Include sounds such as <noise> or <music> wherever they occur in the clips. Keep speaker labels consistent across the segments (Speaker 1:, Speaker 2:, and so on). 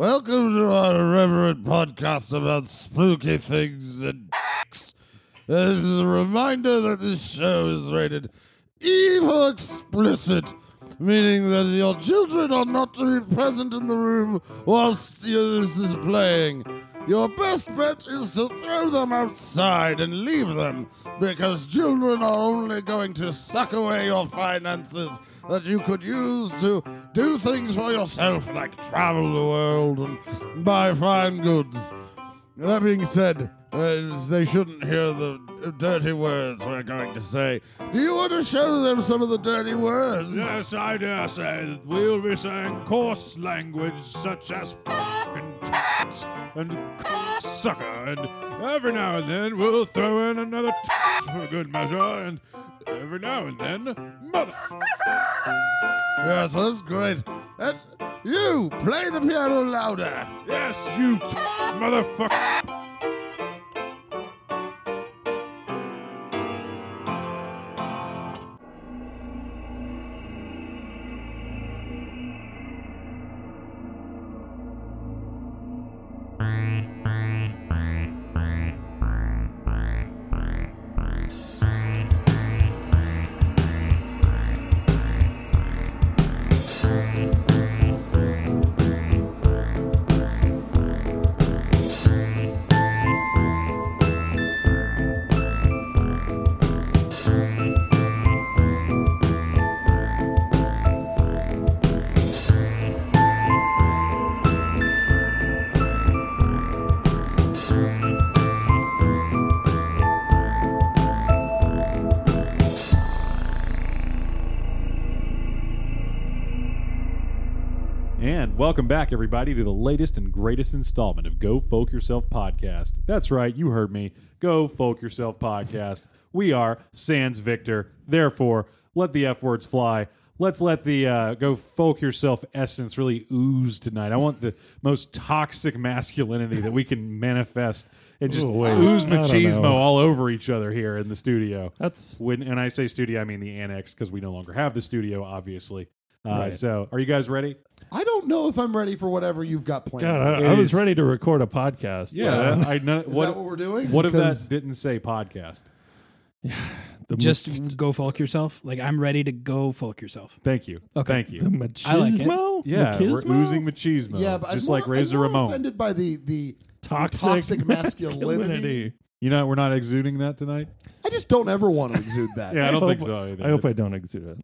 Speaker 1: Welcome to our irreverent podcast about spooky things and dicks. This is a reminder that this show is rated evil explicit, meaning that your children are not to be present in the room whilst this is playing. Your best bet is to throw them outside and leave them, because children are only going to suck away your finances that you could use to do things for yourself, like travel the world and buy fine goods. That being said, uh, they shouldn't hear the dirty words we're going to say. Do you want to show them some of the dirty words?
Speaker 2: Yes, I dare say that we'll be saying coarse language such as f- and t- and c- sucker, and every now and then we'll throw in another t- for good measure, and every now and then mother.
Speaker 1: Yes, that's great. And you, play the piano louder.
Speaker 2: Yes, you t- motherfucker.
Speaker 3: And welcome back, everybody, to the latest and greatest installment of Go Folk Yourself Podcast. That's right, you heard me. Go Folk Yourself Podcast. We are Sans Victor. Therefore, let the F words fly. Let's let the uh, Go Folk Yourself essence really ooze tonight. I want the most toxic masculinity that we can manifest and just ooze
Speaker 4: Oh, I don't
Speaker 3: machismo
Speaker 4: know.
Speaker 3: all over each other here in the studio.
Speaker 4: That's
Speaker 3: When and I say studio, I mean the annex because we no longer have the studio, obviously. Uh,
Speaker 4: Right.
Speaker 3: So, are you guys ready?
Speaker 5: I don't know if I'm ready for whatever you've got planned.
Speaker 4: God.
Speaker 3: It
Speaker 4: I, I was
Speaker 3: is-
Speaker 4: ready to record a podcast.
Speaker 3: Yeah, I know.
Speaker 5: is
Speaker 3: what,
Speaker 5: that what we're doing?
Speaker 3: what if that
Speaker 5: Because-
Speaker 3: didn't say podcast?
Speaker 4: The
Speaker 6: just go folk yourself. Like I'm ready to go folk yourself.
Speaker 3: Thank you.
Speaker 6: Okay.
Speaker 3: Thank you.
Speaker 4: machismo.
Speaker 6: I like it.
Speaker 3: Yeah,
Speaker 4: Machismo?
Speaker 3: we're oozing machismo.
Speaker 5: Yeah, but
Speaker 3: just
Speaker 5: I'm
Speaker 3: like
Speaker 5: more,
Speaker 3: Razor
Speaker 5: I'm more
Speaker 3: Ramon.
Speaker 5: offended by the the
Speaker 4: toxic, <laughs>
Speaker 5: toxic masculinity.
Speaker 3: You know, we're not exuding that tonight.
Speaker 5: I just don't ever want to exude
Speaker 3: <laughs>
Speaker 5: that.
Speaker 3: Yeah, I don't
Speaker 4: hope-
Speaker 3: think so either.
Speaker 4: I hope I
Speaker 3: It's-
Speaker 4: don't exude it.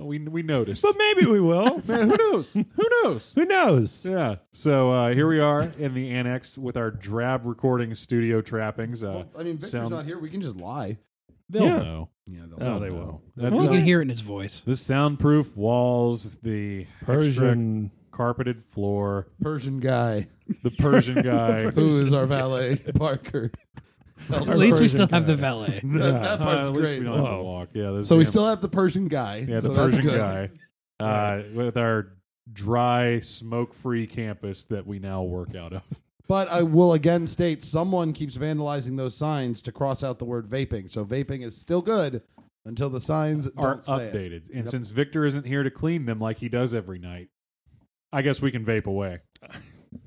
Speaker 3: Uh, we we noticed.
Speaker 4: But maybe we <laughs> will.
Speaker 3: Man, who knows? Who knows?
Speaker 4: Who knows?
Speaker 3: Yeah. So uh, here we are in the annex with our drab recording studio trappings. Uh,
Speaker 5: I mean, Victor's
Speaker 3: sound-
Speaker 5: not here. We can just lie.
Speaker 3: They'll
Speaker 4: Yeah.
Speaker 3: know.
Speaker 5: Yeah,
Speaker 4: Oh, they
Speaker 3: They'll
Speaker 4: will.
Speaker 3: know. That's
Speaker 6: You
Speaker 3: the,
Speaker 6: can hear it in his voice.
Speaker 3: the soundproof walls, the extra
Speaker 4: Persian.
Speaker 3: carpeted floor,
Speaker 5: Persian guy
Speaker 3: the Persian guy.
Speaker 5: who is our
Speaker 3: <laughs>
Speaker 5: valet Parker.
Speaker 6: At least we still have the valet. <laughs>
Speaker 5: that, that
Speaker 3: Uh,
Speaker 5: part's
Speaker 3: at least
Speaker 5: great.
Speaker 3: we don't have to
Speaker 4: Wow.
Speaker 3: walk. Yeah, those
Speaker 5: So we
Speaker 3: damn-
Speaker 5: still have the Persian guy.
Speaker 3: yeah the
Speaker 5: so that's
Speaker 3: Persian
Speaker 5: good.
Speaker 3: guy
Speaker 5: <laughs>
Speaker 3: uh, with our dry, smoke-free campus that we now work out of.
Speaker 5: But I will again state someone keeps vandalizing those signs to cross out the word vaping. So vaping is still good until the signs
Speaker 3: Are
Speaker 5: <laughs> don't say it.
Speaker 3: updated, and since Victor isn't here to clean them like he does every night, I guess we can vape away.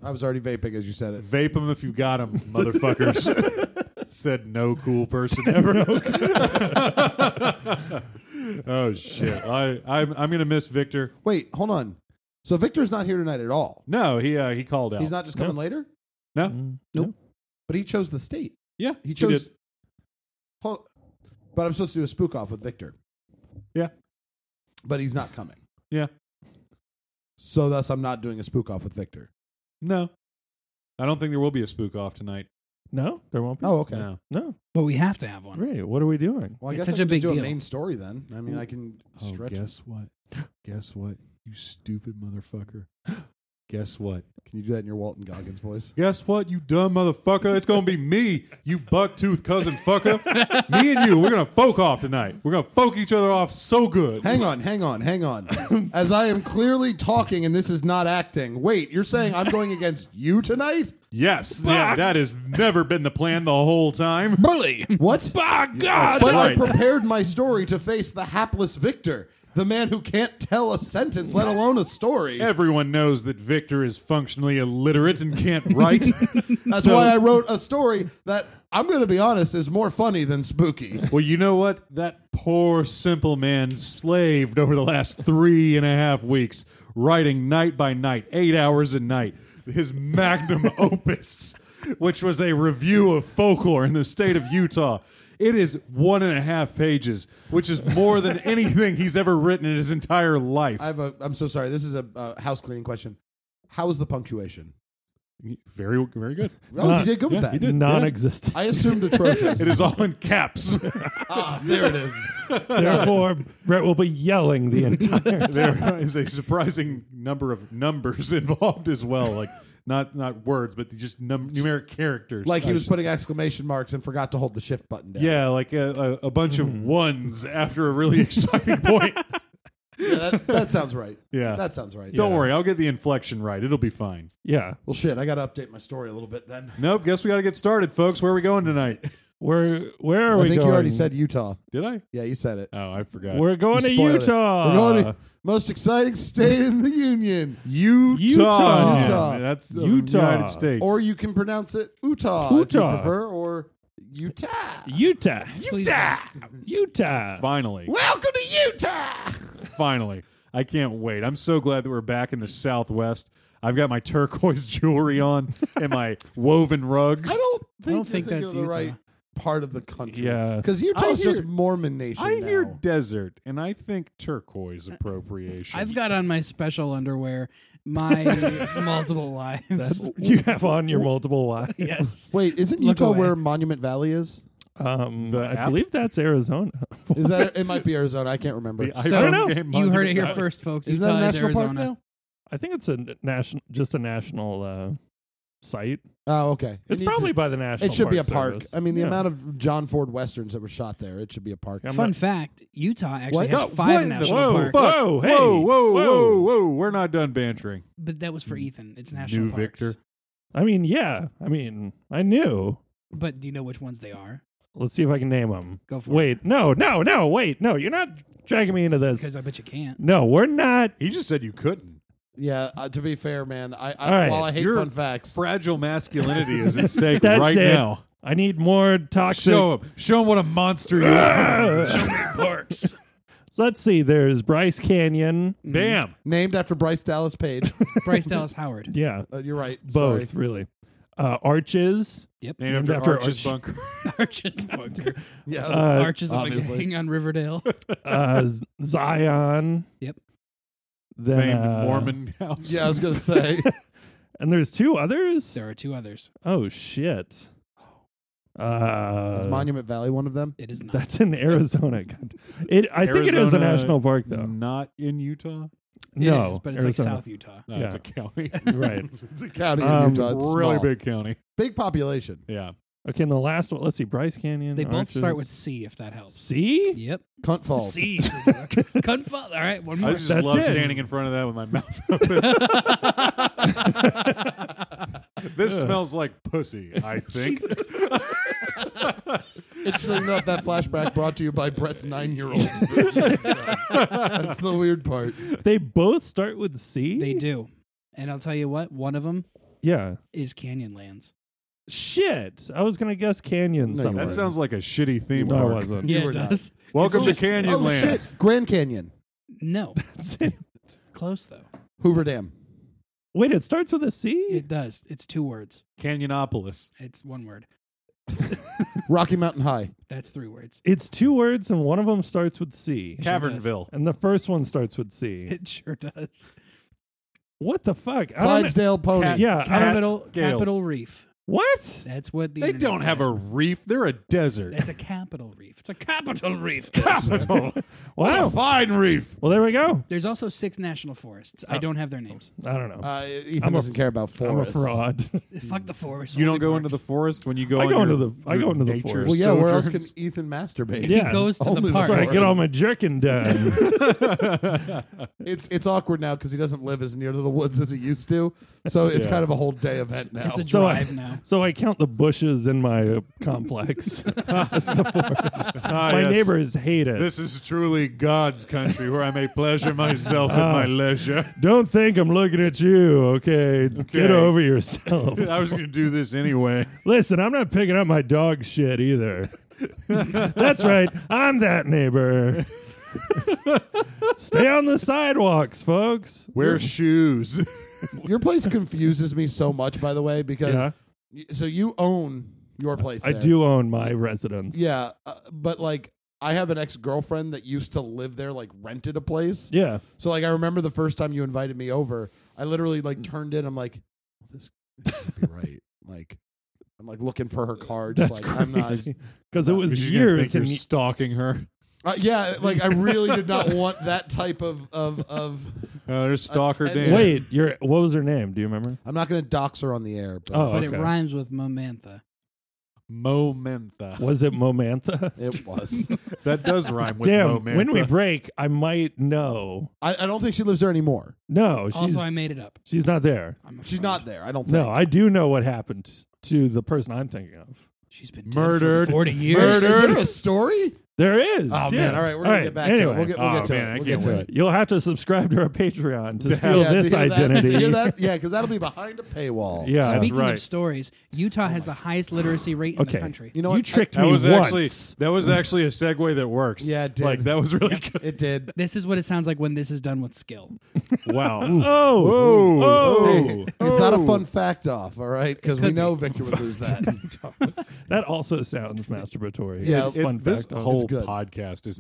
Speaker 5: I was already vaping as you said it.
Speaker 3: Vape them if you got
Speaker 5: <laughs>
Speaker 3: them, motherfuckers. Said no cool person ever. <laughs> oh shit! I I'm, I'm gonna miss Victor.
Speaker 5: Wait, hold on. So Victor's not here tonight at all.
Speaker 3: No, he uh, he called out.
Speaker 5: He's not just coming later,
Speaker 3: No,
Speaker 4: Mm,
Speaker 6: Nope.
Speaker 5: but he chose the state.
Speaker 3: yeah,
Speaker 5: He chose.
Speaker 3: did.
Speaker 5: Hold, but I'm supposed to do a spook off with Victor.
Speaker 3: Yeah.
Speaker 5: But he's not coming.
Speaker 3: Yeah.
Speaker 5: So thus, I'm not doing a spook off with Victor.
Speaker 3: No. I don't think there will be a spook off tonight.
Speaker 4: No, there won't be.
Speaker 5: Oh, okay.
Speaker 3: No.
Speaker 4: No.
Speaker 6: But we have to have one.
Speaker 4: Great. What are we doing?
Speaker 5: Well, I
Speaker 6: It's
Speaker 5: guess
Speaker 6: such
Speaker 5: I
Speaker 6: a
Speaker 5: can just
Speaker 6: big
Speaker 5: do a
Speaker 6: deal. Oh,
Speaker 5: main story then. I mean, I can stretch.
Speaker 3: what? Guess what? You stupid <gasps> motherfucker. Guess what?
Speaker 5: Can you do that in your Walton Goggins voice?
Speaker 3: Guess what, you dumb motherfucker? It's gonna <laughs> be me, you bucktooth cousin fucker. me and you, we're gonna folk off tonight. We're gonna folk each other off so good.
Speaker 5: Hang on, hang on, hang on. As I am clearly talking and this is not acting. Wait, you're saying I'm going against you tonight?
Speaker 3: Yes, yeah, that has never been the plan the whole <laughs> time.
Speaker 6: Bully. <laughs>
Speaker 5: What?
Speaker 3: By God,
Speaker 5: But I
Speaker 3: right.
Speaker 5: prepared my story to face the hapless Victor. the man who can't tell a sentence, let alone a story.
Speaker 3: Everyone knows that Victor is functionally illiterate and can't write. <laughs>
Speaker 5: That's
Speaker 3: So-
Speaker 5: why I wrote a story that I'm going to be honest is more funny than spooky.
Speaker 3: Well, you know what? That poor simple man slaved over the last three and a half weeks, writing night by night, eight hours a night, his magnum opus, which was a review of folklore in the state of Utah. It is one and a half pages, which is more than anything he's ever written in his entire life.
Speaker 5: I have a. I'm so sorry. This is a uh, house cleaning question. How is the punctuation?
Speaker 3: very, very good.
Speaker 5: Oh, you did good with that.
Speaker 4: Non-existent.
Speaker 5: <laughs> I assumed
Speaker 3: <laughs>
Speaker 5: atrocious.
Speaker 3: It is all in caps.
Speaker 5: ah, there it is.
Speaker 4: Therefore, Brett will be yelling the entire time.
Speaker 3: there is a surprising number of numbers <laughs> involved as well, like not not words, but just num- numeric characters.
Speaker 5: Like he
Speaker 3: I
Speaker 5: was
Speaker 3: should
Speaker 5: putting
Speaker 3: say.
Speaker 5: exclamation marks and forgot to hold the shift button down.
Speaker 3: yeah, like a, a, a bunch of ones after a really exciting
Speaker 5: <laughs>
Speaker 3: point.
Speaker 5: Yeah, that, that sounds right.
Speaker 3: Yeah.
Speaker 5: that sounds right.
Speaker 3: Don't worry, I'll get the inflection right. It'll be fine.
Speaker 4: Yeah.
Speaker 5: Well, shit. I got to update my story a little bit then.
Speaker 3: Nope, guess we got to get started, folks. Where are we going tonight? <laughs>
Speaker 4: Where where are
Speaker 5: I
Speaker 4: we
Speaker 5: think
Speaker 4: going?
Speaker 5: you already said Utah.
Speaker 3: Did I?
Speaker 5: Yeah, you said it.
Speaker 3: Oh, I forgot.
Speaker 4: We're going to
Speaker 5: Spoiled it.
Speaker 4: Utah.
Speaker 5: We're going to most exciting state in the union,
Speaker 3: Utah.
Speaker 4: Utah.
Speaker 5: Utah.
Speaker 3: That's the
Speaker 4: Utah.
Speaker 3: United States.
Speaker 5: or you can pronounce it Utah, if you
Speaker 4: Utah.
Speaker 5: prefer, or Utah.
Speaker 4: Utah.
Speaker 6: Please
Speaker 4: Utah.
Speaker 3: finally.
Speaker 5: Welcome to Utah.
Speaker 3: Finally. I can't wait. I'm so glad that we're back in the Southwest. I've got my turquoise <laughs> jewelry on and my woven rugs.
Speaker 5: I don't
Speaker 6: don't
Speaker 5: think,
Speaker 6: think
Speaker 5: you're thinking
Speaker 6: that's
Speaker 5: of the
Speaker 6: Utah.
Speaker 5: right part of the country.
Speaker 4: Yeah.
Speaker 5: because Utah's
Speaker 3: I
Speaker 5: just
Speaker 3: hear-
Speaker 5: Mormon nation.
Speaker 3: I hear
Speaker 5: now.
Speaker 3: desert and I think turquoise appropriation.
Speaker 6: Uh, I've got on my special underwear, <laughs> my multiple lives. <laughs>
Speaker 4: That's you have on your multiple
Speaker 5: <laughs>
Speaker 4: wives.
Speaker 6: yes.
Speaker 5: Wait, isn't
Speaker 6: Look
Speaker 5: Utah
Speaker 6: away.
Speaker 5: where Monument Valley is?
Speaker 4: Um,
Speaker 3: The
Speaker 4: I
Speaker 3: app?
Speaker 4: believe that's Arizona. <laughs>
Speaker 5: Is that? it might be Arizona. I can't remember.
Speaker 3: The
Speaker 6: So,
Speaker 3: Iron
Speaker 4: know.
Speaker 3: Man
Speaker 6: You heard
Speaker 3: Monument
Speaker 6: it here
Speaker 3: Valley.
Speaker 6: first, folks.
Speaker 5: is that
Speaker 6: Utah
Speaker 5: a
Speaker 6: is
Speaker 5: national
Speaker 6: Arizona.
Speaker 5: park now?
Speaker 4: I think it's a n- national, just a national uh, site.
Speaker 5: Oh, okay.
Speaker 4: It's
Speaker 5: It needs
Speaker 4: probably
Speaker 5: to-
Speaker 4: by the national.
Speaker 5: it should be a
Speaker 4: Park
Speaker 5: park.
Speaker 4: Service.
Speaker 5: I mean, the
Speaker 4: Yeah.
Speaker 5: amount of John Ford westerns that were shot there, it should be a park.
Speaker 4: Yeah. I'm
Speaker 6: Fun
Speaker 4: not-
Speaker 6: fact Utah actually
Speaker 5: What?
Speaker 6: has
Speaker 5: Oh,
Speaker 3: what
Speaker 6: five
Speaker 3: in the-
Speaker 6: national
Speaker 4: whoa,
Speaker 6: parks.
Speaker 4: fuck.
Speaker 3: Whoa,
Speaker 4: Hey,
Speaker 3: whoa, whoa, whoa,
Speaker 4: whoa.
Speaker 3: whoa. We're not done bantering.
Speaker 6: But that was for Ethan. It's national
Speaker 3: New
Speaker 6: parks.
Speaker 3: Victor.
Speaker 4: I mean, yeah. I mean, I knew.
Speaker 6: But do you know which ones they are?
Speaker 4: Let's see if I can name them.
Speaker 6: Go for
Speaker 4: Wait, no, no, no. Wait, no. You're not dragging me into
Speaker 6: Because
Speaker 4: this.
Speaker 6: I bet you
Speaker 4: <laughs>
Speaker 6: can't.
Speaker 4: No, we're not.
Speaker 3: He just said you couldn't.
Speaker 5: Yeah, uh, to be fair, man, I, I
Speaker 4: All right,
Speaker 5: while I hate
Speaker 3: you're-
Speaker 5: fun facts,
Speaker 3: Fragile masculinity is <laughs> at stake
Speaker 4: That's
Speaker 3: right
Speaker 4: it.
Speaker 3: now.
Speaker 4: I need more toxic.
Speaker 3: Show him. Show him what a monster you are. <laughs> Show me parks. Mm-hmm.
Speaker 4: So <laughs> let's see. There's Bryce Canyon.
Speaker 3: Damn.
Speaker 5: named after Bryce
Speaker 4: <laughs>
Speaker 5: Dallas Page.
Speaker 6: Bryce Dallas Howard.
Speaker 4: Yeah,
Speaker 5: Uh, you're right.
Speaker 4: both
Speaker 5: Sorry.
Speaker 4: really. Uh, arches.
Speaker 6: Yep.
Speaker 3: Named
Speaker 4: Named
Speaker 3: after,
Speaker 4: after
Speaker 3: Arch's
Speaker 4: Arch.
Speaker 3: bunker.
Speaker 6: <laughs> Arches Bunker.
Speaker 5: Yeah.
Speaker 3: Oh,
Speaker 4: Uh,
Speaker 6: Arches of a
Speaker 5: obviously.
Speaker 6: gang on Riverdale.
Speaker 4: <laughs> uh, Z- Zion.
Speaker 6: Yep.
Speaker 4: Then,
Speaker 3: Famed
Speaker 4: uh,
Speaker 3: Mormon house.
Speaker 5: yeah, I was gonna <laughs> say.
Speaker 4: And there's two others.
Speaker 6: There are two others.
Speaker 4: Oh shit. Uh,
Speaker 5: Is Monument Valley one of them?
Speaker 6: It is not.
Speaker 4: that's in Arizona. <laughs> God. It, I think it is a
Speaker 3: Arizona- Mm.
Speaker 4: national park, though.
Speaker 3: Not in Utah.
Speaker 6: It
Speaker 4: no,
Speaker 6: is, but it's
Speaker 4: Arizona.
Speaker 6: like South Utah.
Speaker 3: No,
Speaker 4: Yeah.
Speaker 3: It's a
Speaker 5: <laughs>
Speaker 3: county.
Speaker 4: <laughs> right.
Speaker 5: It's a county
Speaker 4: Um,
Speaker 5: in Utah. It's
Speaker 3: really
Speaker 5: small.
Speaker 3: big county.
Speaker 5: big population.
Speaker 3: Yeah.
Speaker 4: Okay, and the last one. Let's see, Bryce Canyon.
Speaker 6: They both
Speaker 4: Arches.
Speaker 6: start with C, if that helps.
Speaker 4: C.
Speaker 6: <laughs> Yep.
Speaker 5: Cunt Falls.
Speaker 6: C. Cunt All right, one
Speaker 3: I
Speaker 6: more.
Speaker 3: just
Speaker 4: That's
Speaker 3: love
Speaker 4: it.
Speaker 3: standing in front of that with my mouth
Speaker 4: <laughs>
Speaker 3: open. this smells like pussy,
Speaker 4: <laughs>
Speaker 3: I think.
Speaker 5: Interesting enough, that flashback brought to you by
Speaker 4: <laughs>
Speaker 5: Brett's nine-year-old. That's the weird part.
Speaker 4: <laughs> They both start with C.
Speaker 6: They do. And I'll tell you what, one of them
Speaker 4: Yeah.
Speaker 6: is Canyonlands.
Speaker 4: Shit. I was gonna guess Canyon
Speaker 5: No, you
Speaker 4: somewhere.
Speaker 3: That sounds like a shitty theme
Speaker 4: No, I
Speaker 3: park.
Speaker 4: wasn't.
Speaker 6: Yeah,
Speaker 5: were
Speaker 6: it
Speaker 5: not.
Speaker 6: does.
Speaker 3: Welcome to
Speaker 6: It's always-
Speaker 3: Canyon
Speaker 5: oh
Speaker 3: Lands.
Speaker 5: shit! Grand Canyon,
Speaker 6: No,
Speaker 4: <laughs> That's it.
Speaker 6: close though.
Speaker 5: Hoover Dam.
Speaker 4: Wait, it starts with a C.
Speaker 6: It does. It's two words.
Speaker 3: Canyonopolis.
Speaker 6: It's one word.
Speaker 5: Rocky Mountain High.
Speaker 6: That's three words.
Speaker 4: It's two words, and one of them starts with C,
Speaker 3: Cavernville.
Speaker 4: and the first one starts with C.
Speaker 6: It
Speaker 3: <laughs>
Speaker 6: sure does.
Speaker 4: What the fuck? I don't know.
Speaker 5: Clydesdale Pony.
Speaker 3: Cat-
Speaker 4: Yeah, I don't-
Speaker 6: Capital
Speaker 3: scales.
Speaker 6: Capital Reef.
Speaker 4: What?
Speaker 6: That's what the
Speaker 3: They
Speaker 6: internet
Speaker 3: don't have
Speaker 6: said.
Speaker 3: a reef. They're a desert.
Speaker 6: That's a capital reef. It's a capital
Speaker 4: <laughs>
Speaker 6: reef.
Speaker 3: capital.
Speaker 4: Wow.
Speaker 3: Fine reef.
Speaker 4: Well, there we go.
Speaker 6: There's also six national forests.
Speaker 3: Oh.
Speaker 6: I don't have their names.
Speaker 4: I don't know.
Speaker 5: Uh, Ethan
Speaker 4: I'm a-
Speaker 5: doesn't care about
Speaker 4: I'm a
Speaker 5: forests.
Speaker 4: fraud. <laughs>
Speaker 6: Fuck the
Speaker 3: <laughs>
Speaker 6: forest.
Speaker 3: You don't
Speaker 6: only
Speaker 3: go
Speaker 6: parks.
Speaker 3: into the forest when you go.
Speaker 4: I
Speaker 3: on
Speaker 4: go
Speaker 3: your-
Speaker 4: into the- I
Speaker 3: your
Speaker 4: go into the
Speaker 3: nature
Speaker 4: forest.
Speaker 5: Well, yeah. Where else can
Speaker 3: sojourns.
Speaker 5: Ethan masturbate?
Speaker 4: Yeah.
Speaker 6: He goes to
Speaker 5: Only
Speaker 6: the
Speaker 5: the
Speaker 6: park.
Speaker 4: That's where I get all my jerking done.
Speaker 5: <laughs> It's it's awkward now because he doesn't live as near to the woods as he used to. So it's kind of a whole day event now.
Speaker 6: It's a
Speaker 4: So I-
Speaker 6: drive now.
Speaker 4: So I count the bushes in my uh, complex as the forest.
Speaker 3: Ah,
Speaker 4: my
Speaker 3: yes.
Speaker 4: neighbors hate it.
Speaker 3: This is truly God's country where I may
Speaker 4: <laughs>
Speaker 3: pleasure myself at
Speaker 4: Ah.
Speaker 3: my leisure.
Speaker 4: Don't think I'm looking at you, okay? Get over yourself.
Speaker 3: I was going to do this anyway.
Speaker 4: Listen, I'm not picking up my dog shit either. That's right. I'm that neighbor. Stay on the sidewalks, folks. <laughs>
Speaker 3: Wear shoes.
Speaker 5: Your place confuses me so much, by the way, because
Speaker 4: Yeah.
Speaker 5: y- so you own your place.
Speaker 4: I
Speaker 5: there.
Speaker 4: do own my residence.
Speaker 5: Yeah, uh, but like I have an ex girlfriend that used to live there, like rented a place.
Speaker 4: Yeah.
Speaker 5: So like I remember the first time you invited me over, I literally like turned in. I'm like, this, this can't be right. Like I'm like looking for her card. just
Speaker 4: That's
Speaker 5: like, I'm not.
Speaker 4: crazy. Because it was
Speaker 3: She's gonna think
Speaker 4: years
Speaker 3: you're
Speaker 4: and
Speaker 3: stalking her.
Speaker 5: Uh, yeah, like I really did
Speaker 4: <laughs>
Speaker 5: not want that type of of of.
Speaker 3: <laughs> Uh, there's stalker Dan.
Speaker 5: Attention.
Speaker 4: Wait, your what was her name? Do you remember?
Speaker 5: I'm not going to dox her on the air,
Speaker 4: <laughs>
Speaker 5: but
Speaker 4: Oh,
Speaker 6: but
Speaker 4: okay.
Speaker 6: it rhymes with Momantha.
Speaker 3: Momenta.
Speaker 4: was it Momantha? <laughs>
Speaker 5: it was.
Speaker 3: That does rhyme with
Speaker 4: Damn,
Speaker 3: momenta.
Speaker 4: when we break, I might know.
Speaker 5: I, I don't think she lives there anymore.
Speaker 4: No, she's
Speaker 6: Also, I made it up.
Speaker 4: she's not there.
Speaker 6: I'm a
Speaker 5: She's
Speaker 6: fraud.
Speaker 5: not there. I don't think.
Speaker 4: No, I do know what happened to the person I'm thinking of.
Speaker 6: She's been dead
Speaker 3: Murdered.
Speaker 6: for forty years.
Speaker 5: Wait, is
Speaker 6: <laughs>
Speaker 3: Murdered.
Speaker 5: there a story?
Speaker 4: There is.
Speaker 5: Oh
Speaker 4: yeah.
Speaker 5: man! All right, we're gonna get back
Speaker 4: anyway.
Speaker 5: to it. We'll get, we'll
Speaker 3: Oh,
Speaker 5: get to
Speaker 3: man, I
Speaker 5: it. We'll
Speaker 3: can't
Speaker 5: get to
Speaker 3: wait.
Speaker 5: it.
Speaker 4: You'll have to subscribe to our Patreon to
Speaker 3: To
Speaker 4: steal
Speaker 5: <laughs> Yeah, to
Speaker 4: this
Speaker 5: hear that- to
Speaker 4: identity.
Speaker 5: hear that? Yeah, because that'll be behind a
Speaker 4: <laughs>
Speaker 5: paywall.
Speaker 4: Yeah.
Speaker 3: That's
Speaker 6: Speaking
Speaker 3: right.
Speaker 6: of stories, Utah has the highest literacy rate in
Speaker 4: okay.
Speaker 6: the country.
Speaker 5: You know what?
Speaker 4: You tricked
Speaker 3: That
Speaker 4: me
Speaker 3: was
Speaker 4: once.
Speaker 3: actually that was actually a segue that works.
Speaker 5: <laughs> Yeah, it did.
Speaker 3: like that was really good.
Speaker 5: It did.
Speaker 6: This is what it sounds like when this is done with skill.
Speaker 3: Wow.
Speaker 4: Oh.
Speaker 3: Whoa.
Speaker 5: Hey,
Speaker 4: Oh.
Speaker 5: it's not a fun fact off, all right? Because we know Victor would lose
Speaker 4: <laughs>
Speaker 5: that.
Speaker 4: That also sounds masturbatory.
Speaker 5: Oh. Yeah,
Speaker 4: It's
Speaker 5: it-
Speaker 4: fun
Speaker 3: this
Speaker 4: fact.
Speaker 3: whole
Speaker 5: Oh, good.
Speaker 3: podcast is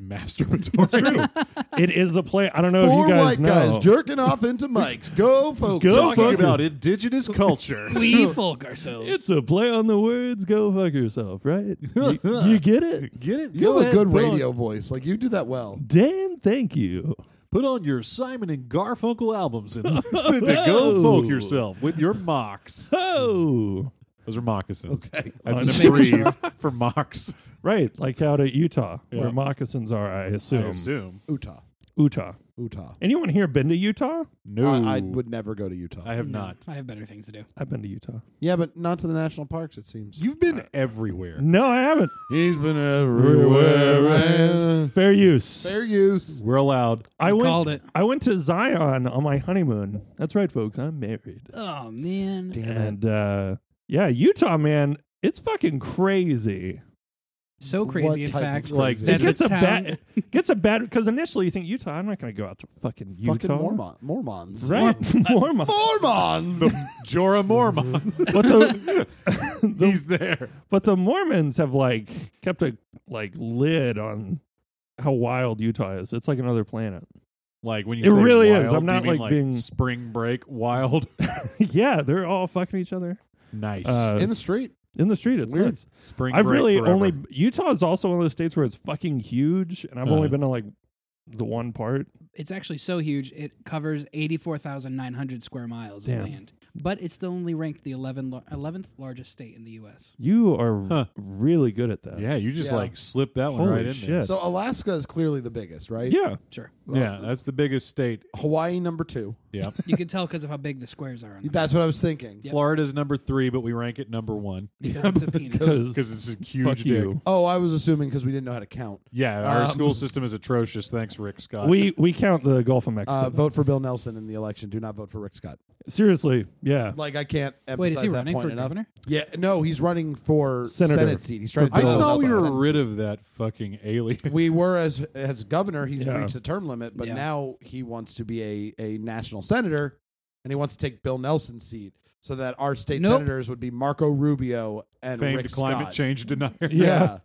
Speaker 3: masturbatory.
Speaker 4: it is a play. I don't know
Speaker 5: Four
Speaker 4: if you guys
Speaker 5: white
Speaker 4: know.
Speaker 5: guys jerking off into mics. Go, folks.
Speaker 4: Go,
Speaker 5: Talking
Speaker 4: folks.
Speaker 5: about-
Speaker 3: <laughs> about <laughs> indigenous culture.
Speaker 6: We <laughs> folk ourselves.
Speaker 4: it's a play on the words. Go fuck yourself,
Speaker 5: <laughs>
Speaker 4: right? you, you get it?
Speaker 3: Get it?
Speaker 5: You
Speaker 3: Go
Speaker 5: have a
Speaker 3: ahead,
Speaker 5: good
Speaker 3: put on-
Speaker 5: radio voice. Like, you do that well.
Speaker 4: Dan, thank you.
Speaker 3: Put on your Simon and Garfunkel albums <laughs> and listen to Go Folk Yourself with your mocks.
Speaker 4: Oh,
Speaker 3: Those are moccasins.
Speaker 5: Okay.
Speaker 3: That's
Speaker 4: Just
Speaker 3: an
Speaker 6: making
Speaker 3: abbrev for mocks.
Speaker 4: right. Like out at Utah,
Speaker 3: Yeah.
Speaker 4: where moccasins are, I assume.
Speaker 3: I assume.
Speaker 5: Utah.
Speaker 4: Utah.
Speaker 5: Utah.
Speaker 4: Anyone here been to Utah?
Speaker 3: No.
Speaker 5: I, I would never go to Utah.
Speaker 3: I have not.
Speaker 6: I have better things to do.
Speaker 4: I've been to Utah.
Speaker 5: yeah, but not to the national parks, it seems.
Speaker 3: You've been everywhere.
Speaker 4: No, I haven't.
Speaker 1: He's been
Speaker 5: Everywhere.
Speaker 4: Fair use.
Speaker 5: Fair use.
Speaker 3: We're allowed.
Speaker 4: I went.
Speaker 6: called it.
Speaker 4: I went to Zion on my honeymoon. That's right, folks. I'm married.
Speaker 6: Oh man,
Speaker 4: and uh, yeah, Utah, man, it's fucking crazy.
Speaker 6: so
Speaker 5: What
Speaker 6: crazy. In
Speaker 5: type of
Speaker 6: fact,
Speaker 5: crazy? Like,
Speaker 6: that
Speaker 4: it gets
Speaker 6: the
Speaker 4: a
Speaker 6: town,
Speaker 4: bad, gets a bad because initially you think Utah. I'm not going to go out to fucking Utah.
Speaker 5: Fucking Mormon, Mormons.
Speaker 4: right? <laughs> Mormon.
Speaker 6: <laughs>
Speaker 3: <laughs>
Speaker 5: Mormons.
Speaker 3: Jorah Mormon.
Speaker 4: But the
Speaker 3: He's there.
Speaker 4: but the Mormons have like kept a like lid on how wild Utah is. It's like another planet. <laughs>
Speaker 3: Like when you
Speaker 4: It
Speaker 3: say
Speaker 4: really
Speaker 3: wild,
Speaker 4: is. I'm
Speaker 3: you
Speaker 4: not,
Speaker 3: mean,
Speaker 4: like, being-
Speaker 3: spring break wild. <laughs>
Speaker 4: yeah, they're all fucking each other
Speaker 3: nice.
Speaker 4: Uh,
Speaker 5: In the street.
Speaker 4: in the street. It's
Speaker 5: Weird.
Speaker 4: nuts.
Speaker 3: spring
Speaker 4: I've
Speaker 3: break
Speaker 4: really
Speaker 3: forever.
Speaker 4: only Utah is also one of those states where it's fucking huge, and I've only
Speaker 3: Uh-huh.
Speaker 4: been to like the one part.
Speaker 6: it's actually so huge. It covers eighty-four thousand nine hundred square miles
Speaker 4: Damn.
Speaker 6: of land, but it's still only ranked the 11 lar- 11th largest state in the U.S.
Speaker 4: You are
Speaker 3: Huh.
Speaker 4: really good at that.
Speaker 3: Yeah, you just
Speaker 5: Yeah.
Speaker 3: like slip that one
Speaker 4: Holy
Speaker 3: right in there.
Speaker 4: shit.
Speaker 5: So Alaska is clearly the biggest, right?
Speaker 4: yeah.
Speaker 6: Sure,
Speaker 3: Yeah, that's the biggest state.
Speaker 5: Hawaii number two. <laughs>
Speaker 3: Yeah.
Speaker 6: you can tell because of how big the squares are on the
Speaker 5: That's what I was thinking.
Speaker 6: Yep.
Speaker 3: Florida's number three, but we rank it number one
Speaker 6: because
Speaker 3: <laughs>
Speaker 6: it's a penis.
Speaker 3: because it's a huge
Speaker 4: Fuck
Speaker 3: dick.
Speaker 4: you.
Speaker 5: Oh, I was assuming because we didn't know how to count.
Speaker 3: Yeah, our
Speaker 5: Um,
Speaker 3: school system is atrocious. Thanks, Rick Scott.
Speaker 4: We we count the Gulf of Mexico.
Speaker 5: Uh, vote for Bill Nelson in the election. Do not vote for Rick Scott.
Speaker 4: Seriously, yeah.
Speaker 5: Like I can't emphasize
Speaker 6: Wait, is he
Speaker 5: that
Speaker 6: running
Speaker 5: point
Speaker 6: for
Speaker 5: enough.
Speaker 6: governor?
Speaker 5: Yeah, no, he's running for
Speaker 4: Senator.
Speaker 5: Senate seat. He's trying to.
Speaker 4: For
Speaker 3: I
Speaker 5: take
Speaker 4: Bill.
Speaker 5: us
Speaker 3: thought
Speaker 5: up
Speaker 3: we
Speaker 5: on the
Speaker 3: were
Speaker 5: Senate
Speaker 3: rid
Speaker 5: seat.
Speaker 3: of that fucking alien.
Speaker 5: We were as as governor. He's
Speaker 4: Yeah.
Speaker 5: reached the term limit, but
Speaker 6: Yeah.
Speaker 5: now he wants to be a a national senator, and he wants to take Bill Nelson's seat so that our state
Speaker 6: Nope.
Speaker 5: senators would be Marco Rubio <laughs> and
Speaker 3: Famed
Speaker 5: Rick
Speaker 3: climate
Speaker 5: Scott.
Speaker 3: change denier.
Speaker 4: <laughs> Yeah.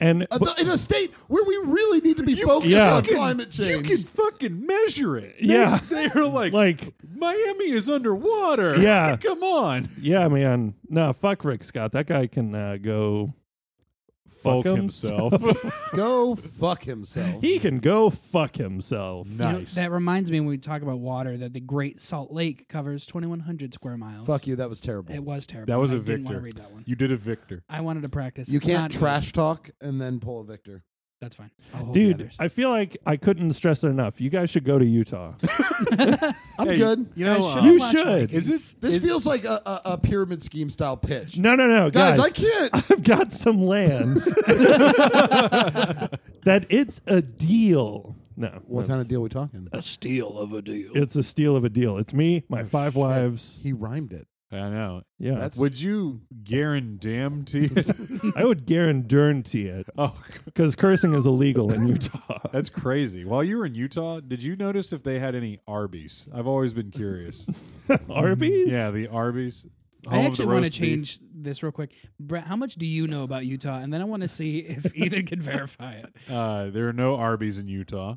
Speaker 4: And
Speaker 5: Uh,
Speaker 4: but-
Speaker 5: th- in a state where we really need to be focused
Speaker 4: yeah.
Speaker 5: on climate change.
Speaker 3: <laughs> You can fucking measure it. They-
Speaker 4: Yeah.
Speaker 3: They, are like,
Speaker 4: <laughs> like,
Speaker 3: Miami is underwater.
Speaker 4: Yeah.
Speaker 3: <laughs> Come on.
Speaker 4: yeah, man. No, fuck Rick Scott. That guy can uh, go.
Speaker 3: Fuck
Speaker 4: him.
Speaker 3: <laughs> himself.
Speaker 5: Go fuck himself.
Speaker 4: He can go fuck himself.
Speaker 6: You know,
Speaker 3: nice.
Speaker 6: that reminds me when we talk about water that the Great Salt Lake covers 2,100 square miles.
Speaker 5: fuck you. That was terrible.
Speaker 6: It was terrible.
Speaker 3: That was
Speaker 6: a
Speaker 3: a
Speaker 6: Didn't want
Speaker 3: victor.
Speaker 6: to read that one.
Speaker 3: you did a victor.
Speaker 6: I wanted to practice.
Speaker 5: You
Speaker 6: It's
Speaker 5: can't
Speaker 6: not good.
Speaker 5: trash talk and then pull a victor.
Speaker 6: That's fine. I'll hold the
Speaker 4: Dude,
Speaker 6: others.
Speaker 4: I feel like I couldn't stress it enough. You guys should go to Utah.
Speaker 5: I'm
Speaker 3: Hey,
Speaker 5: good.
Speaker 3: You know,
Speaker 6: Guys,
Speaker 3: uh,
Speaker 6: should
Speaker 4: you
Speaker 6: watch
Speaker 4: should.
Speaker 3: is this
Speaker 5: This feels like a, a, a pyramid scheme style pitch.
Speaker 4: No, no, no,
Speaker 5: guys,
Speaker 4: guys.
Speaker 5: I can't.
Speaker 3: <laughs>
Speaker 4: I've got some lands. <laughs> that it's a deal. No.
Speaker 5: What kind of deal we talking?
Speaker 6: a steal of a deal.
Speaker 4: It's a steal of a deal. It's me, my five wives.
Speaker 5: He rhymed it.
Speaker 3: I know.
Speaker 4: Yeah.
Speaker 5: Oh, That's
Speaker 3: Would you <laughs> guarantee it?
Speaker 4: I would guarantee it
Speaker 3: oh,
Speaker 4: because cursing is illegal in
Speaker 5: <laughs>
Speaker 4: Utah.
Speaker 3: that's crazy. While you were in Utah, did you notice if they had any Arby's? I've always been <laughs> curious.
Speaker 5: Mm-hmm.
Speaker 4: Arby's?
Speaker 3: yeah, the Arby's.
Speaker 6: I
Speaker 3: home of the
Speaker 6: actually want to
Speaker 3: roast beef.
Speaker 6: change this real quick. Brett, how much do you know about Utah? And then I want to
Speaker 3: <laughs>
Speaker 6: see if Ethan can verify it.
Speaker 3: Uh, there are no Arby's in Utah.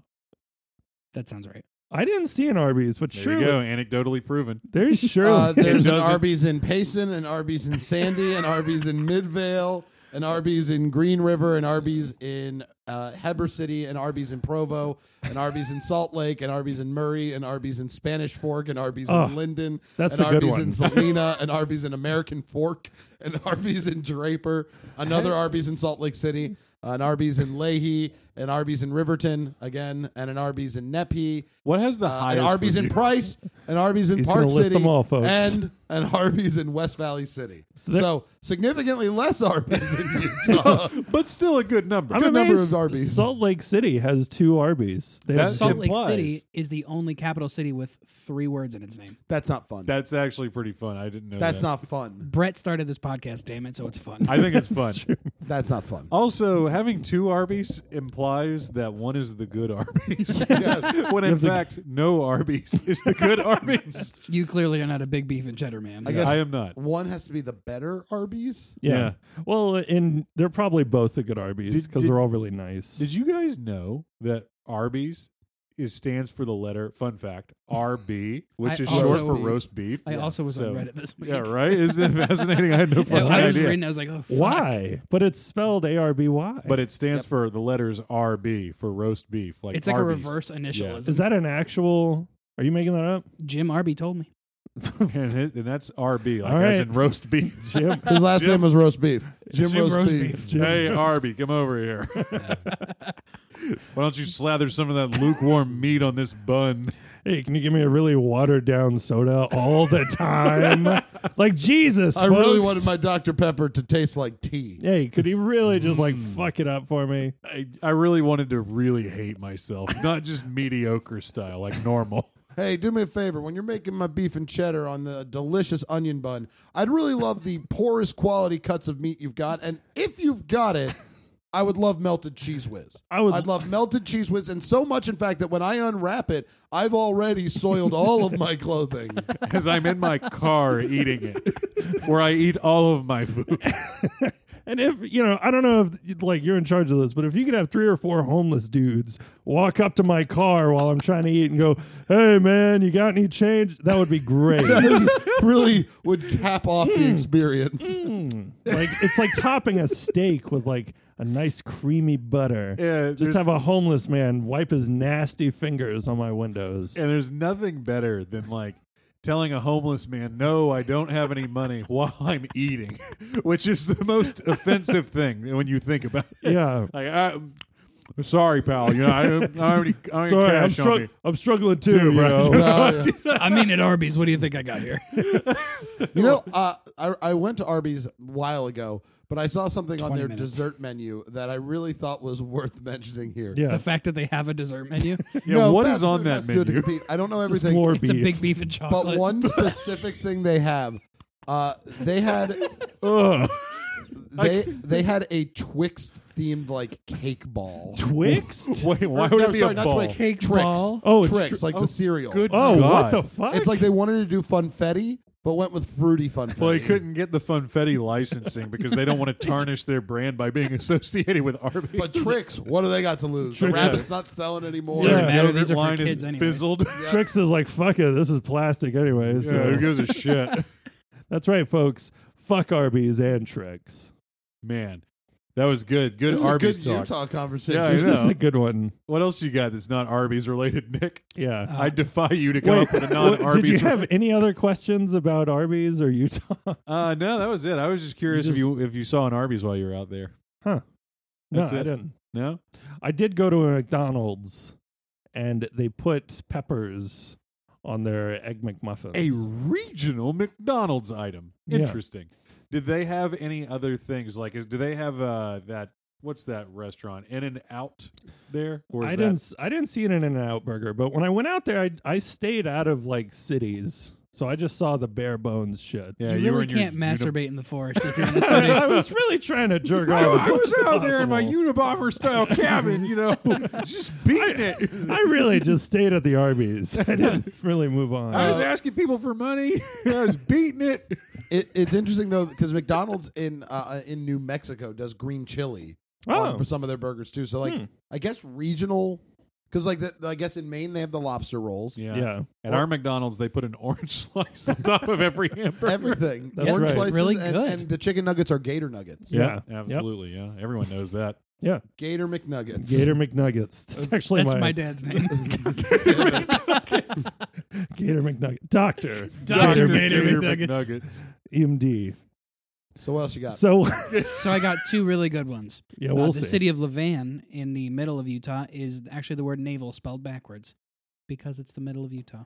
Speaker 6: That sounds right.
Speaker 4: I didn't see an Arby's, but
Speaker 3: There
Speaker 4: sure.
Speaker 3: you go. Anecdotally proven.
Speaker 4: There's sure. <laughs>
Speaker 5: <laughs> Uh, there's
Speaker 3: It
Speaker 5: an
Speaker 3: doesn't-
Speaker 5: Arby's in Payson, an Arby's in Sandy, an Arby's in Midvale, an Arby's in Green River, an Arby's in uh, Heber City, an Arby's in Provo, an Arby's in Salt Lake, an Arby's in Murray, an Arby's in Spanish Fork, an Arby's
Speaker 4: Oh,
Speaker 5: in Linden,
Speaker 4: that's
Speaker 5: an
Speaker 4: a good
Speaker 5: Arby's
Speaker 4: one. <laughs>
Speaker 5: in Salina, an Arby's in American Fork, an Arby's in Draper, another Arby's in Salt Lake City, an Arby's in Leahy, an Arby's in Riverton again, and an Arby's in Nepi,
Speaker 3: What has the
Speaker 5: uh,
Speaker 3: highest?
Speaker 5: an Arby's in
Speaker 3: review?
Speaker 5: Price, an Arby's in
Speaker 4: He's
Speaker 5: Park
Speaker 4: gonna list
Speaker 5: City,
Speaker 4: them all, folks.
Speaker 5: and <laughs> an Arby's in West Valley City. So,
Speaker 4: there-
Speaker 5: significantly less Arby's in Utah.
Speaker 3: <laughs> but still a good number.
Speaker 4: I'm
Speaker 5: Good number
Speaker 4: amazed
Speaker 5: of Arby's.
Speaker 4: Salt Lake City has two Arby's. They have-
Speaker 3: That's-
Speaker 6: Salt
Speaker 3: implies-
Speaker 6: Lake City is the only capital city with three words in its name.
Speaker 5: <laughs> That's not fun.
Speaker 3: That's actually pretty fun. I didn't know.
Speaker 5: That's
Speaker 3: that.
Speaker 5: not fun.
Speaker 6: Brett started this podcast, damn it, so it's fun.
Speaker 3: I think it's fun.
Speaker 5: <laughs> That's not fun.
Speaker 3: Also, having two Arby's implies that one is the good Arby's.
Speaker 6: <laughs>
Speaker 3: <laughs>
Speaker 5: Yes.
Speaker 3: when in fact, no Arby's <laughs> is the good Arby's.
Speaker 6: you clearly are not a big beef and cheddar man.
Speaker 5: I guess
Speaker 3: I am not.
Speaker 5: one has to be the better Arby's.
Speaker 4: yeah.
Speaker 3: Yeah.
Speaker 4: Well, and they're probably both the good Arby's
Speaker 3: Did-
Speaker 4: because
Speaker 3: did-
Speaker 4: they're all really nice.
Speaker 3: Did you guys know that Arby's is stands for the letter? Fun fact: RB, which
Speaker 6: I
Speaker 3: is short
Speaker 6: also-
Speaker 3: for roast beef.
Speaker 6: I also was
Speaker 3: so-
Speaker 6: on Reddit this week.
Speaker 3: Yeah, right. Isn't it fascinating? I had no
Speaker 6: <laughs> Yeah,
Speaker 3: fucking
Speaker 6: I was
Speaker 3: idea.
Speaker 6: reading, I was like, oh, fuck.
Speaker 4: Why? But it's spelled A R B Y.
Speaker 3: but it stands for the letters RB for roast beef. Like
Speaker 6: It's like
Speaker 3: Arby's.
Speaker 6: a reverse initialism.
Speaker 4: is that an actual? Are you making that up?
Speaker 6: Jim Arby told me.
Speaker 3: <laughs> and, it- and that's RB, like
Speaker 4: All
Speaker 3: as
Speaker 4: right.
Speaker 3: in roast beef.
Speaker 4: <laughs> Jim,
Speaker 5: <laughs> His last name was roast beef. Jim,
Speaker 6: Jim
Speaker 5: roast,
Speaker 6: roast
Speaker 5: beef.
Speaker 6: beef.
Speaker 4: Jim
Speaker 3: hey, Arby, come over here. <laughs> Why don't you slather some of that lukewarm meat on this bun?
Speaker 4: hey, can you give me a really watered down soda
Speaker 3: <laughs>
Speaker 4: all the time? like Jesus,
Speaker 5: I really
Speaker 4: folks.
Speaker 5: wanted my Dr Pepper to taste like tea.
Speaker 4: Hey, could he really just like
Speaker 3: Mm.
Speaker 4: fuck it up for me?
Speaker 3: I, I really wanted to really hate myself, not <laughs> just mediocre style, like <laughs> normal.
Speaker 5: Hey, do me a favor. When you're making my beef and cheddar on the delicious onion bun, I'd really love the poorest quality cuts of meat you've got. And if you've got it, I would love melted cheese whiz.
Speaker 4: I would-
Speaker 5: I'd love melted cheese whiz, and so much, in fact, that when I unwrap it, I've already soiled all of my clothing. <laughs>
Speaker 3: As I'm in my car eating it, where I eat all of my food.
Speaker 4: And if you know, I don't know if you'd- like you're in charge of this, but if you could have three or four homeless dudes walk up to my car while I'm trying to eat and go, "Hey man, you got any change?" That would be
Speaker 5: <laughs>
Speaker 4: great.
Speaker 5: really would cap off the experience.
Speaker 4: like it's like topping a steak with like a nice creamy butter.
Speaker 3: Yeah,
Speaker 4: Just
Speaker 3: there's-
Speaker 4: have a homeless man wipe his nasty fingers on my windows.
Speaker 6: <laughs>
Speaker 3: And there's nothing better than like telling a homeless man, "No, I don't have any money," <laughs> while I'm eating, which is the most offensive thing when you think about it.
Speaker 4: Yeah.
Speaker 3: Like, I, sorry, pal. You know, I, don't- I don't have
Speaker 5: <laughs>
Speaker 3: any- I don't have
Speaker 4: Sorry, I'm,
Speaker 3: cash on
Speaker 4: strugg-
Speaker 3: me.
Speaker 4: I'm struggling too, you <laughs>
Speaker 3: bro.
Speaker 4: know.
Speaker 5: Uh,
Speaker 6: I mean, at Arby's, what do you think I got here?
Speaker 5: You know, uh, I, I went to Arby's a while ago, but I saw something on
Speaker 6: 20
Speaker 5: their
Speaker 6: minutes.
Speaker 5: dessert menu that I really thought was worth mentioning here.
Speaker 4: yeah.
Speaker 6: The fact that they have a dessert menu.
Speaker 3: Yeah, what
Speaker 5: fast
Speaker 3: is on
Speaker 5: food
Speaker 3: that
Speaker 5: has to do it to
Speaker 3: menu?
Speaker 5: compete. I don't know
Speaker 4: Just
Speaker 5: everything.
Speaker 4: more
Speaker 6: it's a
Speaker 4: beef.
Speaker 6: big beef and chocolate. <laughs>
Speaker 5: but
Speaker 3: <laughs>
Speaker 5: one specific thing they have, uh, they had
Speaker 3: Ugh.
Speaker 5: they they had a Twix themed like cake ball. <laughs>
Speaker 4: Twixt?
Speaker 3: Wait, why
Speaker 5: Or,
Speaker 3: would
Speaker 5: no,
Speaker 3: it be
Speaker 5: sorry,
Speaker 3: a
Speaker 5: not
Speaker 3: ball?
Speaker 5: Twix,
Speaker 6: Cake
Speaker 5: Trix.
Speaker 6: ball?
Speaker 4: Oh, it's
Speaker 5: Trix,
Speaker 4: tr-
Speaker 5: like the cereal.
Speaker 3: Good.
Speaker 4: Oh, what
Speaker 3: God.
Speaker 4: the fuck?
Speaker 5: It's like they wanted to do funfetti, but went with fruity funfetti.
Speaker 3: Well, they couldn't get the Funfetti licensing because they don't want
Speaker 5: <laughs>
Speaker 3: to tarnish their brand by being associated with Arby's.
Speaker 5: but
Speaker 3: <laughs>
Speaker 5: Trix, what do they got to lose? The
Speaker 4: Trix-
Speaker 5: rabbit's not selling anymore.
Speaker 6: Doesn't
Speaker 4: Yeah.
Speaker 6: matter. These
Speaker 3: Yogurt
Speaker 6: are for
Speaker 3: line is
Speaker 6: kids anyways.
Speaker 3: fizzled.
Speaker 4: Trix is like, fuck it, this is plastic anyway.
Speaker 3: Yeah,
Speaker 4: So.
Speaker 3: who gives
Speaker 5: <laughs>
Speaker 3: a shit?
Speaker 4: That's right, folks. Fuck Arby's and Trix.
Speaker 3: Man, that was good. Good
Speaker 5: This is a
Speaker 3: Arby's
Speaker 5: good
Speaker 3: talk.
Speaker 5: Utah conversation.
Speaker 3: Yeah, I
Speaker 4: This is
Speaker 3: know.
Speaker 4: a good one.
Speaker 3: What else you got that's not Arby's related, Nick?
Speaker 4: Yeah.
Speaker 6: Uh,
Speaker 3: I defy you to come
Speaker 4: Wait,
Speaker 3: up with a
Speaker 4: Well,
Speaker 3: non-Arby's.
Speaker 4: did you have any other questions about Arby's or Utah?
Speaker 3: uh, no, that was it. I was just curious
Speaker 4: You
Speaker 3: if you if you saw an Arby's while you were out there.
Speaker 4: No,
Speaker 3: That's
Speaker 4: I
Speaker 3: it.
Speaker 4: didn't.
Speaker 3: No?
Speaker 4: I did go to a McDonald's and they put peppers on their egg McMuffins.
Speaker 3: A regional McDonald's item.
Speaker 4: Yeah.
Speaker 3: Interesting. Did they have any other things? Like, is, do they have uh, that? What's that restaurant? In and Out there? Or is
Speaker 4: I
Speaker 3: that-
Speaker 4: didn't. s- I didn't see an In and Out burger, but when I went out there, I I stayed out of like cities, so I just saw the bare bones shit.
Speaker 3: Yeah,
Speaker 4: <laughs>
Speaker 6: you,
Speaker 3: were
Speaker 6: really
Speaker 3: in your
Speaker 6: can't
Speaker 3: uni-
Speaker 6: masturbate in the forest if you're in the
Speaker 4: I,
Speaker 6: city.
Speaker 4: I was really trying to jerk off. as
Speaker 3: I
Speaker 4: much <laughs>
Speaker 3: was
Speaker 4: as
Speaker 3: out there in my
Speaker 4: possible.
Speaker 3: Unabomber style cabin, you
Speaker 4: <laughs>
Speaker 3: know, just beating it.
Speaker 4: I really just stayed at the Arby's. <laughs> I didn't really move on.
Speaker 3: I was asking people for money. <laughs> I was beating it.
Speaker 5: It, it's interesting though because McDonald's in uh, in New Mexico does green chili
Speaker 4: Oh.
Speaker 5: on some of their burgers too. So like
Speaker 3: Hmm.
Speaker 5: I guess regional because like the, I guess in Maine they have the lobster
Speaker 3: <laughs>
Speaker 5: rolls,
Speaker 4: yeah.
Speaker 3: At our McDonald's, they put an orange <laughs> slice on top of every hamburger.
Speaker 5: everything,
Speaker 4: That's
Speaker 5: orange
Speaker 4: right.
Speaker 5: slices,
Speaker 6: Really
Speaker 5: and,
Speaker 6: good.
Speaker 5: and the chicken nuggets are Gator nuggets,
Speaker 4: Yeah.
Speaker 3: absolutely. Yeah, everyone knows that.
Speaker 4: yeah,
Speaker 5: Gator McNuggets,
Speaker 4: Gator McNuggets. That's, actually
Speaker 6: That's my,
Speaker 4: my
Speaker 6: dad's name.
Speaker 4: Gator McNugget. Doctor.
Speaker 6: Dr.
Speaker 4: Gator
Speaker 6: Gator
Speaker 4: McNuggets.
Speaker 6: McNuggets.
Speaker 4: MD.
Speaker 5: So what else you got?
Speaker 4: So <laughs>
Speaker 6: so I got two really good ones.
Speaker 4: yeah,
Speaker 6: Uh,
Speaker 4: we'll
Speaker 6: the
Speaker 4: see.
Speaker 6: city of Levan in the middle of Utah is actually the word navel spelled backwards because it's the middle of Utah.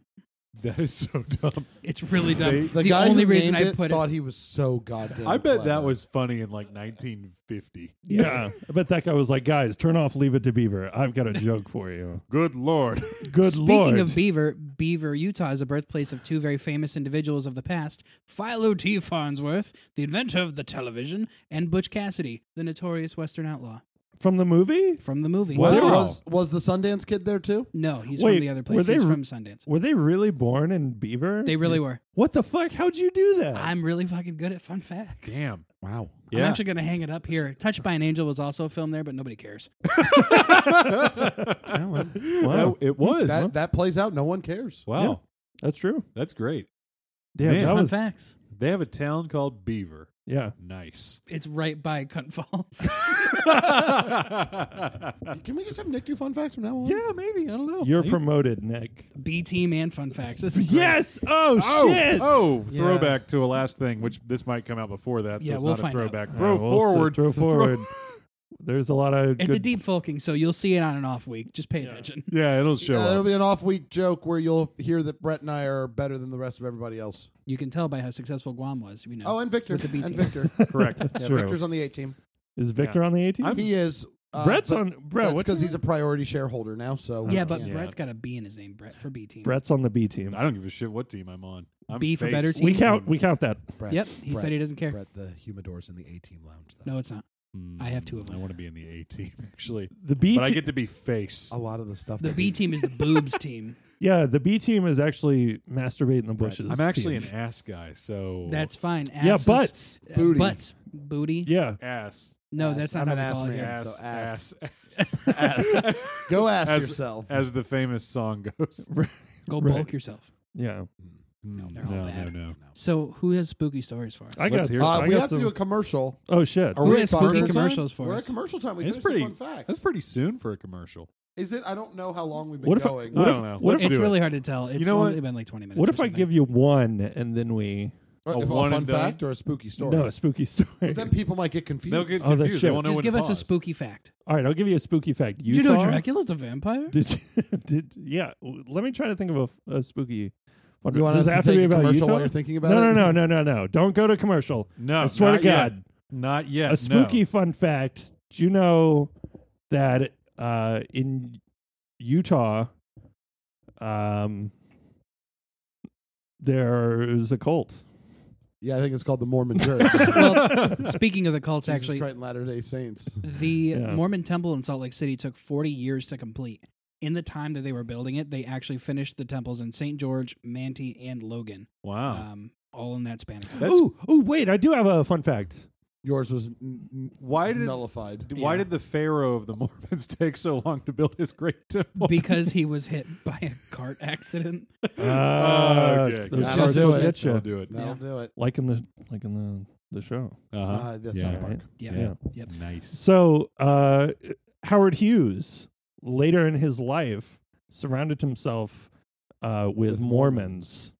Speaker 3: That is <laughs> so dumb.
Speaker 6: It's really dumb.
Speaker 5: the guy
Speaker 6: only
Speaker 5: who
Speaker 6: reason
Speaker 5: named
Speaker 6: I
Speaker 5: it
Speaker 6: put it,
Speaker 5: thought he was so goddamn.
Speaker 3: I bet that
Speaker 5: clever.
Speaker 3: was funny in like 1950.
Speaker 4: yeah, I bet that guy was like, guys, turn off. Leave it to Beaver. I've got a joke for you.
Speaker 3: Good lord.
Speaker 4: Good
Speaker 6: Speaking
Speaker 4: lord.
Speaker 6: of Beaver, Beaver, Utah is the birthplace of two very famous individuals of the past Philo T. Farnsworth, the inventor of the television, and Butch Cassidy, the notorious Western outlaw
Speaker 4: From the movie?
Speaker 6: from the movie.
Speaker 5: Was,
Speaker 4: Wow.
Speaker 5: was was the Sundance kid there too?
Speaker 6: No, he's
Speaker 4: Wait,
Speaker 6: from the other
Speaker 4: were
Speaker 6: place.
Speaker 4: they
Speaker 6: He's
Speaker 4: re-
Speaker 6: from Sundance.
Speaker 4: Were they really born in Beaver?
Speaker 6: They really were.
Speaker 4: What the fuck? How'd you do that?
Speaker 6: I'm really fucking good at fun facts.
Speaker 3: Damn. Wow.
Speaker 6: I'm
Speaker 3: Yeah.
Speaker 6: actually going to hang it up here. Touched by an Angel was also filmed there, but nobody cares.
Speaker 4: wow.
Speaker 3: That- it was.
Speaker 5: That that plays out. No one cares.
Speaker 3: wow.
Speaker 4: Yeah. That's true.
Speaker 3: That's great.
Speaker 4: Damn,
Speaker 3: Man.
Speaker 4: that
Speaker 6: fun
Speaker 4: was
Speaker 6: facts.
Speaker 3: They have a town called Beaver.
Speaker 4: yeah.
Speaker 3: Nice.
Speaker 6: It's right by Cunt Falls. <laughs>
Speaker 3: yeah,
Speaker 5: Can we just have Nick do fun facts from now on?
Speaker 3: maybe. I don't
Speaker 6: Oh,
Speaker 3: know.
Speaker 4: You're promoted, Nick.
Speaker 6: B team and fun
Speaker 4: <laughs>
Speaker 6: facts. This is great.
Speaker 4: Yes. Oh,
Speaker 3: Oh,
Speaker 4: shit.
Speaker 3: oh
Speaker 5: Yeah.
Speaker 3: throwback to a last thing, which this might come out before that, so
Speaker 6: Yeah,
Speaker 3: it's
Speaker 6: we'll
Speaker 3: not a
Speaker 6: find out.
Speaker 3: throwback.
Speaker 4: All
Speaker 3: Throw
Speaker 4: right, we'll s-
Speaker 3: forward.
Speaker 4: Throw forward. There's a lot of
Speaker 6: It's
Speaker 4: good. <laughs>
Speaker 6: a deep folking, so you'll see it on an off week. Just pay attention.
Speaker 3: Yeah, it'll show
Speaker 5: Uh, it'll
Speaker 3: up.
Speaker 5: be an off week joke where you'll hear that Brett and I are better than the rest of everybody else.
Speaker 6: You can tell by how successful Guam was. We know.
Speaker 5: Oh, and Victor.
Speaker 6: With the B
Speaker 5: and
Speaker 6: team.
Speaker 5: Victor.
Speaker 3: Correct. That's
Speaker 5: Yeah,
Speaker 4: true.
Speaker 5: Victor's on the eight team.
Speaker 4: Is Victor on the 18?
Speaker 3: I'm-
Speaker 5: He is. Uh,
Speaker 4: Brett's
Speaker 5: but
Speaker 4: on. Brett, what's
Speaker 5: because
Speaker 4: his
Speaker 5: he's a priority shareholder now. So
Speaker 6: yeah,
Speaker 5: he
Speaker 6: but
Speaker 5: can't.
Speaker 6: Brett's got a B in his name. Brett for B team.
Speaker 4: Brett's on the B team.
Speaker 3: I don't give a shit what team I'm on. I'm
Speaker 6: B for
Speaker 3: face.
Speaker 6: better team.
Speaker 4: We count. We count that.
Speaker 5: Brett,
Speaker 6: Yep, he
Speaker 5: Brett,
Speaker 6: said he doesn't care.
Speaker 5: Brett, the humidor's in the A team lounge. Though.
Speaker 6: No, it's not.
Speaker 3: Mm,
Speaker 6: I have two of them.
Speaker 3: I want to be in the A team <laughs> actually,
Speaker 4: The B.
Speaker 3: but I
Speaker 4: te-
Speaker 3: get to be face.
Speaker 5: A lot of the stuff.
Speaker 6: The
Speaker 5: that
Speaker 6: B
Speaker 5: we-
Speaker 6: team is the boobs team.
Speaker 4: yeah, the B team is actually masturbate in the bushes.
Speaker 3: I'm actually
Speaker 4: team.
Speaker 3: an ass guy, so
Speaker 6: That's fine.
Speaker 4: yeah,
Speaker 6: Asses,
Speaker 4: butts.
Speaker 6: uh,
Speaker 5: Booty.
Speaker 6: butts, booty.
Speaker 4: Yeah,
Speaker 3: ass,
Speaker 6: No,
Speaker 5: Ass.
Speaker 6: that's not how
Speaker 5: I'm an
Speaker 6: we
Speaker 5: ass
Speaker 6: call it
Speaker 5: man.
Speaker 6: here.
Speaker 5: Yeah,
Speaker 3: ass,
Speaker 5: so
Speaker 3: ass,
Speaker 5: ass.
Speaker 3: ass, ass,
Speaker 5: Go ask
Speaker 3: As-
Speaker 5: yourself.
Speaker 3: as the famous song goes.
Speaker 6: Go
Speaker 4: Right.
Speaker 6: bulk yourself.
Speaker 4: yeah.
Speaker 3: No,
Speaker 6: they're all
Speaker 3: no, no,
Speaker 6: bad.
Speaker 3: no.
Speaker 6: So, who has spooky stories for us?
Speaker 4: I
Speaker 3: Let's
Speaker 4: got.
Speaker 3: hear
Speaker 4: some-
Speaker 3: it.
Speaker 5: Uh,
Speaker 4: I
Speaker 5: we
Speaker 4: got
Speaker 5: have to
Speaker 4: some-
Speaker 5: do a commercial.
Speaker 4: oh shit.
Speaker 5: Are
Speaker 6: We
Speaker 5: at
Speaker 6: have spooky
Speaker 5: commercial time?
Speaker 6: commercials for
Speaker 5: We're
Speaker 6: us.
Speaker 5: at commercial time. We
Speaker 3: It's
Speaker 5: finished the
Speaker 3: pretty.
Speaker 5: Fun facts.
Speaker 3: That's pretty soon for a commercial.
Speaker 5: Is it? I don't know how long we've been
Speaker 4: What if? I,
Speaker 5: going.
Speaker 4: what
Speaker 3: I
Speaker 4: if?
Speaker 3: don't know.
Speaker 4: What if?
Speaker 3: Let's
Speaker 6: it's
Speaker 3: do it.
Speaker 6: really hard to tell. It's
Speaker 3: know what?
Speaker 6: only been like 20 minutes.
Speaker 4: What
Speaker 6: or
Speaker 4: if I
Speaker 6: something.
Speaker 4: give you one and then we?
Speaker 5: Or
Speaker 3: a
Speaker 5: if
Speaker 3: one
Speaker 5: a fun
Speaker 3: and done?
Speaker 5: fact or a spooky story?
Speaker 4: No, a spooky story.
Speaker 5: Then people might get confused.
Speaker 3: They'll get
Speaker 4: Oh, that's
Speaker 3: confused. they
Speaker 4: shit.
Speaker 3: won't know
Speaker 6: Just
Speaker 3: when
Speaker 6: give
Speaker 3: to
Speaker 6: us a
Speaker 3: pause.
Speaker 6: spooky fact.
Speaker 4: <laughs> All right, I'll give you a spooky fact.
Speaker 6: Did you know
Speaker 4: Utah-
Speaker 6: Dracula's a vampire?
Speaker 4: Did you, <laughs> did yeah? Let me try to think of a, a spooky. One.
Speaker 5: You want
Speaker 4: Does
Speaker 5: us
Speaker 4: it have
Speaker 5: to
Speaker 4: to, be
Speaker 5: take a
Speaker 4: about
Speaker 5: commercial
Speaker 4: Utah?
Speaker 5: while you're thinking about
Speaker 4: no,
Speaker 5: it?
Speaker 4: No, no, no, no, no! Don't go to commercial.
Speaker 3: No,
Speaker 4: I swear to
Speaker 3: not yet.
Speaker 4: God,
Speaker 3: not yet.
Speaker 4: a
Speaker 3: no.
Speaker 4: spooky fun fact. Do you know that uh, in Utah, um, there's a cult?
Speaker 5: Yeah, I think it's called the Mormon Church.
Speaker 6: well,
Speaker 4: <laughs>
Speaker 6: speaking of the cults,
Speaker 5: Jesus
Speaker 6: actually,
Speaker 5: Christ and Latter Day Saints.
Speaker 6: the
Speaker 4: Yeah.
Speaker 6: Mormon temple in Salt Lake City took 40 years to complete. In the time that they were building it, they actually finished the temples in St. George, Manti, and Logan,
Speaker 3: Wow.
Speaker 6: um, all in that span. <laughs>
Speaker 3: That's
Speaker 4: Ooh, ooh, wait! I do have a fun fact.
Speaker 5: Yours was n- n-
Speaker 3: why did
Speaker 5: nullified.
Speaker 3: why did the Pharaoh of the <laughs> Mormons take so long to build his great <laughs> temple?
Speaker 6: Because he was hit <laughs> by a cart accident.
Speaker 4: Uh,
Speaker 3: Oh, okay.
Speaker 4: those
Speaker 5: That'll
Speaker 4: charts
Speaker 5: do
Speaker 4: will
Speaker 5: it.
Speaker 4: get
Speaker 3: I'll
Speaker 4: you.
Speaker 3: do it.
Speaker 5: That'll
Speaker 6: Yeah.
Speaker 5: do it.
Speaker 4: Like in the like in the the show.
Speaker 3: Uh-huh.
Speaker 5: Uh, that's
Speaker 3: Yeah.
Speaker 5: not a park.
Speaker 6: Yeah.
Speaker 4: Yeah.
Speaker 6: Yep.
Speaker 3: Nice.
Speaker 4: So, uh, Howard Hughes later in his life surrounded himself uh, with,
Speaker 5: With
Speaker 4: Mormons,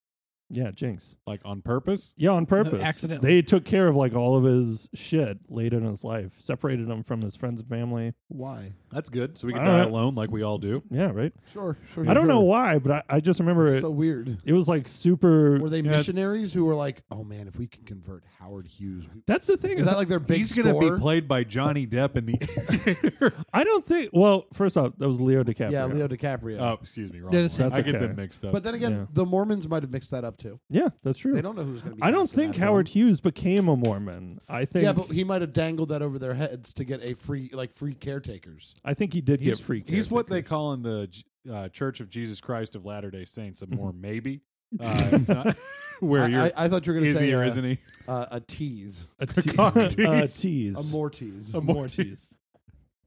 Speaker 4: Yeah, Jinx.
Speaker 3: like on purpose.
Speaker 4: Yeah, on purpose.
Speaker 6: accidentally.
Speaker 4: They took care of like all of his shit late in his life, separated him from his friends and family.
Speaker 5: Why?
Speaker 3: That's good. So we can
Speaker 4: All
Speaker 3: die
Speaker 4: right.
Speaker 3: alone like we all do.
Speaker 4: Yeah, right.
Speaker 5: Sure, sure.
Speaker 4: I don't
Speaker 5: sure.
Speaker 4: know why, but I, I just remember
Speaker 5: It's
Speaker 4: it,
Speaker 5: so weird.
Speaker 4: it was like super.
Speaker 5: Were they
Speaker 3: Yeah, it's-
Speaker 5: missionaries who were like, "Oh man, if we can convert Howard Hughes,
Speaker 4: <laughs>
Speaker 5: we-
Speaker 4: That's the thing.
Speaker 5: is that like their big
Speaker 3: He's
Speaker 5: score?"
Speaker 3: gonna be played by Johnny Depp <laughs> in the.
Speaker 4: I don't think. Well, first off, that was Leo DiCaprio.
Speaker 5: yeah, Leo DiCaprio.
Speaker 3: oh, excuse me, wrong.
Speaker 6: They're the
Speaker 3: one.
Speaker 6: same
Speaker 3: I get
Speaker 4: person.
Speaker 3: them mixed up.
Speaker 5: but then again,
Speaker 4: Yeah.
Speaker 5: the Mormons might have mixed that up too.
Speaker 4: Yeah, that's true.
Speaker 5: They don't know who's going to be.
Speaker 4: I don't
Speaker 5: cast in
Speaker 4: think
Speaker 5: that
Speaker 4: Howard
Speaker 5: film.
Speaker 4: Hughes became a Mormon. I think.
Speaker 5: Yeah, but he might have dangled that over their heads to get a free, like free caretakers.
Speaker 4: I think he did
Speaker 3: he's
Speaker 4: get free.
Speaker 3: He's what they
Speaker 4: caretakers.
Speaker 3: call in the J- uh, Church of Jesus Christ of Latter Day Saints a more <laughs> maybe, uh, not- Mm-hmm. <laughs> where
Speaker 5: I,
Speaker 3: you're
Speaker 5: I, I thought you were going
Speaker 3: is
Speaker 5: to
Speaker 3: he
Speaker 5: say
Speaker 3: or
Speaker 5: uh,
Speaker 3: isn't he?
Speaker 5: uh, a tease,
Speaker 4: <laughs> a te-
Speaker 3: cocktease.
Speaker 4: uh, tease.
Speaker 5: a more tease.
Speaker 4: A Mortise.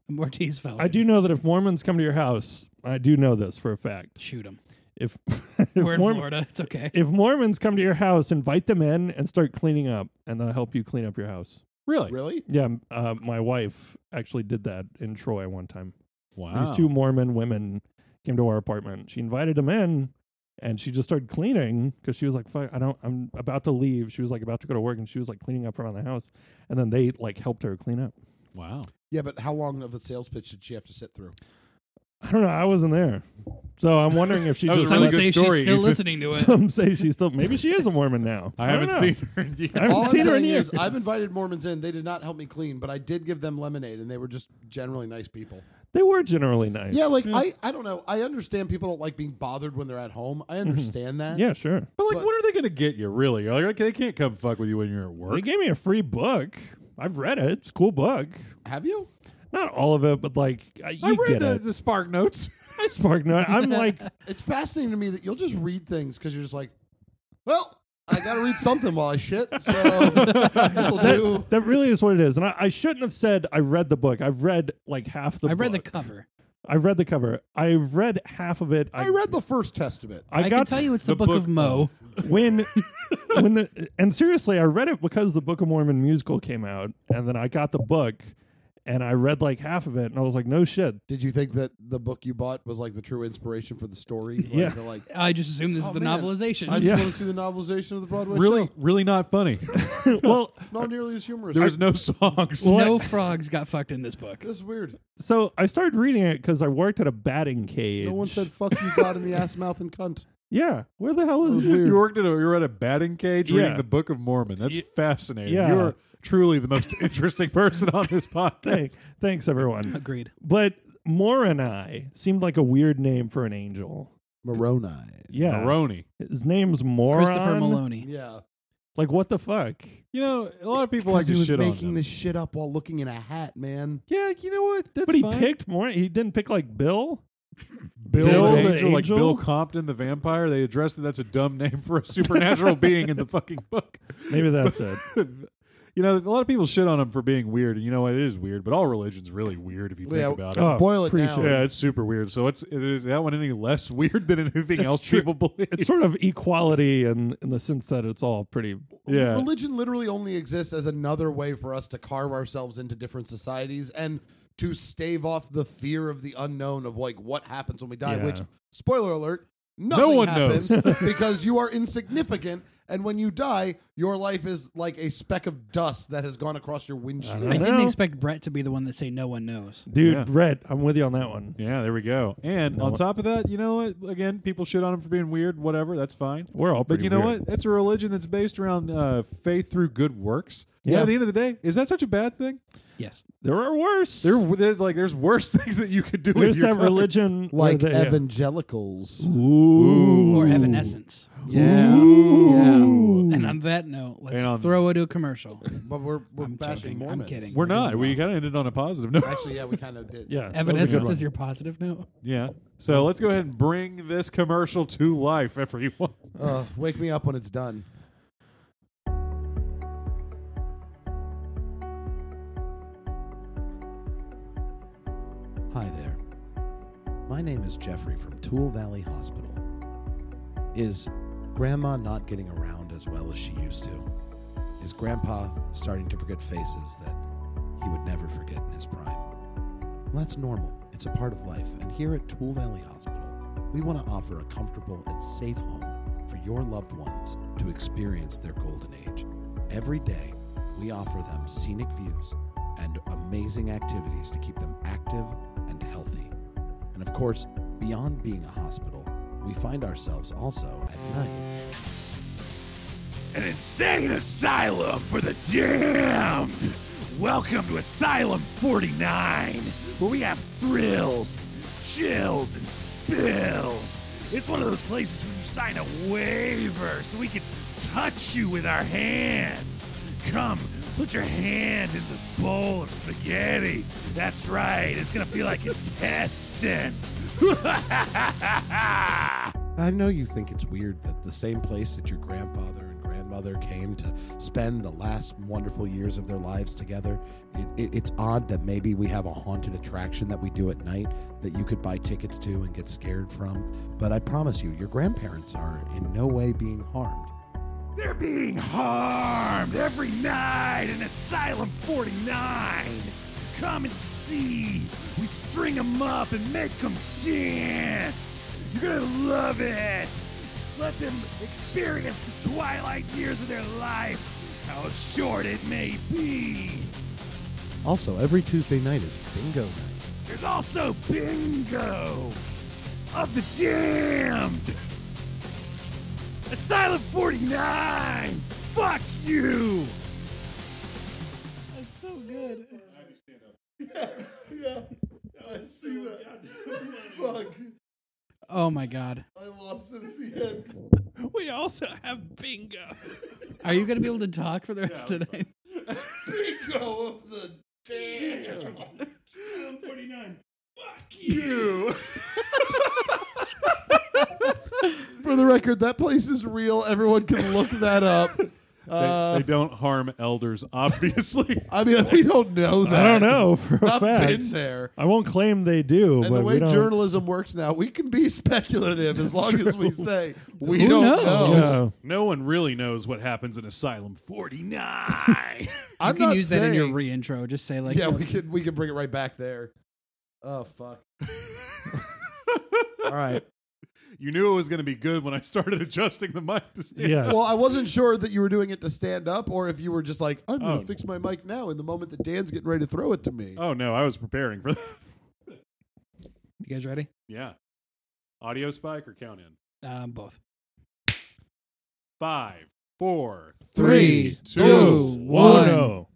Speaker 6: Mortiz fell.
Speaker 4: I do know that if Mormons come to your house, I do know this for a fact.
Speaker 6: shoot him.
Speaker 4: If, <laughs> if,
Speaker 6: We're in
Speaker 4: Mormon-
Speaker 6: Florida. It's okay.
Speaker 4: if Mormons come to your house, invite them in and start cleaning up, and they'll help you clean up your house.
Speaker 3: Really?
Speaker 5: really?
Speaker 4: Yeah, m- uh, my wife actually did that in Troy one time.
Speaker 3: Wow.
Speaker 4: These two Mormon women came to our apartment. She invited them in, and she just started cleaning because she was like, "Fuck, I don't, I'm about to leave." She was like about to go to work, and she was like cleaning up around the house, and then they like helped her clean up.
Speaker 3: Wow.
Speaker 5: Yeah, but how long of a sales pitch did she have to sit through?
Speaker 4: I don't know. I wasn't there, so I'm wondering if
Speaker 3: <laughs>
Speaker 4: she
Speaker 3: That was a
Speaker 4: just.
Speaker 6: Some
Speaker 3: really
Speaker 6: say
Speaker 3: good story.
Speaker 6: she's still listening to it.
Speaker 4: some say she's still. Maybe she is a Mormon now.
Speaker 3: <laughs> I,
Speaker 4: don't
Speaker 3: haven't
Speaker 4: know.
Speaker 3: seen her in years.
Speaker 4: I <laughs> haven't
Speaker 5: All
Speaker 4: seen
Speaker 5: I'm
Speaker 4: her in
Speaker 5: saying
Speaker 4: years.
Speaker 5: is, I've invited Mormons in. They did not help me clean, but I did give them lemonade, and they were just generally nice people.
Speaker 4: They were generally nice.
Speaker 5: Yeah, like I, I don't know. I understand people don't like being bothered when they're at home. I understand that.
Speaker 4: Mm-hmm. yeah, sure.
Speaker 3: But like,
Speaker 5: But-
Speaker 3: when are they going to get you? Really? You're Like, they can't come fuck with you when you're at
Speaker 4: They
Speaker 3: work.
Speaker 4: gave me a free book. I've read it. It's a cool book.
Speaker 5: Have you?
Speaker 4: Not all of it, but like I, you
Speaker 3: I
Speaker 4: get
Speaker 3: read the,
Speaker 4: it.
Speaker 3: the Spark Notes. <laughs>
Speaker 4: I spark note.
Speaker 5: <laughs>
Speaker 4: I'm like,
Speaker 5: It's fascinating to me that you'll just read things because you're just like, well, I got to read something while I shit. So <laughs> this will do.
Speaker 4: that really is what it is. And I, I shouldn't have said I read the book. I've read like half the.
Speaker 6: I read the
Speaker 4: book.
Speaker 6: cover.
Speaker 4: I've read the cover. I've read half of it.
Speaker 5: I read the first testament.
Speaker 4: I,
Speaker 6: I,
Speaker 4: got
Speaker 6: can tell you it's the,
Speaker 3: the
Speaker 6: book,
Speaker 3: book
Speaker 6: of Mo.
Speaker 4: <laughs> when when the and seriously i read it because the book of mormon musical came out and then i got the book and i read like half of it and i was like no shit
Speaker 5: Did you think that the book you bought was like the true inspiration for the story? Like,
Speaker 4: Yeah. <laughs>
Speaker 5: they're Like,
Speaker 6: I just assume this
Speaker 5: "Oh,
Speaker 6: is the
Speaker 5: man,
Speaker 6: novelization. <laughs>
Speaker 5: I just
Speaker 4: Yeah.
Speaker 5: want to see the novelization of the Broadway
Speaker 3: really,
Speaker 5: show.
Speaker 3: really not
Speaker 4: <laughs>
Speaker 3: funny.
Speaker 4: well
Speaker 5: Not nearly as humorous.
Speaker 3: there was no songs.
Speaker 6: No frogs got fucked in this book.
Speaker 5: this is weird.
Speaker 4: so i started reading it because i worked at a batting cage
Speaker 5: No one said "fuck you, God" in the ass, mouth, and cunt.
Speaker 4: yeah where the hell is
Speaker 5: was
Speaker 4: it
Speaker 5: weird.
Speaker 3: You worked at a, you were at a batting cage reading
Speaker 4: Yeah.
Speaker 3: the Book of Mormon. That's fascinating.
Speaker 4: yeah.
Speaker 3: You're truly the most <laughs> interesting person on this podcast.
Speaker 4: thanks thanks everyone
Speaker 6: Agreed.
Speaker 4: but moroni seemed like a weird name for an angel
Speaker 5: Moroni.
Speaker 4: yeah
Speaker 3: Maroney.
Speaker 4: his name's moron
Speaker 6: Christopher Maloney.
Speaker 5: Yeah,
Speaker 4: like what the fuck
Speaker 3: You know, a lot of people like
Speaker 5: he
Speaker 3: to
Speaker 5: was
Speaker 3: shit on
Speaker 5: making
Speaker 3: them.
Speaker 5: this shit up while looking in a hat, man.
Speaker 3: yeah, you know what? That's
Speaker 4: but he
Speaker 3: fine.
Speaker 4: picked more he didn't pick like bill
Speaker 3: Bill,
Speaker 4: Bill
Speaker 3: the
Speaker 4: the
Speaker 3: Angel, like
Speaker 4: Angel?
Speaker 3: Bill Compton the Vampire. They addressed that that's a dumb name for a supernatural being in the fucking book.
Speaker 4: maybe that's
Speaker 3: <laughs>
Speaker 4: it
Speaker 3: you know, a lot of people shit on him for being weird, and you know what? It is weird, but all religion's really weird if you think
Speaker 5: Yeah,
Speaker 3: about
Speaker 4: oh,
Speaker 3: it.
Speaker 5: Boil it
Speaker 4: preach
Speaker 5: down.
Speaker 3: Yeah, it's super weird. So it's is that one any less weird than anything
Speaker 4: It's
Speaker 3: else
Speaker 4: true.
Speaker 3: people believe?
Speaker 4: it's sort of equality in in the sense that it's all pretty
Speaker 3: yeah,
Speaker 5: Religion literally only exists as another way for us to carve ourselves into different societies and to stave off the fear of the unknown of like what happens when we die.
Speaker 4: Yeah.
Speaker 5: Which, spoiler alert, nothing
Speaker 3: one
Speaker 5: happens <laughs>
Speaker 3: <laughs>
Speaker 5: because you are insignificant. And when you die, your life is like a speck of dust that has gone across your windshield.
Speaker 3: Uh-huh.
Speaker 6: I didn't
Speaker 4: know.
Speaker 6: expect Brett to be the one that say no one knows.
Speaker 4: dude
Speaker 3: Yeah.
Speaker 4: brett i'm with you on that one
Speaker 3: yeah. There we go. And on top of that, you know what? Again, people shit on him for being weird. Whatever, that's fine.
Speaker 4: we're all
Speaker 3: But
Speaker 4: pretty
Speaker 3: you know
Speaker 4: weird.
Speaker 3: what? It's a religion that's based around uh, faith through good works. Yeah.
Speaker 4: Yeah.
Speaker 3: At the end of the day, is that such a bad thing?
Speaker 6: Yes.
Speaker 4: there are worse
Speaker 3: There, there like, there's worse <laughs> things that you could do.
Speaker 4: there's
Speaker 3: with your
Speaker 4: that
Speaker 3: time.
Speaker 4: religion where
Speaker 5: Like
Speaker 4: they-
Speaker 5: evangelicals.
Speaker 4: Ooh.
Speaker 6: Or Evanescence.
Speaker 5: Yeah.
Speaker 6: And on that note, let's
Speaker 3: And on-
Speaker 6: throw it to a commercial.
Speaker 5: But we're, we're
Speaker 6: I'm
Speaker 5: bashing
Speaker 6: joking. I'm
Speaker 5: Mormons.
Speaker 6: kidding.
Speaker 3: We're not. We kind of ended on a positive note.
Speaker 5: Actually, yeah, we kind of did.
Speaker 4: yeah that was a good
Speaker 6: Evanescence
Speaker 4: one.
Speaker 6: is your positive note.
Speaker 3: <laughs> Yeah. So let's go ahead and bring this commercial to life, everyone. <laughs>
Speaker 5: Uh, wake me up when it's done. Hi there. My name is Jeffrey from Tool Valley Hospital. Is Grandma not getting around as well as she used to? Is Grandpa starting to forget faces that he would never forget in his prime? Well, that's normal. It's a part of life. And here at Tool Valley Hospital, we want to offer a comfortable and safe home for your loved ones to experience their golden age. Every day, we offer them scenic views and amazing activities to keep them active and healthy. And of course, beyond being a hospital, we find ourselves also at night.
Speaker 2: An insane asylum for the damned! Welcome to Asylum 49, where we have thrills, chills, and spills. It's one of those places where you sign a waiver so we can touch you with our hands. Come, put your hand in the bowl of spaghetti. That's right, it's gonna feel like intestines. <laughs>
Speaker 5: I know you think it's weird that the same place that your grandfather and grandmother came to spend the last wonderful years of their lives together, it, it, it's odd that maybe we have a haunted attraction that we do at night that you could buy tickets to and get scared from. But I promise you, your grandparents are in no way being harmed.
Speaker 2: They're being harmed every night in Asylum 49. Come and see. We string 'em up and make 'em dance. You're gonna love it. Let them experience the twilight years of their life, how short it may be.
Speaker 5: Also, every Tuesday night is bingo night.
Speaker 2: There's also Bingo of the Damned. Asylum 49. Fuck you.
Speaker 6: That's so good.
Speaker 1: Yeah, I see that.
Speaker 5: <laughs>
Speaker 1: Fuck,
Speaker 6: Oh my god.
Speaker 1: I lost it at the end.
Speaker 6: We also have bingo. Are you gonna be able to talk for the rest of the night?
Speaker 1: Bingo of the damn.
Speaker 5: <laughs> For the record, that place is real. Everyone can look that up.
Speaker 3: they, they don't harm elders, <laughs> obviously.
Speaker 5: I mean, we don't know
Speaker 4: I
Speaker 5: that.
Speaker 4: don't know for a
Speaker 5: I've been
Speaker 4: fact.
Speaker 5: there.
Speaker 4: I won't claim they do,
Speaker 5: And
Speaker 4: but
Speaker 5: the way
Speaker 4: we don't,
Speaker 5: journalism works now, we can be speculative as long as we say we
Speaker 6: Who
Speaker 5: don't
Speaker 6: knows?
Speaker 5: know.
Speaker 4: yeah.
Speaker 3: no one really knows what happens in Asylum 49.
Speaker 5: I'm
Speaker 6: you can
Speaker 5: not
Speaker 6: use
Speaker 5: saying.
Speaker 6: that in your reintro. Just say like,
Speaker 5: yeah,
Speaker 6: you know,
Speaker 5: we can we can bring it right back there. Oh fuck! All right.
Speaker 3: <laughs> you knew it was going to be good when I started adjusting the mic to stand.
Speaker 4: Yes.
Speaker 5: Well, I wasn't sure that you were doing it to stand up, or if you were just like, I'm gonna
Speaker 3: Oh.
Speaker 5: fix my mic now. In the moment that Dan's getting ready to throw it to me,
Speaker 3: Oh no, I was preparing for that. <laughs>
Speaker 6: you guys ready?
Speaker 3: Yeah. Audio spike or count in?
Speaker 6: Um, both.
Speaker 3: Five, four,
Speaker 6: Three,
Speaker 4: Two,
Speaker 6: two,
Speaker 4: one.
Speaker 6: one.
Speaker 4: Oh,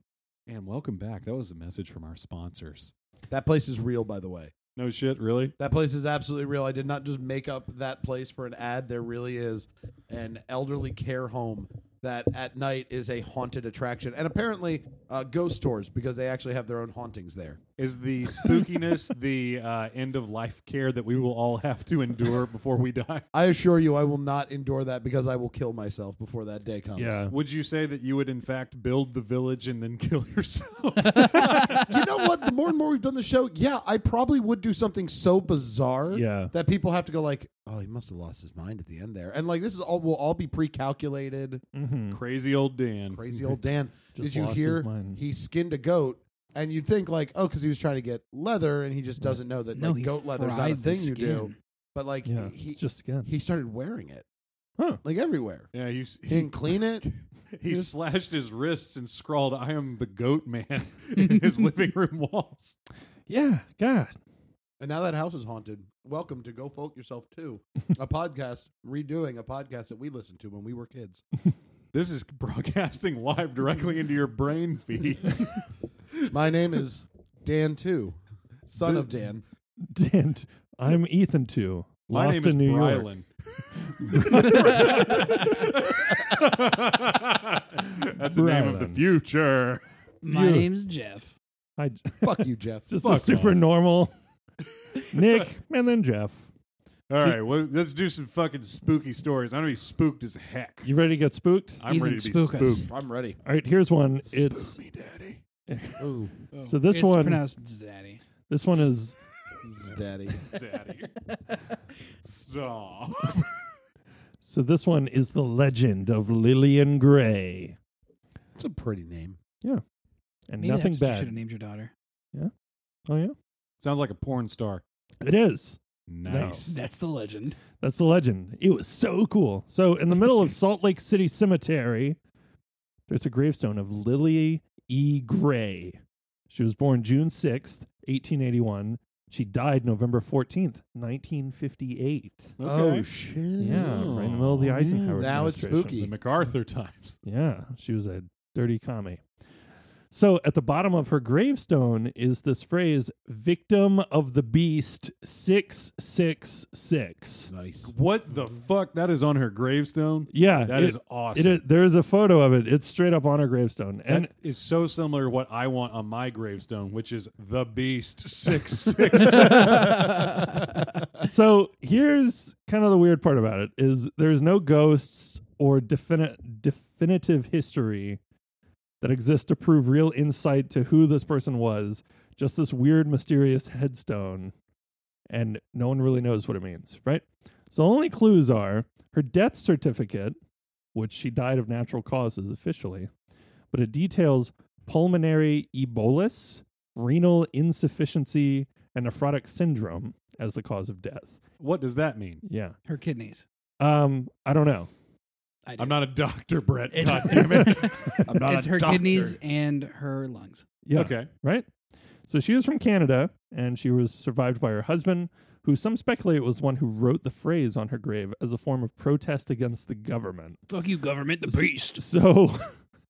Speaker 3: And welcome back. That was a message from our sponsors.
Speaker 5: that place is real, by the way.
Speaker 3: No shit, really?
Speaker 5: That place is absolutely real. I did not just make up that place for an ad. There really is an elderly care home that at night is a haunted attraction, and apparently uh, ghost tours because they actually have their own hauntings there.
Speaker 3: Is <laughs> the spookiness the uh, end of life care that we will all have to endure before we die?
Speaker 5: I assure you, I will not endure that because I will kill myself before that day comes.
Speaker 4: Yeah.
Speaker 3: Would you say that you would, in fact, build the village and then <laughs> kill yourself?
Speaker 5: you know what? The more and more we've done the show, yeah, I probably would do something so bizarre
Speaker 4: Yeah.
Speaker 5: that people have to go like, "Oh, he must have lost his mind at the end there." And like, this is all will all be
Speaker 4: <laughs>
Speaker 5: pre-calculated.
Speaker 4: mhm.
Speaker 3: Mm. Crazy old Dan.
Speaker 5: Crazy old Dan.
Speaker 4: Just
Speaker 5: Did you
Speaker 4: lost his
Speaker 5: hear
Speaker 4: mind.
Speaker 5: he skinned a goat? And you'd think like, oh, because he was trying to get leather, and he just doesn't know that
Speaker 6: No,
Speaker 5: like,
Speaker 6: he
Speaker 5: goat leather is not a
Speaker 6: fried the
Speaker 5: thing you do.
Speaker 6: skin.
Speaker 5: But like,
Speaker 4: Yeah,
Speaker 5: <laughs> he
Speaker 4: it's just skin.
Speaker 5: he started wearing it,
Speaker 4: Huh.
Speaker 5: like everywhere.
Speaker 3: Yeah, he, s-
Speaker 5: He
Speaker 3: he,
Speaker 5: didn't clean it.
Speaker 3: he slashed his wrists and scrawled, I am the goat <laughs> man in his living room walls.
Speaker 4: Yeah, God.
Speaker 5: And now that house is haunted. Welcome to Go Folk Yourself
Speaker 4: <laughs>
Speaker 5: Too, a podcast redoing a podcast that we listened to when we were kids.
Speaker 3: This is broadcasting live directly into your brain feeds.
Speaker 5: My name is Dan Too, son of Dan.
Speaker 4: Damn. t- I'm Ethan too.
Speaker 3: My
Speaker 4: Lost
Speaker 3: name
Speaker 4: in
Speaker 3: is
Speaker 4: New York.
Speaker 3: Brylan.
Speaker 4: <laughs>
Speaker 3: That's the name of the
Speaker 4: Brylan.
Speaker 3: future.
Speaker 6: My
Speaker 4: You.
Speaker 6: name's Jeff.
Speaker 4: I j- <laughs>
Speaker 5: Fuck you, Jeff.
Speaker 4: just
Speaker 3: Fuck
Speaker 4: a super
Speaker 3: off.
Speaker 5: <laughs>
Speaker 4: normal Nick and then Jeff.
Speaker 3: All right, well, let's do some fucking spooky stories. I'm gonna be spooked as heck.
Speaker 4: You ready to get spooked?
Speaker 3: I'm
Speaker 6: Ethan,
Speaker 3: ready to be
Speaker 6: spook us.
Speaker 3: spooked.
Speaker 5: I'm ready.
Speaker 4: All right, here's one. It's
Speaker 3: me, daddy.
Speaker 5: Ooh,
Speaker 6: Oh,
Speaker 4: So this
Speaker 6: it's
Speaker 4: one-
Speaker 6: pronounced Zaddy.
Speaker 4: this one is
Speaker 5: daddy.
Speaker 3: Daddy. Stop.
Speaker 4: so this one is the legend of Lillian Gray.
Speaker 5: It's a pretty name.
Speaker 4: And
Speaker 6: Maybe
Speaker 4: nothing
Speaker 6: that's what You should have
Speaker 4: bad.
Speaker 6: named your daughter.
Speaker 4: Oh yeah.
Speaker 3: Sounds like a porn star.
Speaker 4: It is.
Speaker 3: Nice.
Speaker 6: That's the legend.
Speaker 4: That's the legend. It was so cool. So in the
Speaker 3: <laughs>
Speaker 4: middle of Salt Lake City Cemetery, there's a gravestone of Lily E. Gray. She was born June 6th, 1881. She died November 14th, 1958.
Speaker 3: Okay.
Speaker 5: Oh shit!
Speaker 4: Yeah, right in the middle of the Eisenhower.
Speaker 5: Now it's
Speaker 4: administration.
Speaker 5: spooky.
Speaker 3: the MacArthur times.
Speaker 4: Yeah, she was a dirty commie. So at the bottom of her gravestone is this phrase victim of the beast 666. <laughs>
Speaker 5: Nice.
Speaker 3: What the fuck? That is on her gravestone.
Speaker 4: Yeah,
Speaker 3: That is awesome.
Speaker 4: It is, there is a photo of it. It's straight up on her gravestone.
Speaker 3: That <laughs>
Speaker 4: And
Speaker 3: is so similar to what I want on my gravestone, which is the
Speaker 4: <laughs>
Speaker 3: Beast six six.
Speaker 4: so here's kind of the weird part about it is there's no ghosts or definite definitive history that exists to prove real insight to who this person was. Just this weird, mysterious headstone, and no one really knows what it means, right? So the only clues are her death certificate, which she died of natural causes officially, but it details pulmonary ebolus, renal insufficiency, and nephrotic syndrome as the cause of death.
Speaker 3: what does that mean?
Speaker 4: Yeah.
Speaker 6: Her kidneys.
Speaker 4: Um, I don't know.
Speaker 6: I do.
Speaker 3: I'm not a doctor, Brett.
Speaker 6: It's-
Speaker 3: God damn it. I'm not
Speaker 6: It's
Speaker 3: a
Speaker 6: her
Speaker 3: doctor.
Speaker 6: kidneys and her lungs.
Speaker 4: <laughs> Yeah.
Speaker 3: Okay.
Speaker 4: Right? So she was from Canada and she was survived by her husband, who some speculate was the one who wrote the phrase on her grave as a form of protest against the government.
Speaker 6: Fuck you, government. The
Speaker 4: S-
Speaker 6: beast.
Speaker 4: So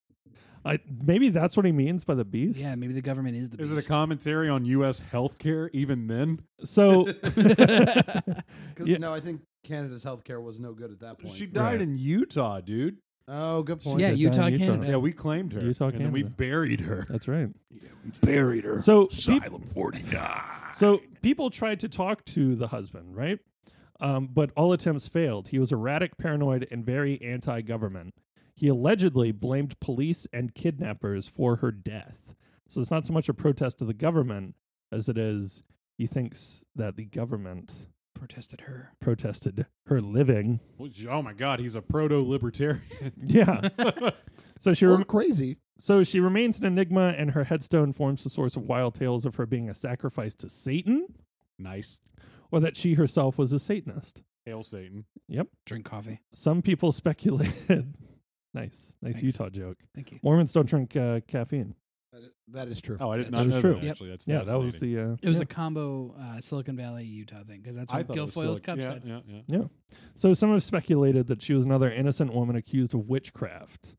Speaker 4: <laughs> I maybe that's what he means by the beast.
Speaker 6: Yeah, maybe the government is the
Speaker 3: Is
Speaker 6: beast.
Speaker 3: it a commentary on U.S. healthcare even then?
Speaker 6: <laughs>
Speaker 4: So <laughs>
Speaker 5: 'Cause-
Speaker 4: Yeah.
Speaker 5: No, I think Canada's healthcare was no good at that point.
Speaker 3: She died
Speaker 4: Right.
Speaker 3: in Utah, dude.
Speaker 5: oh, good point.
Speaker 6: yeah,
Speaker 4: down
Speaker 6: Utah,
Speaker 4: in Utah.
Speaker 6: Canada.
Speaker 3: Yeah, we claimed her.
Speaker 4: Utah,
Speaker 3: and then we
Speaker 4: Canada.
Speaker 3: buried <laughs> her.
Speaker 4: that's right.
Speaker 2: Buried her.
Speaker 4: So peop-
Speaker 2: Asylum 49.
Speaker 4: So people tried to talk to the husband, right? Um, but all attempts failed. He was erratic, paranoid, and very anti government. He allegedly blamed police and kidnappers for her death. So it's not so much a protest to the government as it is he thinks that the government
Speaker 6: Protested her.
Speaker 4: protested her living. <laughs>
Speaker 3: Which- Oh my God, he's a proto libertarian.
Speaker 4: Yeah. so she
Speaker 5: Or
Speaker 4: rem-
Speaker 5: crazy.
Speaker 4: so she remains an enigma, and her headstone forms the source of wild tales of her being a sacrifice to Satan,
Speaker 3: <laughs> nice.
Speaker 4: or that she herself was a Satanist.
Speaker 3: Hail Satan.
Speaker 6: Drink coffee.
Speaker 4: some people <laughs> speculated. nice, nice
Speaker 6: Thanks.
Speaker 4: Utah joke.
Speaker 6: Thank you.
Speaker 4: Mormons don't drink uh, caffeine.
Speaker 5: That is- That is true.
Speaker 3: Oh, I did
Speaker 4: That
Speaker 3: not
Speaker 4: is
Speaker 3: know
Speaker 4: true.
Speaker 3: that,
Speaker 6: Yep.
Speaker 3: actually. That's
Speaker 4: Yeah, that was
Speaker 3: fascinating.
Speaker 4: the. Uh,
Speaker 6: It was
Speaker 4: yeah.
Speaker 6: a combo uh, Silicon Valley Utah thing because that's
Speaker 3: I
Speaker 6: what
Speaker 3: thought it
Speaker 6: Gil
Speaker 3: was
Speaker 6: Foyle's
Speaker 3: silic-
Speaker 6: cup
Speaker 3: yeah,
Speaker 6: said.
Speaker 3: yeah, yeah.
Speaker 4: so some have speculated that she was another innocent woman accused of witchcraft,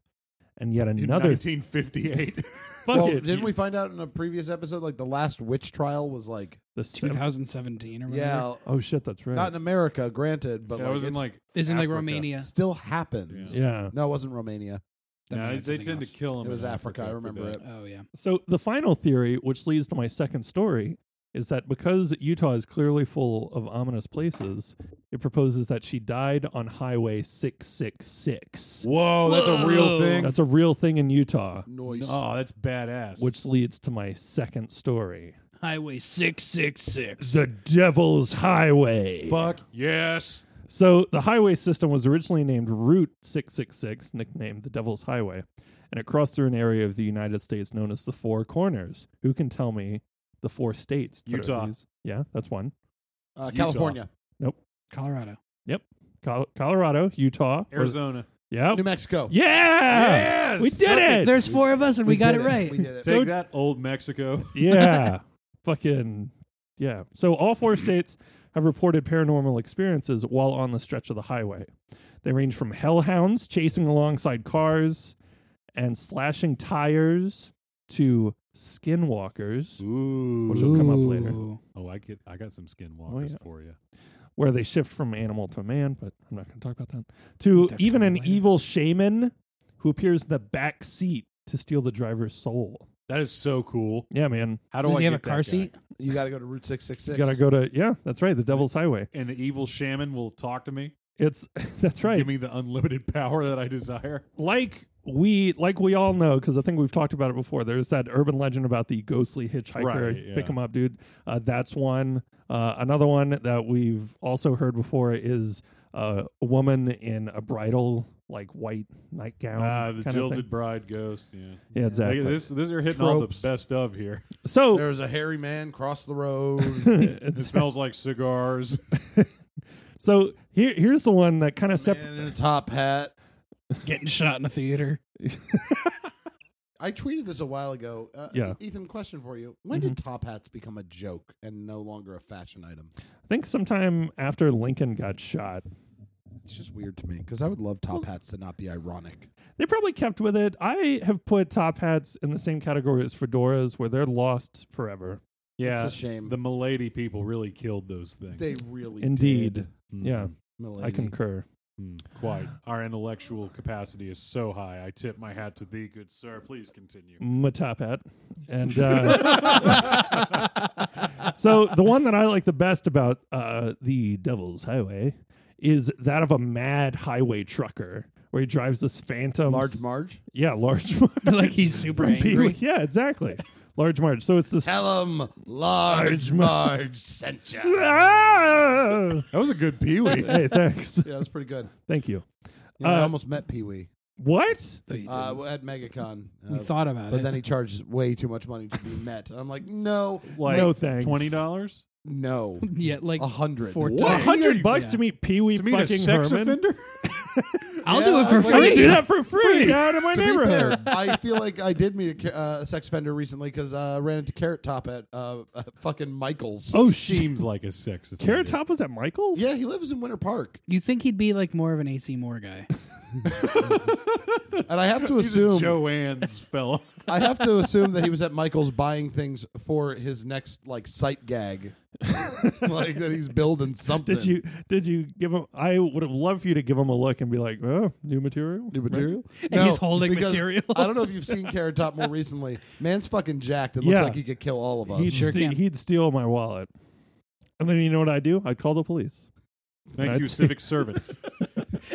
Speaker 4: and yet another.
Speaker 3: in 1958.
Speaker 4: fuck
Speaker 5: well,
Speaker 4: it,
Speaker 5: didn't we find out in a previous episode like the last witch trial was like
Speaker 4: The sev-
Speaker 6: 2017 or whatever.
Speaker 5: yeah,
Speaker 4: oh shit, that's right.
Speaker 5: not in America, granted, but
Speaker 3: that
Speaker 5: like,
Speaker 3: was in
Speaker 5: it's-
Speaker 3: like
Speaker 6: Isn't like
Speaker 3: Africa.
Speaker 6: Romania.
Speaker 5: still happens.
Speaker 4: yeah.
Speaker 5: No, it wasn't Romania.
Speaker 6: That
Speaker 3: No,
Speaker 6: might
Speaker 3: they,
Speaker 6: have
Speaker 3: they
Speaker 6: something
Speaker 3: tend
Speaker 6: else.
Speaker 3: to kill him.
Speaker 5: It
Speaker 3: in
Speaker 5: was Africa. I
Speaker 3: for
Speaker 5: remember
Speaker 3: that.
Speaker 5: it.
Speaker 6: Oh yeah.
Speaker 4: So the final theory, which leads to my second story, is that because Utah is clearly full of ominous places, it proposes that she died on Highway six six six.
Speaker 3: Whoa, that's a real thing.
Speaker 4: That's a real thing in Utah.
Speaker 5: Noise.
Speaker 3: oh, that's badass.
Speaker 4: Which leads to my second story
Speaker 6: Highway 666.
Speaker 4: The Devil's Highway.
Speaker 3: fuck yes.
Speaker 4: So, the highway system was originally named Route 666, nicknamed the Devil's Highway, and it crossed through an area of the United States known as the Four Corners. Who can tell me the four states? that are
Speaker 3: Utah.
Speaker 4: these? Yeah, that's one.
Speaker 5: Uh, California,
Speaker 6: Colorado.
Speaker 4: Col- Colorado, Utah. or-
Speaker 3: Arizona.
Speaker 4: Yeah.
Speaker 5: New Mexico.
Speaker 4: Yeah.
Speaker 3: Yes.
Speaker 4: We did it.
Speaker 6: There's four of us and we, got
Speaker 5: did
Speaker 6: it right.
Speaker 5: We did it.
Speaker 3: Take that, old Mexico.
Speaker 4: yeah. Fucking yeah. So all four states have reported paranormal experiences while on the stretch of the highway. They range from hellhounds chasing alongside cars and slashing tires to skinwalkers,
Speaker 3: Ooh.
Speaker 4: Which will come up later.
Speaker 6: Ooh.
Speaker 3: Oh, I get. I got some skinwalkers
Speaker 4: Oh, yeah.
Speaker 3: for you.
Speaker 4: where they shift from animal to man, but I'm not going to talk about that. To
Speaker 6: That's
Speaker 4: even
Speaker 6: kinda
Speaker 4: an
Speaker 6: lame.
Speaker 4: evil shaman who appears in the back seat to steal the driver's soul.
Speaker 3: That is so cool.
Speaker 4: Yeah, man.
Speaker 3: How do
Speaker 6: Does
Speaker 3: I
Speaker 6: he have
Speaker 3: get
Speaker 6: a
Speaker 3: that
Speaker 6: car
Speaker 3: guy? <laughs>
Speaker 6: seat?
Speaker 5: You got to go to Route six six
Speaker 4: You
Speaker 5: six.
Speaker 4: got to go to yeah, that's right, the Devil's Highway.
Speaker 3: And the evil shaman will talk to me.
Speaker 4: It's <laughs> that's right.
Speaker 3: Give me the unlimited <laughs> power that I desire.
Speaker 4: like we like we all know because I think we've talked about it before. There's that urban legend about the ghostly hitchhiker.
Speaker 3: Right, yeah.
Speaker 4: Pick him up, dude. Uh, that's one. Uh, another one that we've also heard before is uh, a woman in a bridal like white nightgown.
Speaker 3: Ah, the
Speaker 4: kind of
Speaker 3: jilted
Speaker 4: thing.
Speaker 3: bride ghost. Yeah,
Speaker 4: Yeah, exactly.
Speaker 3: Like, this this you're hitting all the
Speaker 4: Tropes.
Speaker 3: best of
Speaker 4: <laughs>
Speaker 3: here.
Speaker 4: so
Speaker 5: There was a hairy man cross
Speaker 4: <laughs>
Speaker 5: the road.
Speaker 3: It smells like cigars.
Speaker 4: so here here's the one that kind of sep-
Speaker 5: man in a top hat.
Speaker 6: Getting shot in a theater.
Speaker 5: I tweeted this a while ago. Uh,
Speaker 4: Yeah. Mm-hmm.
Speaker 5: Ethan, question for you. When did top hats become a joke and no longer a fashion item?
Speaker 4: I think sometime after Lincoln got shot,
Speaker 5: It's just weird to me because I would love top hats to not be ironic.
Speaker 4: they probably kept with it. I have put top hats in the same category as fedoras, where they're lost forever.
Speaker 3: yeah,
Speaker 5: It's a shame.
Speaker 3: The Milady people really killed those things.
Speaker 4: <laughs>
Speaker 5: They really
Speaker 4: Indeed.
Speaker 5: did,
Speaker 3: Mm,
Speaker 4: Yeah, I
Speaker 5: milady.
Speaker 4: concur.
Speaker 3: mm, quite. Our intellectual capacity is so high. I tip my hat to thee, good sir. Please continue.
Speaker 4: my top hat.
Speaker 3: <laughs>
Speaker 4: And uh, so the one that I like the best about uh, the Devil's Highway is that of a mad highway trucker where he drives this phantom. <laughs>
Speaker 5: Large Marge?
Speaker 4: yeah, large. Marge
Speaker 6: <laughs> Like
Speaker 4: <laughs>
Speaker 6: he's super
Speaker 4: from Pee Wee-
Speaker 6: angry.
Speaker 4: Yeah, exactly. Large Marge. So it's this.
Speaker 5: Tell him
Speaker 4: <laughs>
Speaker 5: Large Marge sent you.
Speaker 4: Ah!
Speaker 3: That was a good Pee Wee.
Speaker 4: hey, thanks.
Speaker 5: Yeah, that's pretty good.
Speaker 4: Thank you.
Speaker 5: You know, I
Speaker 4: Uh,
Speaker 5: almost met Pee Wee
Speaker 4: What?
Speaker 5: uh, at MegaCon.
Speaker 6: we
Speaker 5: Uh,
Speaker 6: thought about
Speaker 5: but
Speaker 6: it.
Speaker 5: then he charged way too much money to be met. And I'm like, no,
Speaker 3: Like
Speaker 4: no thanks.
Speaker 3: Twenty dollars
Speaker 6: <laughs>
Speaker 5: no.
Speaker 6: <laughs> yeah, like
Speaker 5: A hundred.
Speaker 6: four
Speaker 5: What?
Speaker 4: A
Speaker 6: times.
Speaker 4: hundred bucks
Speaker 6: Yeah.
Speaker 4: to meet Pee Wee
Speaker 3: to meet a
Speaker 4: fucking
Speaker 3: sex
Speaker 4: Herman. <laughs>
Speaker 3: offender.
Speaker 6: I'll
Speaker 5: Yeah,
Speaker 6: do it for
Speaker 5: I'm like-
Speaker 4: I
Speaker 6: free.
Speaker 4: can do that for free out in my
Speaker 5: to be
Speaker 4: neighborhood.
Speaker 5: fair, <laughs> I feel like I did meet a ca- uh, sex offender recently because uh, I ran into Carrot Top at uh, uh, fucking Michael's. <laughs>
Speaker 4: Oh, shit.
Speaker 3: Seems like a sex offender.
Speaker 4: Carrot Top was at Michael's?
Speaker 5: Yeah, he lives in Winter Park,
Speaker 6: You think he'd be like more of an AC Moore
Speaker 5: <laughs>
Speaker 6: guy?
Speaker 5: and I have to
Speaker 3: He's a
Speaker 5: assume
Speaker 3: Joanne's
Speaker 4: <laughs>
Speaker 3: fella.
Speaker 5: I have to assume that he was at Michael's buying things for his next like sight gag, <laughs> like that he's building something.
Speaker 4: Did you did you give him? I would have loved for you to give him a look and be like, "Oh, new material,
Speaker 5: New material?
Speaker 6: And he's holding
Speaker 5: because
Speaker 6: material.
Speaker 5: I don't know if you've seen Carrot Top more recently. Man's fucking jacked. It looks
Speaker 4: Yeah.
Speaker 5: like he could kill all of us.
Speaker 4: He'd,
Speaker 6: Sure
Speaker 4: ste-
Speaker 6: can.
Speaker 4: he'd steal my wallet, and then you know what I do? I'd call the police.
Speaker 3: Thank you,
Speaker 4: That's-
Speaker 3: civic servants.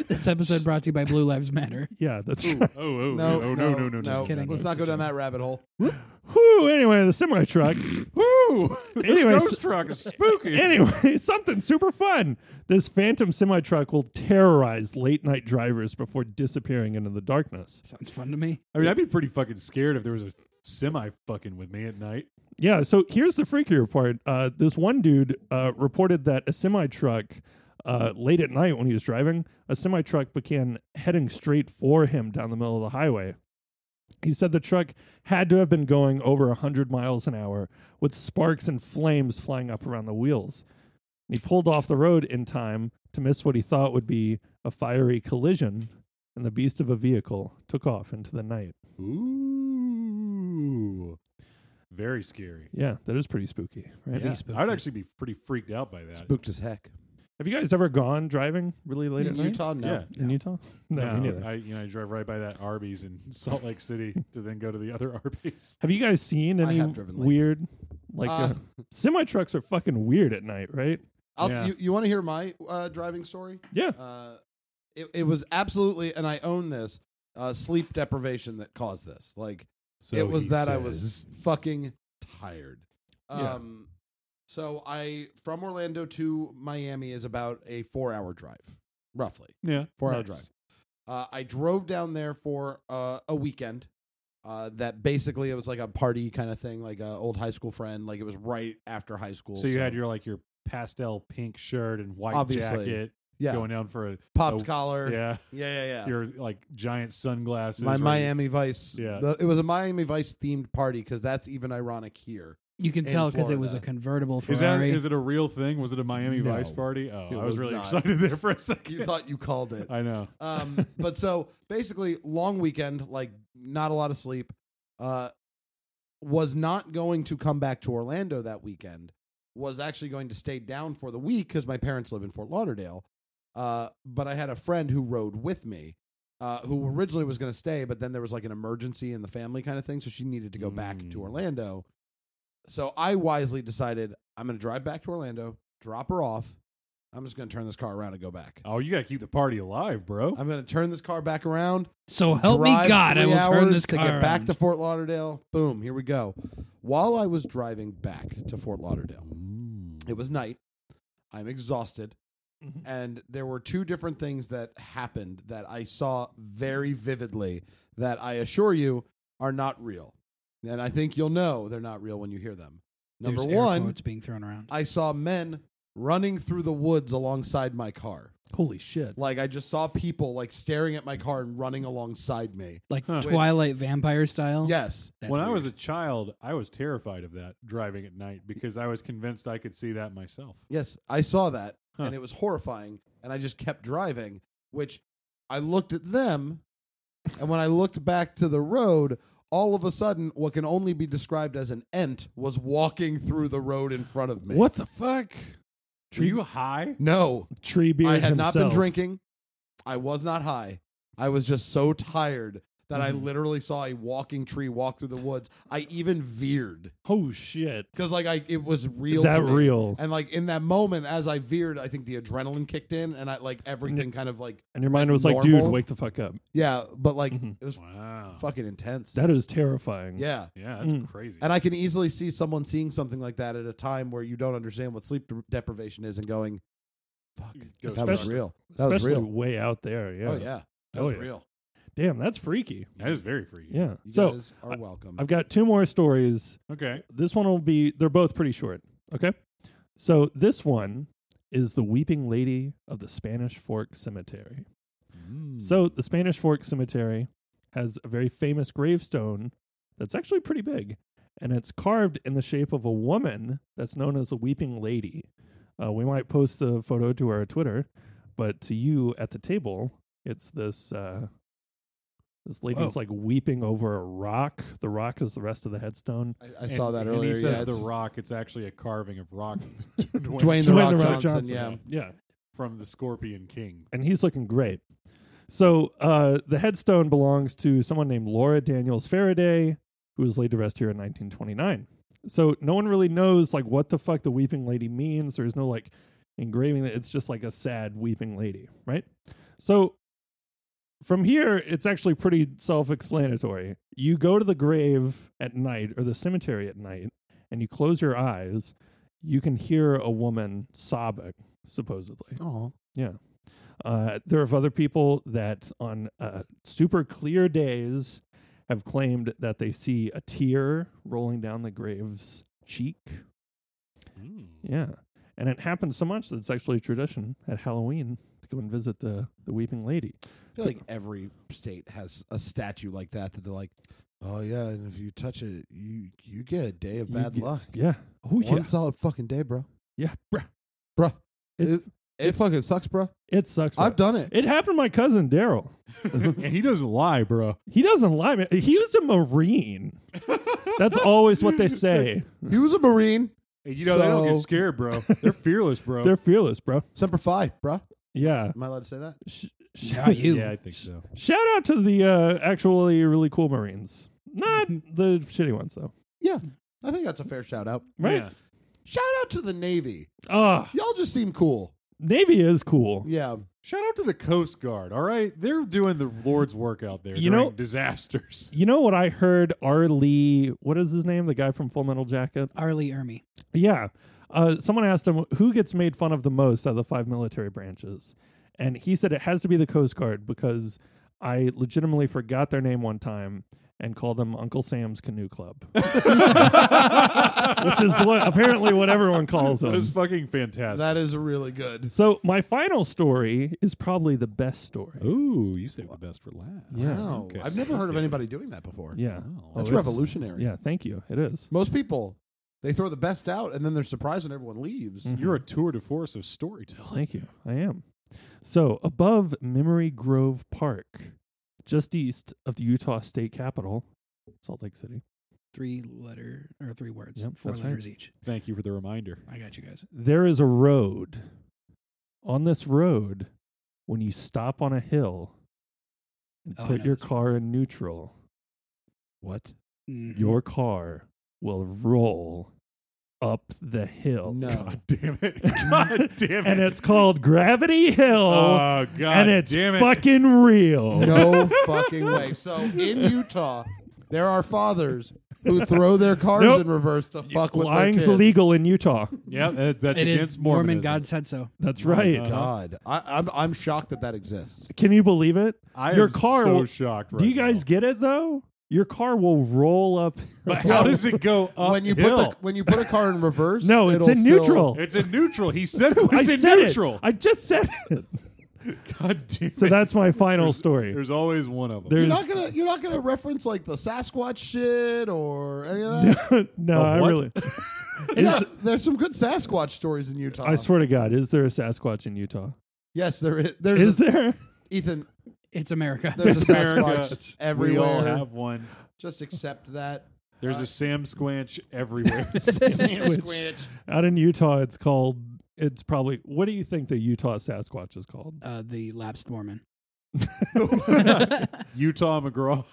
Speaker 6: This episode brought to you by Blue Lives
Speaker 5: <laughs>
Speaker 6: Matter.
Speaker 4: Yeah, that's
Speaker 3: Ooh,
Speaker 4: <laughs> right.
Speaker 3: oh, oh,
Speaker 5: no,
Speaker 3: oh, no,
Speaker 5: no,
Speaker 3: no, no,
Speaker 5: no.
Speaker 3: no.
Speaker 6: kidding.
Speaker 5: Let's not go down that rabbit hole.
Speaker 4: Whew, anyway, the semi
Speaker 5: <laughs>
Speaker 4: truck.
Speaker 3: Woo! this
Speaker 4: Anyways-
Speaker 3: ghost truck is spooky.
Speaker 4: <laughs> anyway, something super fun. This phantom semi truck will terrorize late night drivers before disappearing into the darkness.
Speaker 6: Sounds fun to me.
Speaker 3: I mean, I'd be pretty fucking scared if there was a semi fucking with me at night.
Speaker 4: Yeah, so here's the freakier part. Uh, this one dude uh, reported that a semi truck uh, late at night when he was driving, a semi truck began heading straight for him down the middle of the highway. He said the truck had to have been going over 100 miles an hour with sparks and flames flying up around the wheels. And he pulled off the road in time to miss what he thought would be a fiery collision, and the beast of a vehicle took off into the night.
Speaker 3: Ooh, very scary.
Speaker 4: Yeah, that is pretty spooky, right?
Speaker 5: Yeah.
Speaker 3: I'd actually be pretty freaked out by that.
Speaker 5: Spooked as heck.
Speaker 4: Have you guys ever gone driving really late
Speaker 5: In
Speaker 4: at night?
Speaker 5: Utah, no.
Speaker 3: Yeah.
Speaker 4: In Utah? No, me neither.
Speaker 3: I you know I drive right by that Arby's in <laughs> Salt Lake City to then go to the other <laughs> Arby's.
Speaker 4: have you guys seen
Speaker 5: I
Speaker 4: any
Speaker 5: have driven late.
Speaker 4: weird, like <laughs>
Speaker 5: Uh,
Speaker 4: uh, semi trucks are fucking weird at night, right?
Speaker 5: I'll,
Speaker 3: Yeah.
Speaker 5: You, you want to hear my uh, driving story?
Speaker 4: Yeah.
Speaker 5: Uh, it, it was absolutely, and I own this, uh, sleep deprivation that caused this. Like,
Speaker 3: So
Speaker 5: it was
Speaker 3: he
Speaker 5: that I
Speaker 3: says.
Speaker 5: was fucking tired.
Speaker 4: Yeah.
Speaker 5: Um, So I, from Orlando to Miami is about a four hour drive, roughly.
Speaker 3: yeah
Speaker 5: four hour
Speaker 4: Nice.
Speaker 5: drive. Uh, I drove down there for uh, a weekend. Uh, that basically it was like a party kind of thing, like a old high school friend. Like it was right after high school.
Speaker 3: So you had your like your pastel pink shirt and white
Speaker 5: Obviously.
Speaker 3: jacket
Speaker 5: yeah
Speaker 3: going down for a
Speaker 5: popped
Speaker 3: oh,
Speaker 5: collar. Yeah,
Speaker 3: yeah
Speaker 5: yeah, yeah.
Speaker 3: your like giant sunglasses.
Speaker 5: My
Speaker 3: right?
Speaker 5: Miami Vice.
Speaker 3: Yeah.
Speaker 5: the- it was a Miami Vice themed party because that's even ironic here.
Speaker 6: You can
Speaker 5: in
Speaker 6: tell because it was a
Speaker 5: Florida.
Speaker 6: convertible
Speaker 3: Is that
Speaker 6: Ferrari.
Speaker 3: is it a real thing? Was it a Miami
Speaker 5: No.
Speaker 3: Vice party? Oh,
Speaker 5: It
Speaker 3: I was
Speaker 5: was
Speaker 3: really
Speaker 5: not.
Speaker 3: excited <laughs> there for a second.
Speaker 5: You thought you called it.
Speaker 3: I know.
Speaker 5: Um, but so basically, long weekend, like not a lot of sleep. Uh, was not going to come back to Orlando that weekend. Was actually going to stay down for the week because my parents live in Fort Lauderdale. Uh, but I had a friend who rode with me, uh, who originally was going to stay, but then there was like an emergency in the family kind of thing, so she needed to go back
Speaker 3: Mm.
Speaker 5: to Orlando. So I wisely decided I'm going to drive back to Orlando, drop her off. I'm just going to turn this car around and go back.
Speaker 3: Oh, you gotta keep the party alive, bro.
Speaker 5: I'm going to turn this car back around.
Speaker 6: so help me
Speaker 5: drive
Speaker 6: God, I
Speaker 5: three
Speaker 6: will turn
Speaker 5: hours
Speaker 6: this
Speaker 5: to
Speaker 6: car
Speaker 5: get back
Speaker 6: around.
Speaker 5: to Fort Lauderdale. Boom, here we go. While I
Speaker 3: Mm.
Speaker 5: was driving back to Fort Lauderdale, it was night. I'm exhausted. and there were two different things that happened that I saw very vividly that I assure you are not real. And I think you'll know they're not real when you hear them. Number
Speaker 6: There's air
Speaker 5: one,
Speaker 6: quotes being thrown around.
Speaker 5: I saw men running through the woods alongside my car.
Speaker 4: Holy shit.
Speaker 5: Like I just saw people like staring at my car and running alongside me.
Speaker 6: like
Speaker 3: Huh.
Speaker 6: Twilight vampire style.
Speaker 5: Yes.
Speaker 6: That's
Speaker 3: when I
Speaker 6: weird.
Speaker 3: was a child, I was terrified of that driving at night because I was convinced I could see that myself.
Speaker 5: Yes, I saw that
Speaker 3: Huh.
Speaker 5: and it was horrifying and I just kept driving, which I looked at them and when I looked back to the road, all of a sudden what can only be described as an ent was walking through the road in front of me.
Speaker 4: What the fuck?
Speaker 3: Were you high?
Speaker 5: No.
Speaker 4: Tree beard
Speaker 5: I had not been
Speaker 4: himself.
Speaker 5: drinking. I was not high. I was just so tired that I
Speaker 4: Mm-hmm.
Speaker 3: Mhm.
Speaker 5: literally saw a walking tree walk through the woods. I even veered
Speaker 4: Oh shit.
Speaker 5: because like I it was real.
Speaker 4: that
Speaker 5: to me.
Speaker 4: real.
Speaker 5: And like in that moment, as I veered, I think the adrenaline kicked in, and I like everything kind of like
Speaker 4: And your mind was like,
Speaker 5: normal.
Speaker 4: dude, wake the fuck up.
Speaker 5: yeah, but like
Speaker 4: Mhm.
Speaker 5: it was
Speaker 3: Wow.
Speaker 5: fucking intense.
Speaker 4: That is terrifying.
Speaker 5: yeah,
Speaker 3: Yeah, that's
Speaker 4: Mm.
Speaker 3: crazy.
Speaker 5: and I can easily see someone seeing something like that at a time where you don't understand what sleep de- deprivation is, and going, "Fuck,
Speaker 3: Go
Speaker 5: that was
Speaker 4: Especially-
Speaker 5: real. That was
Speaker 4: Especially
Speaker 5: real.
Speaker 4: way out there. Yeah.
Speaker 5: Oh yeah, that
Speaker 4: Oh,
Speaker 5: was
Speaker 4: yeah.
Speaker 5: real.
Speaker 4: Damn, that's freaky.
Speaker 3: that is very freaky.
Speaker 4: Yeah.
Speaker 5: You
Speaker 4: So
Speaker 5: guys are
Speaker 4: I-
Speaker 5: welcome."
Speaker 4: I've got two more stories.
Speaker 3: Okay.
Speaker 4: This one will be, they're both pretty short. Okay. So this one is the Weeping Lady of the Spanish Fork Cemetery. So the Spanish Fork Cemetery has a very famous gravestone that's actually pretty big, and it's carved in the shape of a woman that's known as the Weeping Lady. Uh, we might post the photo to our Twitter, but to you at the table, it's this uh, this lady's
Speaker 6: Whoa.
Speaker 4: like weeping over a rock. The rock is the rest of the headstone.
Speaker 5: I, I saw that
Speaker 3: and
Speaker 5: earlier.
Speaker 3: He says
Speaker 5: yeah,
Speaker 3: the
Speaker 5: it's
Speaker 3: rock. It's actually a carving of rock.
Speaker 5: <laughs>
Speaker 3: <laughs>
Speaker 5: Dwayne the
Speaker 4: Dwayne
Speaker 5: Rock Johnson. Yeah.
Speaker 4: yeah.
Speaker 3: from the Scorpion
Speaker 5: <laughs>
Speaker 3: King.
Speaker 4: and he's looking great. So uh, the headstone belongs to someone named Laura Daniels Faraday, who was laid to rest here in 1929. So no one really knows like what the fuck the weeping lady means. There's no like engraving. It's just like a sad weeping lady, right? So from here, it's actually pretty self-explanatory. You go to the grave at night or the cemetery at night, and you close your eyes. You can hear a woman sobbing, supposedly.
Speaker 5: Oh,
Speaker 4: Yeah. Uh, there have other people that on uh, super clear days have claimed that they see a tear rolling down the grave's cheek. Yeah. And it happens so much that it's actually a tradition at Halloween to go and visit the, the Weeping Lady.
Speaker 5: I feel like every state has a statue like that that they're like, oh yeah, and if you touch it, you you get a day of
Speaker 4: You
Speaker 5: bad
Speaker 4: get-
Speaker 5: luck.
Speaker 4: Yeah. Oh,
Speaker 5: One
Speaker 4: yeah.
Speaker 5: solid fucking day, bro.
Speaker 4: Yeah. Bruh.
Speaker 5: Bruh.
Speaker 4: It's,
Speaker 5: it, it fucking sucks, bro.
Speaker 4: it sucks.
Speaker 5: I've
Speaker 4: bruh.
Speaker 5: done it.
Speaker 4: it happened to my cousin, Daryl.
Speaker 3: and he doesn't lie, bro.
Speaker 4: He doesn't lie. Man. He was a Marine. That's always what they say.
Speaker 5: He was a marine.
Speaker 3: And you know they don't
Speaker 5: So-
Speaker 3: get scared,
Speaker 5: <laughs>
Speaker 3: bro. They're fearless, bro.
Speaker 4: <laughs> They're fearless, bro.
Speaker 5: Semper Fi, bro.
Speaker 4: Yeah.
Speaker 5: Am I allowed to say that?
Speaker 4: Sh-
Speaker 6: Not you.
Speaker 3: Yeah, I think so.
Speaker 4: Shout out to the uh, actually really cool Marines, not the shitty ones though.
Speaker 5: Yeah, I think that's a fair shout out.
Speaker 4: Right?
Speaker 3: Yeah.
Speaker 5: Shout out to the Navy.
Speaker 4: Ah,
Speaker 5: Y'all just seem cool.
Speaker 4: Navy is cool.
Speaker 5: Yeah,
Speaker 3: Shout out to the Coast Guard. All right, they're doing the Lord's work out there.
Speaker 4: You
Speaker 3: during
Speaker 4: know-
Speaker 3: disasters.
Speaker 4: You know what I heard? R. Lee, what is his name? The guy from Full Metal Jacket.
Speaker 6: Arlie Ermy.
Speaker 4: Yeah. Uh, someone asked him who gets made fun of the most out of the five military branches, and he said it has to be the Coast Guard because I legitimately forgot their name one time and called them Uncle Sam's Canoe Club, <laughs> which is what, apparently what everyone calls them.
Speaker 3: That is fucking fantastic.
Speaker 5: that is really good.
Speaker 4: So my final story is probably the best story.
Speaker 3: Ooh, you saved the best for last.
Speaker 4: Yeah.
Speaker 5: Wow.
Speaker 3: Okay.
Speaker 5: I've never heard of anybody doing that before.
Speaker 4: Yeah.
Speaker 3: Wow.
Speaker 5: that's
Speaker 4: Oh, it's-
Speaker 5: revolutionary.
Speaker 4: Yeah, thank you. It is.
Speaker 5: Most people they throw the best out and then they're surprised when everyone leaves.
Speaker 3: <laughs>
Speaker 4: Mm.
Speaker 3: You're a tour de force of storytelling.
Speaker 4: Mm-hmm. Thank you. I am. So, above Memory Grove Park, just east of the Utah State Capitol, Salt Lake City,
Speaker 6: Three letter or three words.
Speaker 4: Yep,
Speaker 6: four
Speaker 4: that's right.
Speaker 6: letters each.
Speaker 3: Thank you for the reminder.
Speaker 6: I got you guys.
Speaker 4: there is a road. On this road, when you stop on a hill and
Speaker 6: Oh, I
Speaker 4: put
Speaker 6: know
Speaker 4: your
Speaker 6: this.
Speaker 4: car in neutral,
Speaker 5: What?
Speaker 6: Mhm.
Speaker 4: your car will roll up the hill. <laughs>
Speaker 5: No.
Speaker 3: God damn it! <laughs> God damn it!
Speaker 4: And it's called Gravity Hill.
Speaker 3: oh god
Speaker 4: and it's
Speaker 3: damn it.
Speaker 4: fucking real.
Speaker 5: No fucking way. So in Utah, there are fathers who throw their cars
Speaker 4: Nope.
Speaker 5: in reverse
Speaker 4: <laughs>
Speaker 5: to fuck with their
Speaker 4: Lying's
Speaker 5: kids.
Speaker 4: illegal in Utah.
Speaker 3: Yeah, that- that's
Speaker 6: it
Speaker 3: against
Speaker 6: is Mormon.
Speaker 3: Mormonism.
Speaker 6: God said so.
Speaker 3: Oh
Speaker 4: That's right.
Speaker 5: God, I, I'm I'm shocked that that exists.
Speaker 4: Can you believe it?
Speaker 3: I
Speaker 4: Your
Speaker 3: am
Speaker 4: car.
Speaker 3: so
Speaker 4: will-
Speaker 3: shocked. Right
Speaker 4: do you guys get it though? Your car will roll up. <laughs>
Speaker 3: Now. But <laughs> how does it go up?
Speaker 5: When you put the, when you put a car in reverse,
Speaker 4: Uh, <laughs> no, it's
Speaker 5: it'll
Speaker 4: in
Speaker 5: still-
Speaker 4: neutral.
Speaker 3: it's in neutral. He said it
Speaker 4: <laughs> I
Speaker 3: was in
Speaker 4: said
Speaker 3: neutral.
Speaker 4: it. I just said it.
Speaker 3: God damn
Speaker 4: So
Speaker 3: it.
Speaker 4: that's my final
Speaker 3: There's-
Speaker 4: story.
Speaker 3: There's always one of them.
Speaker 4: There's <laughs>
Speaker 5: You're not gonna you're not gonna reference like the Sasquatch shit or
Speaker 4: <laughs>
Speaker 5: any of that.
Speaker 4: no, I
Speaker 3: what?
Speaker 5: <laughs>
Speaker 4: really.
Speaker 5: Yeah, there's some good Sasquatch stories in Utah.
Speaker 4: I swear to God, is there a Sasquatch in Utah?
Speaker 5: Yes, there is. There's
Speaker 4: Is
Speaker 5: a- <laughs>
Speaker 4: there?
Speaker 5: Ethan.
Speaker 6: It's America. <laughs>
Speaker 4: <laughs>
Speaker 5: There's a
Speaker 3: America,
Speaker 5: Sasquatch
Speaker 3: we all
Speaker 5: everywhere.
Speaker 3: have one.
Speaker 5: Just accept that.
Speaker 3: There's
Speaker 4: Uh,
Speaker 3: a Sam Squanch
Speaker 4: <laughs>
Speaker 3: everywhere.
Speaker 5: Sasquatch.
Speaker 4: Out in Utah, it's called. It's probably. What do you think the Utah Sasquatch is called?
Speaker 6: Uh, the lapsed Mormon.
Speaker 3: Utah McGraw.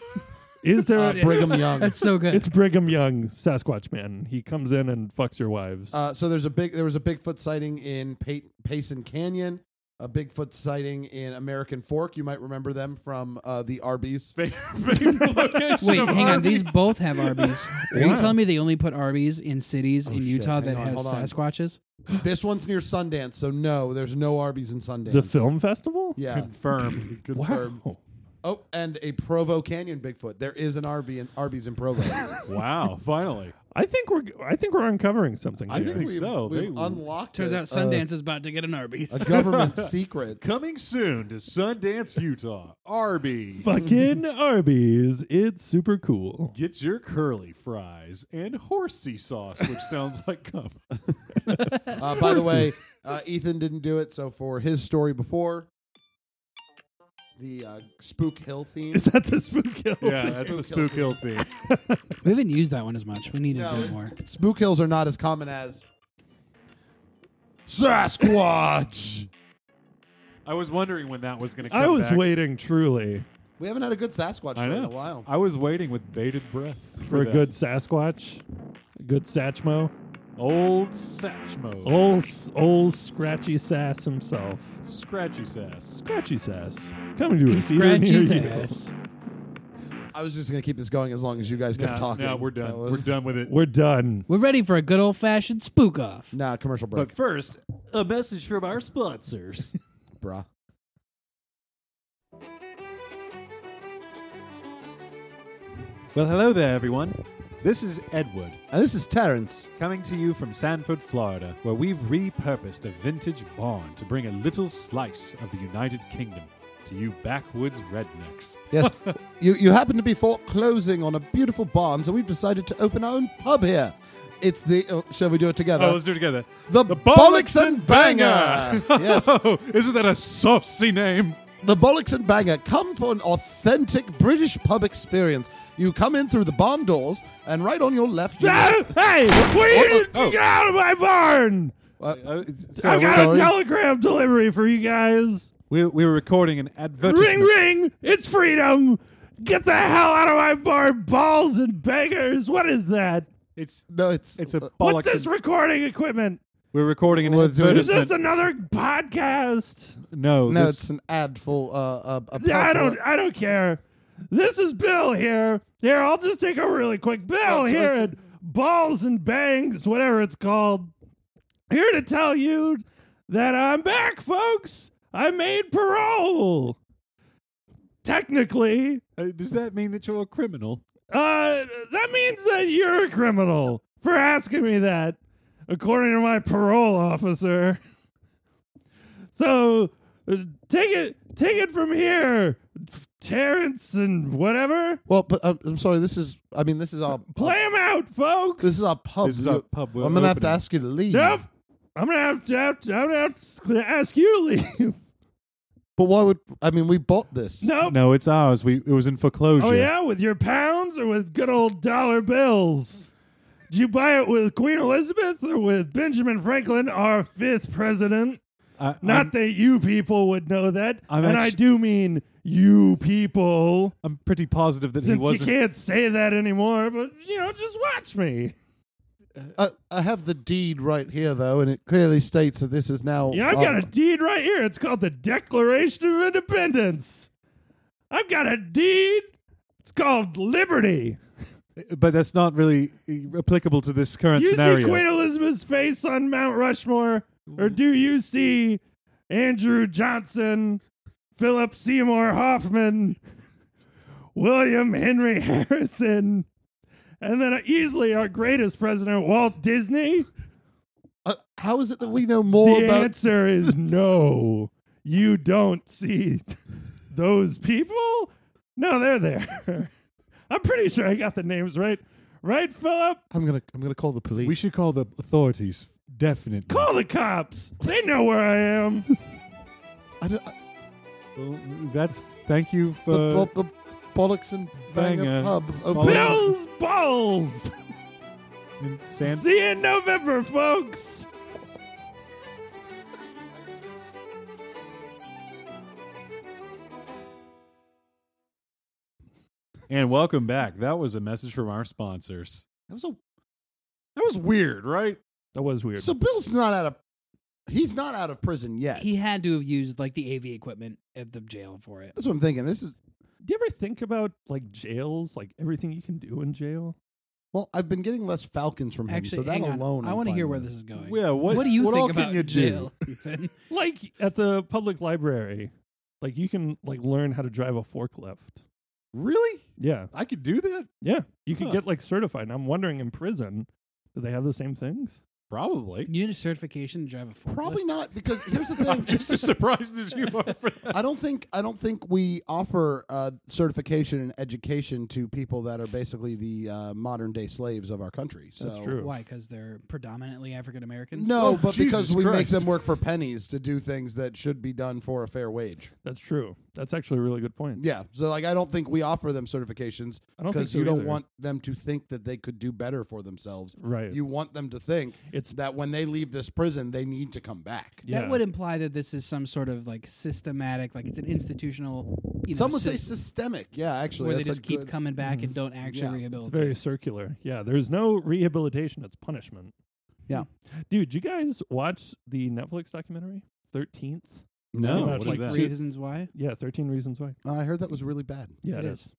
Speaker 4: Is there?
Speaker 5: Uh,
Speaker 4: a,
Speaker 5: Brigham
Speaker 4: <laughs>
Speaker 5: Young.
Speaker 6: That's <laughs> so good.
Speaker 4: it's Brigham Young Sasquatch man. He comes in and fucks your wives.
Speaker 5: Uh, so there's a big there was a Bigfoot sighting in pa- Payson Canyon, a Bigfoot sighting in American Fork. You might remember them from uh, the Arby's.
Speaker 3: Favorite location
Speaker 6: Wait,
Speaker 3: of
Speaker 6: hang on.
Speaker 3: Arby's.
Speaker 6: These both have Arby's. Are you telling me they only put Arby's in cities in Utah
Speaker 5: Hang
Speaker 6: that
Speaker 5: on,
Speaker 6: has
Speaker 5: hold on.
Speaker 6: Sasquatches?
Speaker 5: This one's near Sundance, so no, there's no Arby's in Sundance.
Speaker 4: the film festival.
Speaker 5: Yeah. <laughs>
Speaker 3: Firm.
Speaker 5: Confirmed.
Speaker 4: Wow.
Speaker 5: Oh, and a Provo Canyon Bigfoot. There is an Arby in Arby's in Provo.
Speaker 3: Wow, finally.
Speaker 4: I think we're. I think we're uncovering something.
Speaker 5: I
Speaker 4: here.
Speaker 5: think
Speaker 3: think
Speaker 5: we've,
Speaker 3: so.
Speaker 5: we've
Speaker 3: They-
Speaker 5: unlocked.
Speaker 6: Turns
Speaker 5: a-
Speaker 6: out Sundance is about to get an Arby's.
Speaker 5: <laughs> a, a government secret.
Speaker 3: Coming soon to Sundance, Utah. Arby's.
Speaker 4: <laughs> fucking Arby's. It's super cool.
Speaker 3: Get your curly fries and horsey sauce, which sounds like cum.
Speaker 5: Uh, by the way, uh, Ethan didn't do it, so for his story before the uh, Spook Hill theme.
Speaker 4: Is that the spook hill?
Speaker 3: <laughs> Yeah, that's the spook hill thing.
Speaker 6: we haven't used that one as much. We need to
Speaker 5: No,
Speaker 6: do
Speaker 5: it's-
Speaker 6: more.
Speaker 5: Spook Hills are not as common as
Speaker 1: Sasquatch!
Speaker 3: I was wondering when that was going to come
Speaker 4: I was
Speaker 3: back.
Speaker 4: waiting truly
Speaker 5: we haven't had a good Sasquatch
Speaker 3: I
Speaker 5: story in
Speaker 3: know.
Speaker 5: a while.
Speaker 3: I was waiting with bated breath for,
Speaker 4: for a
Speaker 3: that.
Speaker 4: good Sasquatch, a good Satchmo,
Speaker 3: old Satchmo.
Speaker 5: Oh.
Speaker 4: old old scratchy Sass himself.
Speaker 3: Scratchy sass.
Speaker 4: Scratchy Sass coming to
Speaker 6: He
Speaker 4: us. either near
Speaker 6: scratches
Speaker 4: you.
Speaker 6: ass.
Speaker 5: I was just gonna keep this going as long as you guys kept
Speaker 3: Nah,
Speaker 5: talking.
Speaker 3: nah, we're
Speaker 5: That
Speaker 3: done.
Speaker 5: was-
Speaker 3: We're done with
Speaker 5: <laughs>
Speaker 3: it.
Speaker 4: We're done.
Speaker 6: We're ready for a good old fashioned spook off.
Speaker 5: Nah, commercial break,
Speaker 3: But first, a message from our sponsors.
Speaker 5: bruh.
Speaker 3: well, hello there, everyone. This is Edward
Speaker 5: And this is Terrence.
Speaker 3: coming to you from Sanford, Florida, where we've repurposed a vintage barn to bring a little slice of the United Kingdom to you backwoods rednecks. <laughs>
Speaker 5: Yes, you you happen to be foreclosing on a beautiful barn, so we've decided to open our own pub here. It's the. Oh, shall we do it together?
Speaker 3: Oh, let's do it together.
Speaker 5: The Bollocks and Banger. Yes.
Speaker 3: Isn't that a saucy name?
Speaker 5: The Bollocks and Banger come for an authentic British pub experience. You come in through the barn doors, and right on your left, you
Speaker 4: Ah, hey, what are you
Speaker 3: Oh.
Speaker 4: get out of my barn?
Speaker 3: Uh,
Speaker 4: I
Speaker 3: sorry,
Speaker 4: got
Speaker 3: sorry.
Speaker 4: a telegram delivery for you guys.
Speaker 3: we, we were recording an advertisement.
Speaker 4: Ring, ring! It's freedom! Get the hell out of my barn, balls and beggars! What is that?
Speaker 3: It's
Speaker 5: no, it's
Speaker 3: it's a
Speaker 5: uh,
Speaker 4: What's
Speaker 3: bollocks.
Speaker 4: this
Speaker 3: and-
Speaker 4: recording equipment?
Speaker 3: we're recording an
Speaker 5: What's-
Speaker 4: Is
Speaker 3: advertisement.
Speaker 4: this another podcast?
Speaker 3: no,
Speaker 5: no,
Speaker 3: this,
Speaker 5: it's an ad for uh, a, a pub.
Speaker 4: Yeah, I don't, I don't care. This is Bill here. Here, I'll just take a really quick Bill
Speaker 5: That's
Speaker 4: here
Speaker 5: what-
Speaker 4: at Balls and Bangs, whatever it's called. Here to tell you that I'm back, folks. I made parole. Technically,
Speaker 3: uh, does that mean that you're a criminal?
Speaker 4: Uh, that means that you're a criminal for asking me that, according to my parole officer. So uh, take it, take it from here, Terrence and whatever.
Speaker 5: Well, but um, I'm sorry. This is. I mean, this is our
Speaker 4: Play him out, folks.
Speaker 5: This is our pub.
Speaker 3: This is our
Speaker 5: You-
Speaker 3: pub. We're
Speaker 5: I'm gonna have to
Speaker 3: opening.
Speaker 5: ask you to leave.
Speaker 4: Nope. I'm gonna have to, have to- I'm gonna have to ask you to leave. <laughs>
Speaker 5: But why would I mean? We bought this.
Speaker 4: Nope.
Speaker 3: No, it's ours. We it was in foreclosure.
Speaker 4: Oh yeah, with your pounds or with good old dollar bills? Did you buy it with Queen Elizabeth or with Benjamin Franklin, our fifth president?
Speaker 3: I,
Speaker 4: Not
Speaker 3: I'm,
Speaker 4: that you people would know that,
Speaker 3: I'm
Speaker 4: and I
Speaker 3: actu-
Speaker 4: do mean you people,
Speaker 3: I'm pretty positive that he
Speaker 4: since you
Speaker 3: wasn't.
Speaker 4: can't say that anymore. But you know, just watch me.
Speaker 5: I, I have the deed right here, though, and it clearly states that this is now.
Speaker 4: Yeah, I've
Speaker 5: our-
Speaker 4: got
Speaker 3: Oh.
Speaker 4: a deed right here. It's called the Declaration of Independence. I've got a deed. It's called Liberty.
Speaker 7: but that's not really
Speaker 3: uh,
Speaker 7: applicable to this current
Speaker 4: you
Speaker 7: scenario.
Speaker 4: see Queen Elizabeth's face on Mount Rushmore, or do you see Andrew Johnson, Philip Seymour Hoffman, William Henry <laughs> Harrison, and then easily our greatest president, Walt Disney?
Speaker 5: Uh, how is it that we know more
Speaker 4: the
Speaker 5: about?
Speaker 4: answer is no. You don't see those people? No, they're there. <laughs> I'm pretty sure I got the names right. Right, Philip?
Speaker 5: I'm gonna I'm gonna call the police.
Speaker 7: we should call the authorities definitely.
Speaker 4: Call the cops. They know where I am.
Speaker 5: I don't, I,
Speaker 7: Well,
Speaker 3: Uh,
Speaker 7: That's thank you for.
Speaker 5: the, bo- the bollocks and banger,
Speaker 7: Banger.
Speaker 5: pub. Open.
Speaker 7: Bollocks.
Speaker 4: Bill's balls.
Speaker 7: and San-
Speaker 4: See you in November, folks.
Speaker 3: And welcome back. That was a message from our sponsors.
Speaker 5: That was a,
Speaker 3: That was weird, right?
Speaker 4: That was weird.
Speaker 5: so Bill's not out of he's not out of prison yet.
Speaker 6: He had to have used like the AV equipment at the jail for it.
Speaker 5: That's what I'm thinking. This is
Speaker 4: do you ever think about like jails, like everything you can do in jail?
Speaker 5: well. I've been getting less Falcons from him,
Speaker 6: Actually,
Speaker 5: so that
Speaker 6: hang on.
Speaker 5: alone.
Speaker 6: I want to hear where this is going.
Speaker 3: Yeah. What,
Speaker 6: do you
Speaker 3: what all
Speaker 6: think
Speaker 3: can
Speaker 6: about
Speaker 3: you do?
Speaker 6: jail? Ethan?
Speaker 4: Like at the public library, like you can like learn how to drive a forklift.
Speaker 3: Really?
Speaker 4: Yeah,
Speaker 3: I could do that?
Speaker 4: yeah. You can
Speaker 3: Huh.
Speaker 4: get like certified. And I'm wondering, in prison, do they have the same things?
Speaker 3: Probably.
Speaker 6: you need a certification to drive a forklift.
Speaker 5: Probably
Speaker 4: <laughs>
Speaker 5: not because here's the thing.
Speaker 3: I'm just as <laughs> surprised as <laughs> you are for that.
Speaker 5: I don't think I don't think we offer uh, certification and education to people that are basically the uh, modern day slaves of our country. So,
Speaker 4: That's true.
Speaker 6: Why? Because they're predominantly African Americans.
Speaker 5: No,
Speaker 3: Oh,
Speaker 5: but because
Speaker 3: Jesus
Speaker 5: we make
Speaker 3: Christ.
Speaker 5: them work for pennies to do things that should be done for a fair wage.
Speaker 4: That's true. That's actually a really good point.
Speaker 5: Yeah, so like I don't think we offer them certifications
Speaker 4: I don't think
Speaker 5: because
Speaker 4: so
Speaker 5: you don't
Speaker 4: either.
Speaker 5: want them to think that they could do better for themselves.
Speaker 4: Right.
Speaker 5: You want them to think
Speaker 4: It's-
Speaker 5: that when they leave this prison, they need to come back.
Speaker 4: yeah.
Speaker 6: That would imply that this is some sort of like systematic, like it's an institutional. You know,
Speaker 5: Some would say
Speaker 6: sys-
Speaker 5: systemic. Yeah, actually,
Speaker 6: where they
Speaker 5: that's a
Speaker 6: just keep
Speaker 5: good-
Speaker 6: coming back and don't actually
Speaker 5: Yeah.
Speaker 4: It's
Speaker 6: rehabilitate.
Speaker 4: very circular. Yeah, there's no rehabilitation. It's punishment.
Speaker 5: Yeah.
Speaker 4: Dude, you guys watch the Netflix documentary? 13th?
Speaker 3: No,
Speaker 4: Came out
Speaker 3: what
Speaker 4: like
Speaker 3: is that?
Speaker 4: two-
Speaker 6: reasons why.
Speaker 4: yeah, 13 Reasons Why.
Speaker 5: Uh, I heard that was really bad.
Speaker 4: Yeah,
Speaker 6: It
Speaker 4: it is.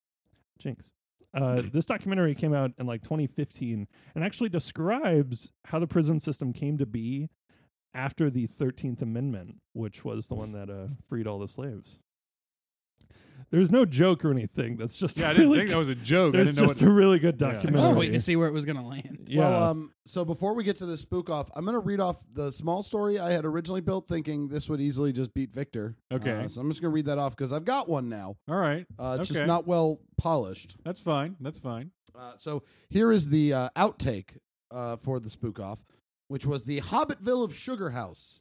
Speaker 4: Jinx. Uh, this documentary came out in like 2015 and actually describes how the prison system came to be after the 13th Amendment, which was the one that uh, freed all the slaves. There's no joke or anything. That's just
Speaker 3: Yeah, I
Speaker 4: a
Speaker 3: didn't
Speaker 4: really
Speaker 3: think
Speaker 4: good-
Speaker 3: that was a joke. I
Speaker 4: There's
Speaker 3: didn't know
Speaker 4: just
Speaker 3: what.
Speaker 4: a really good
Speaker 3: Yeah. I was
Speaker 6: I was
Speaker 4: documentary.
Speaker 6: waiting to see where it was going
Speaker 4: <laughs>
Speaker 6: to land.
Speaker 4: yeah.
Speaker 5: Well, um, so before we get to the spook off, I'm going to read off the small story I had originally built, thinking this would easily just beat Victor.
Speaker 3: Okay.
Speaker 5: Uh, so I'm just going to read that off because I've got one now.
Speaker 3: All right.
Speaker 5: Uh, it's just
Speaker 3: Okay.
Speaker 5: not well polished.
Speaker 3: That's fine. That's fine.
Speaker 5: Uh, so here is the uh, outtake uh, for the spook off, which was the Hobbitville of Sugar House.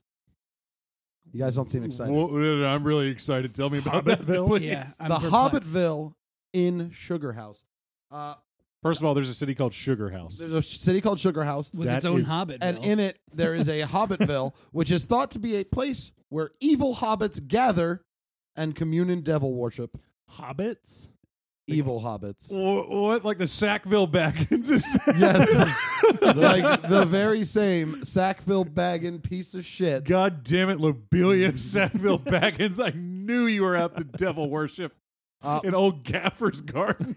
Speaker 5: You guys don't seem excited.
Speaker 3: Whoa, no, no, uh, I'm really excited. Tell me about that. <laughs>
Speaker 4: Hobbitville?
Speaker 3: please.
Speaker 6: yeah, I'm
Speaker 5: the
Speaker 6: perplexed.
Speaker 5: Hobbitville in Sugar House. Uh,
Speaker 3: First of all, there's a city called Sugar House.
Speaker 5: there's a city called Sugar House.
Speaker 6: with
Speaker 3: That
Speaker 6: its own
Speaker 3: is-
Speaker 6: Hobbit.
Speaker 5: and in it there is
Speaker 4: <laughs>
Speaker 5: a Hobbitville, which is thought to be a place where evil hobbits gather and commune in devil worship.
Speaker 4: Hobbits?
Speaker 3: <laughs>
Speaker 5: Evil hobbits,
Speaker 3: Wh- What, like the Sackville <laughs> Baggins? Is
Speaker 5: yes, like the very same Sackville bagging piece of shit.
Speaker 3: God damn it, Lobelia Sackville Baggins! I knew you were up to devil worship
Speaker 5: Uh,
Speaker 3: in old Gaffer's garden.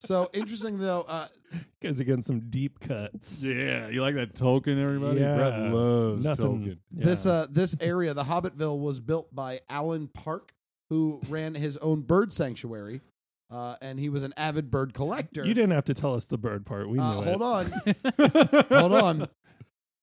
Speaker 5: So interesting though. Uh,
Speaker 4: guys are getting some deep cuts.
Speaker 3: yeah, you like that Tolkien, everybody?
Speaker 4: Yeah.
Speaker 3: Brett loves
Speaker 4: Nothing.
Speaker 3: Tolkien.
Speaker 5: This
Speaker 4: Yeah.
Speaker 5: uh, this area, the Hobbitville, was built by Alan Park, who ran his own bird sanctuary, uh, and he was an avid bird collector.
Speaker 4: you didn't have to tell us the bird part. We knew
Speaker 5: Uh,
Speaker 4: it.
Speaker 5: hold on. hold on.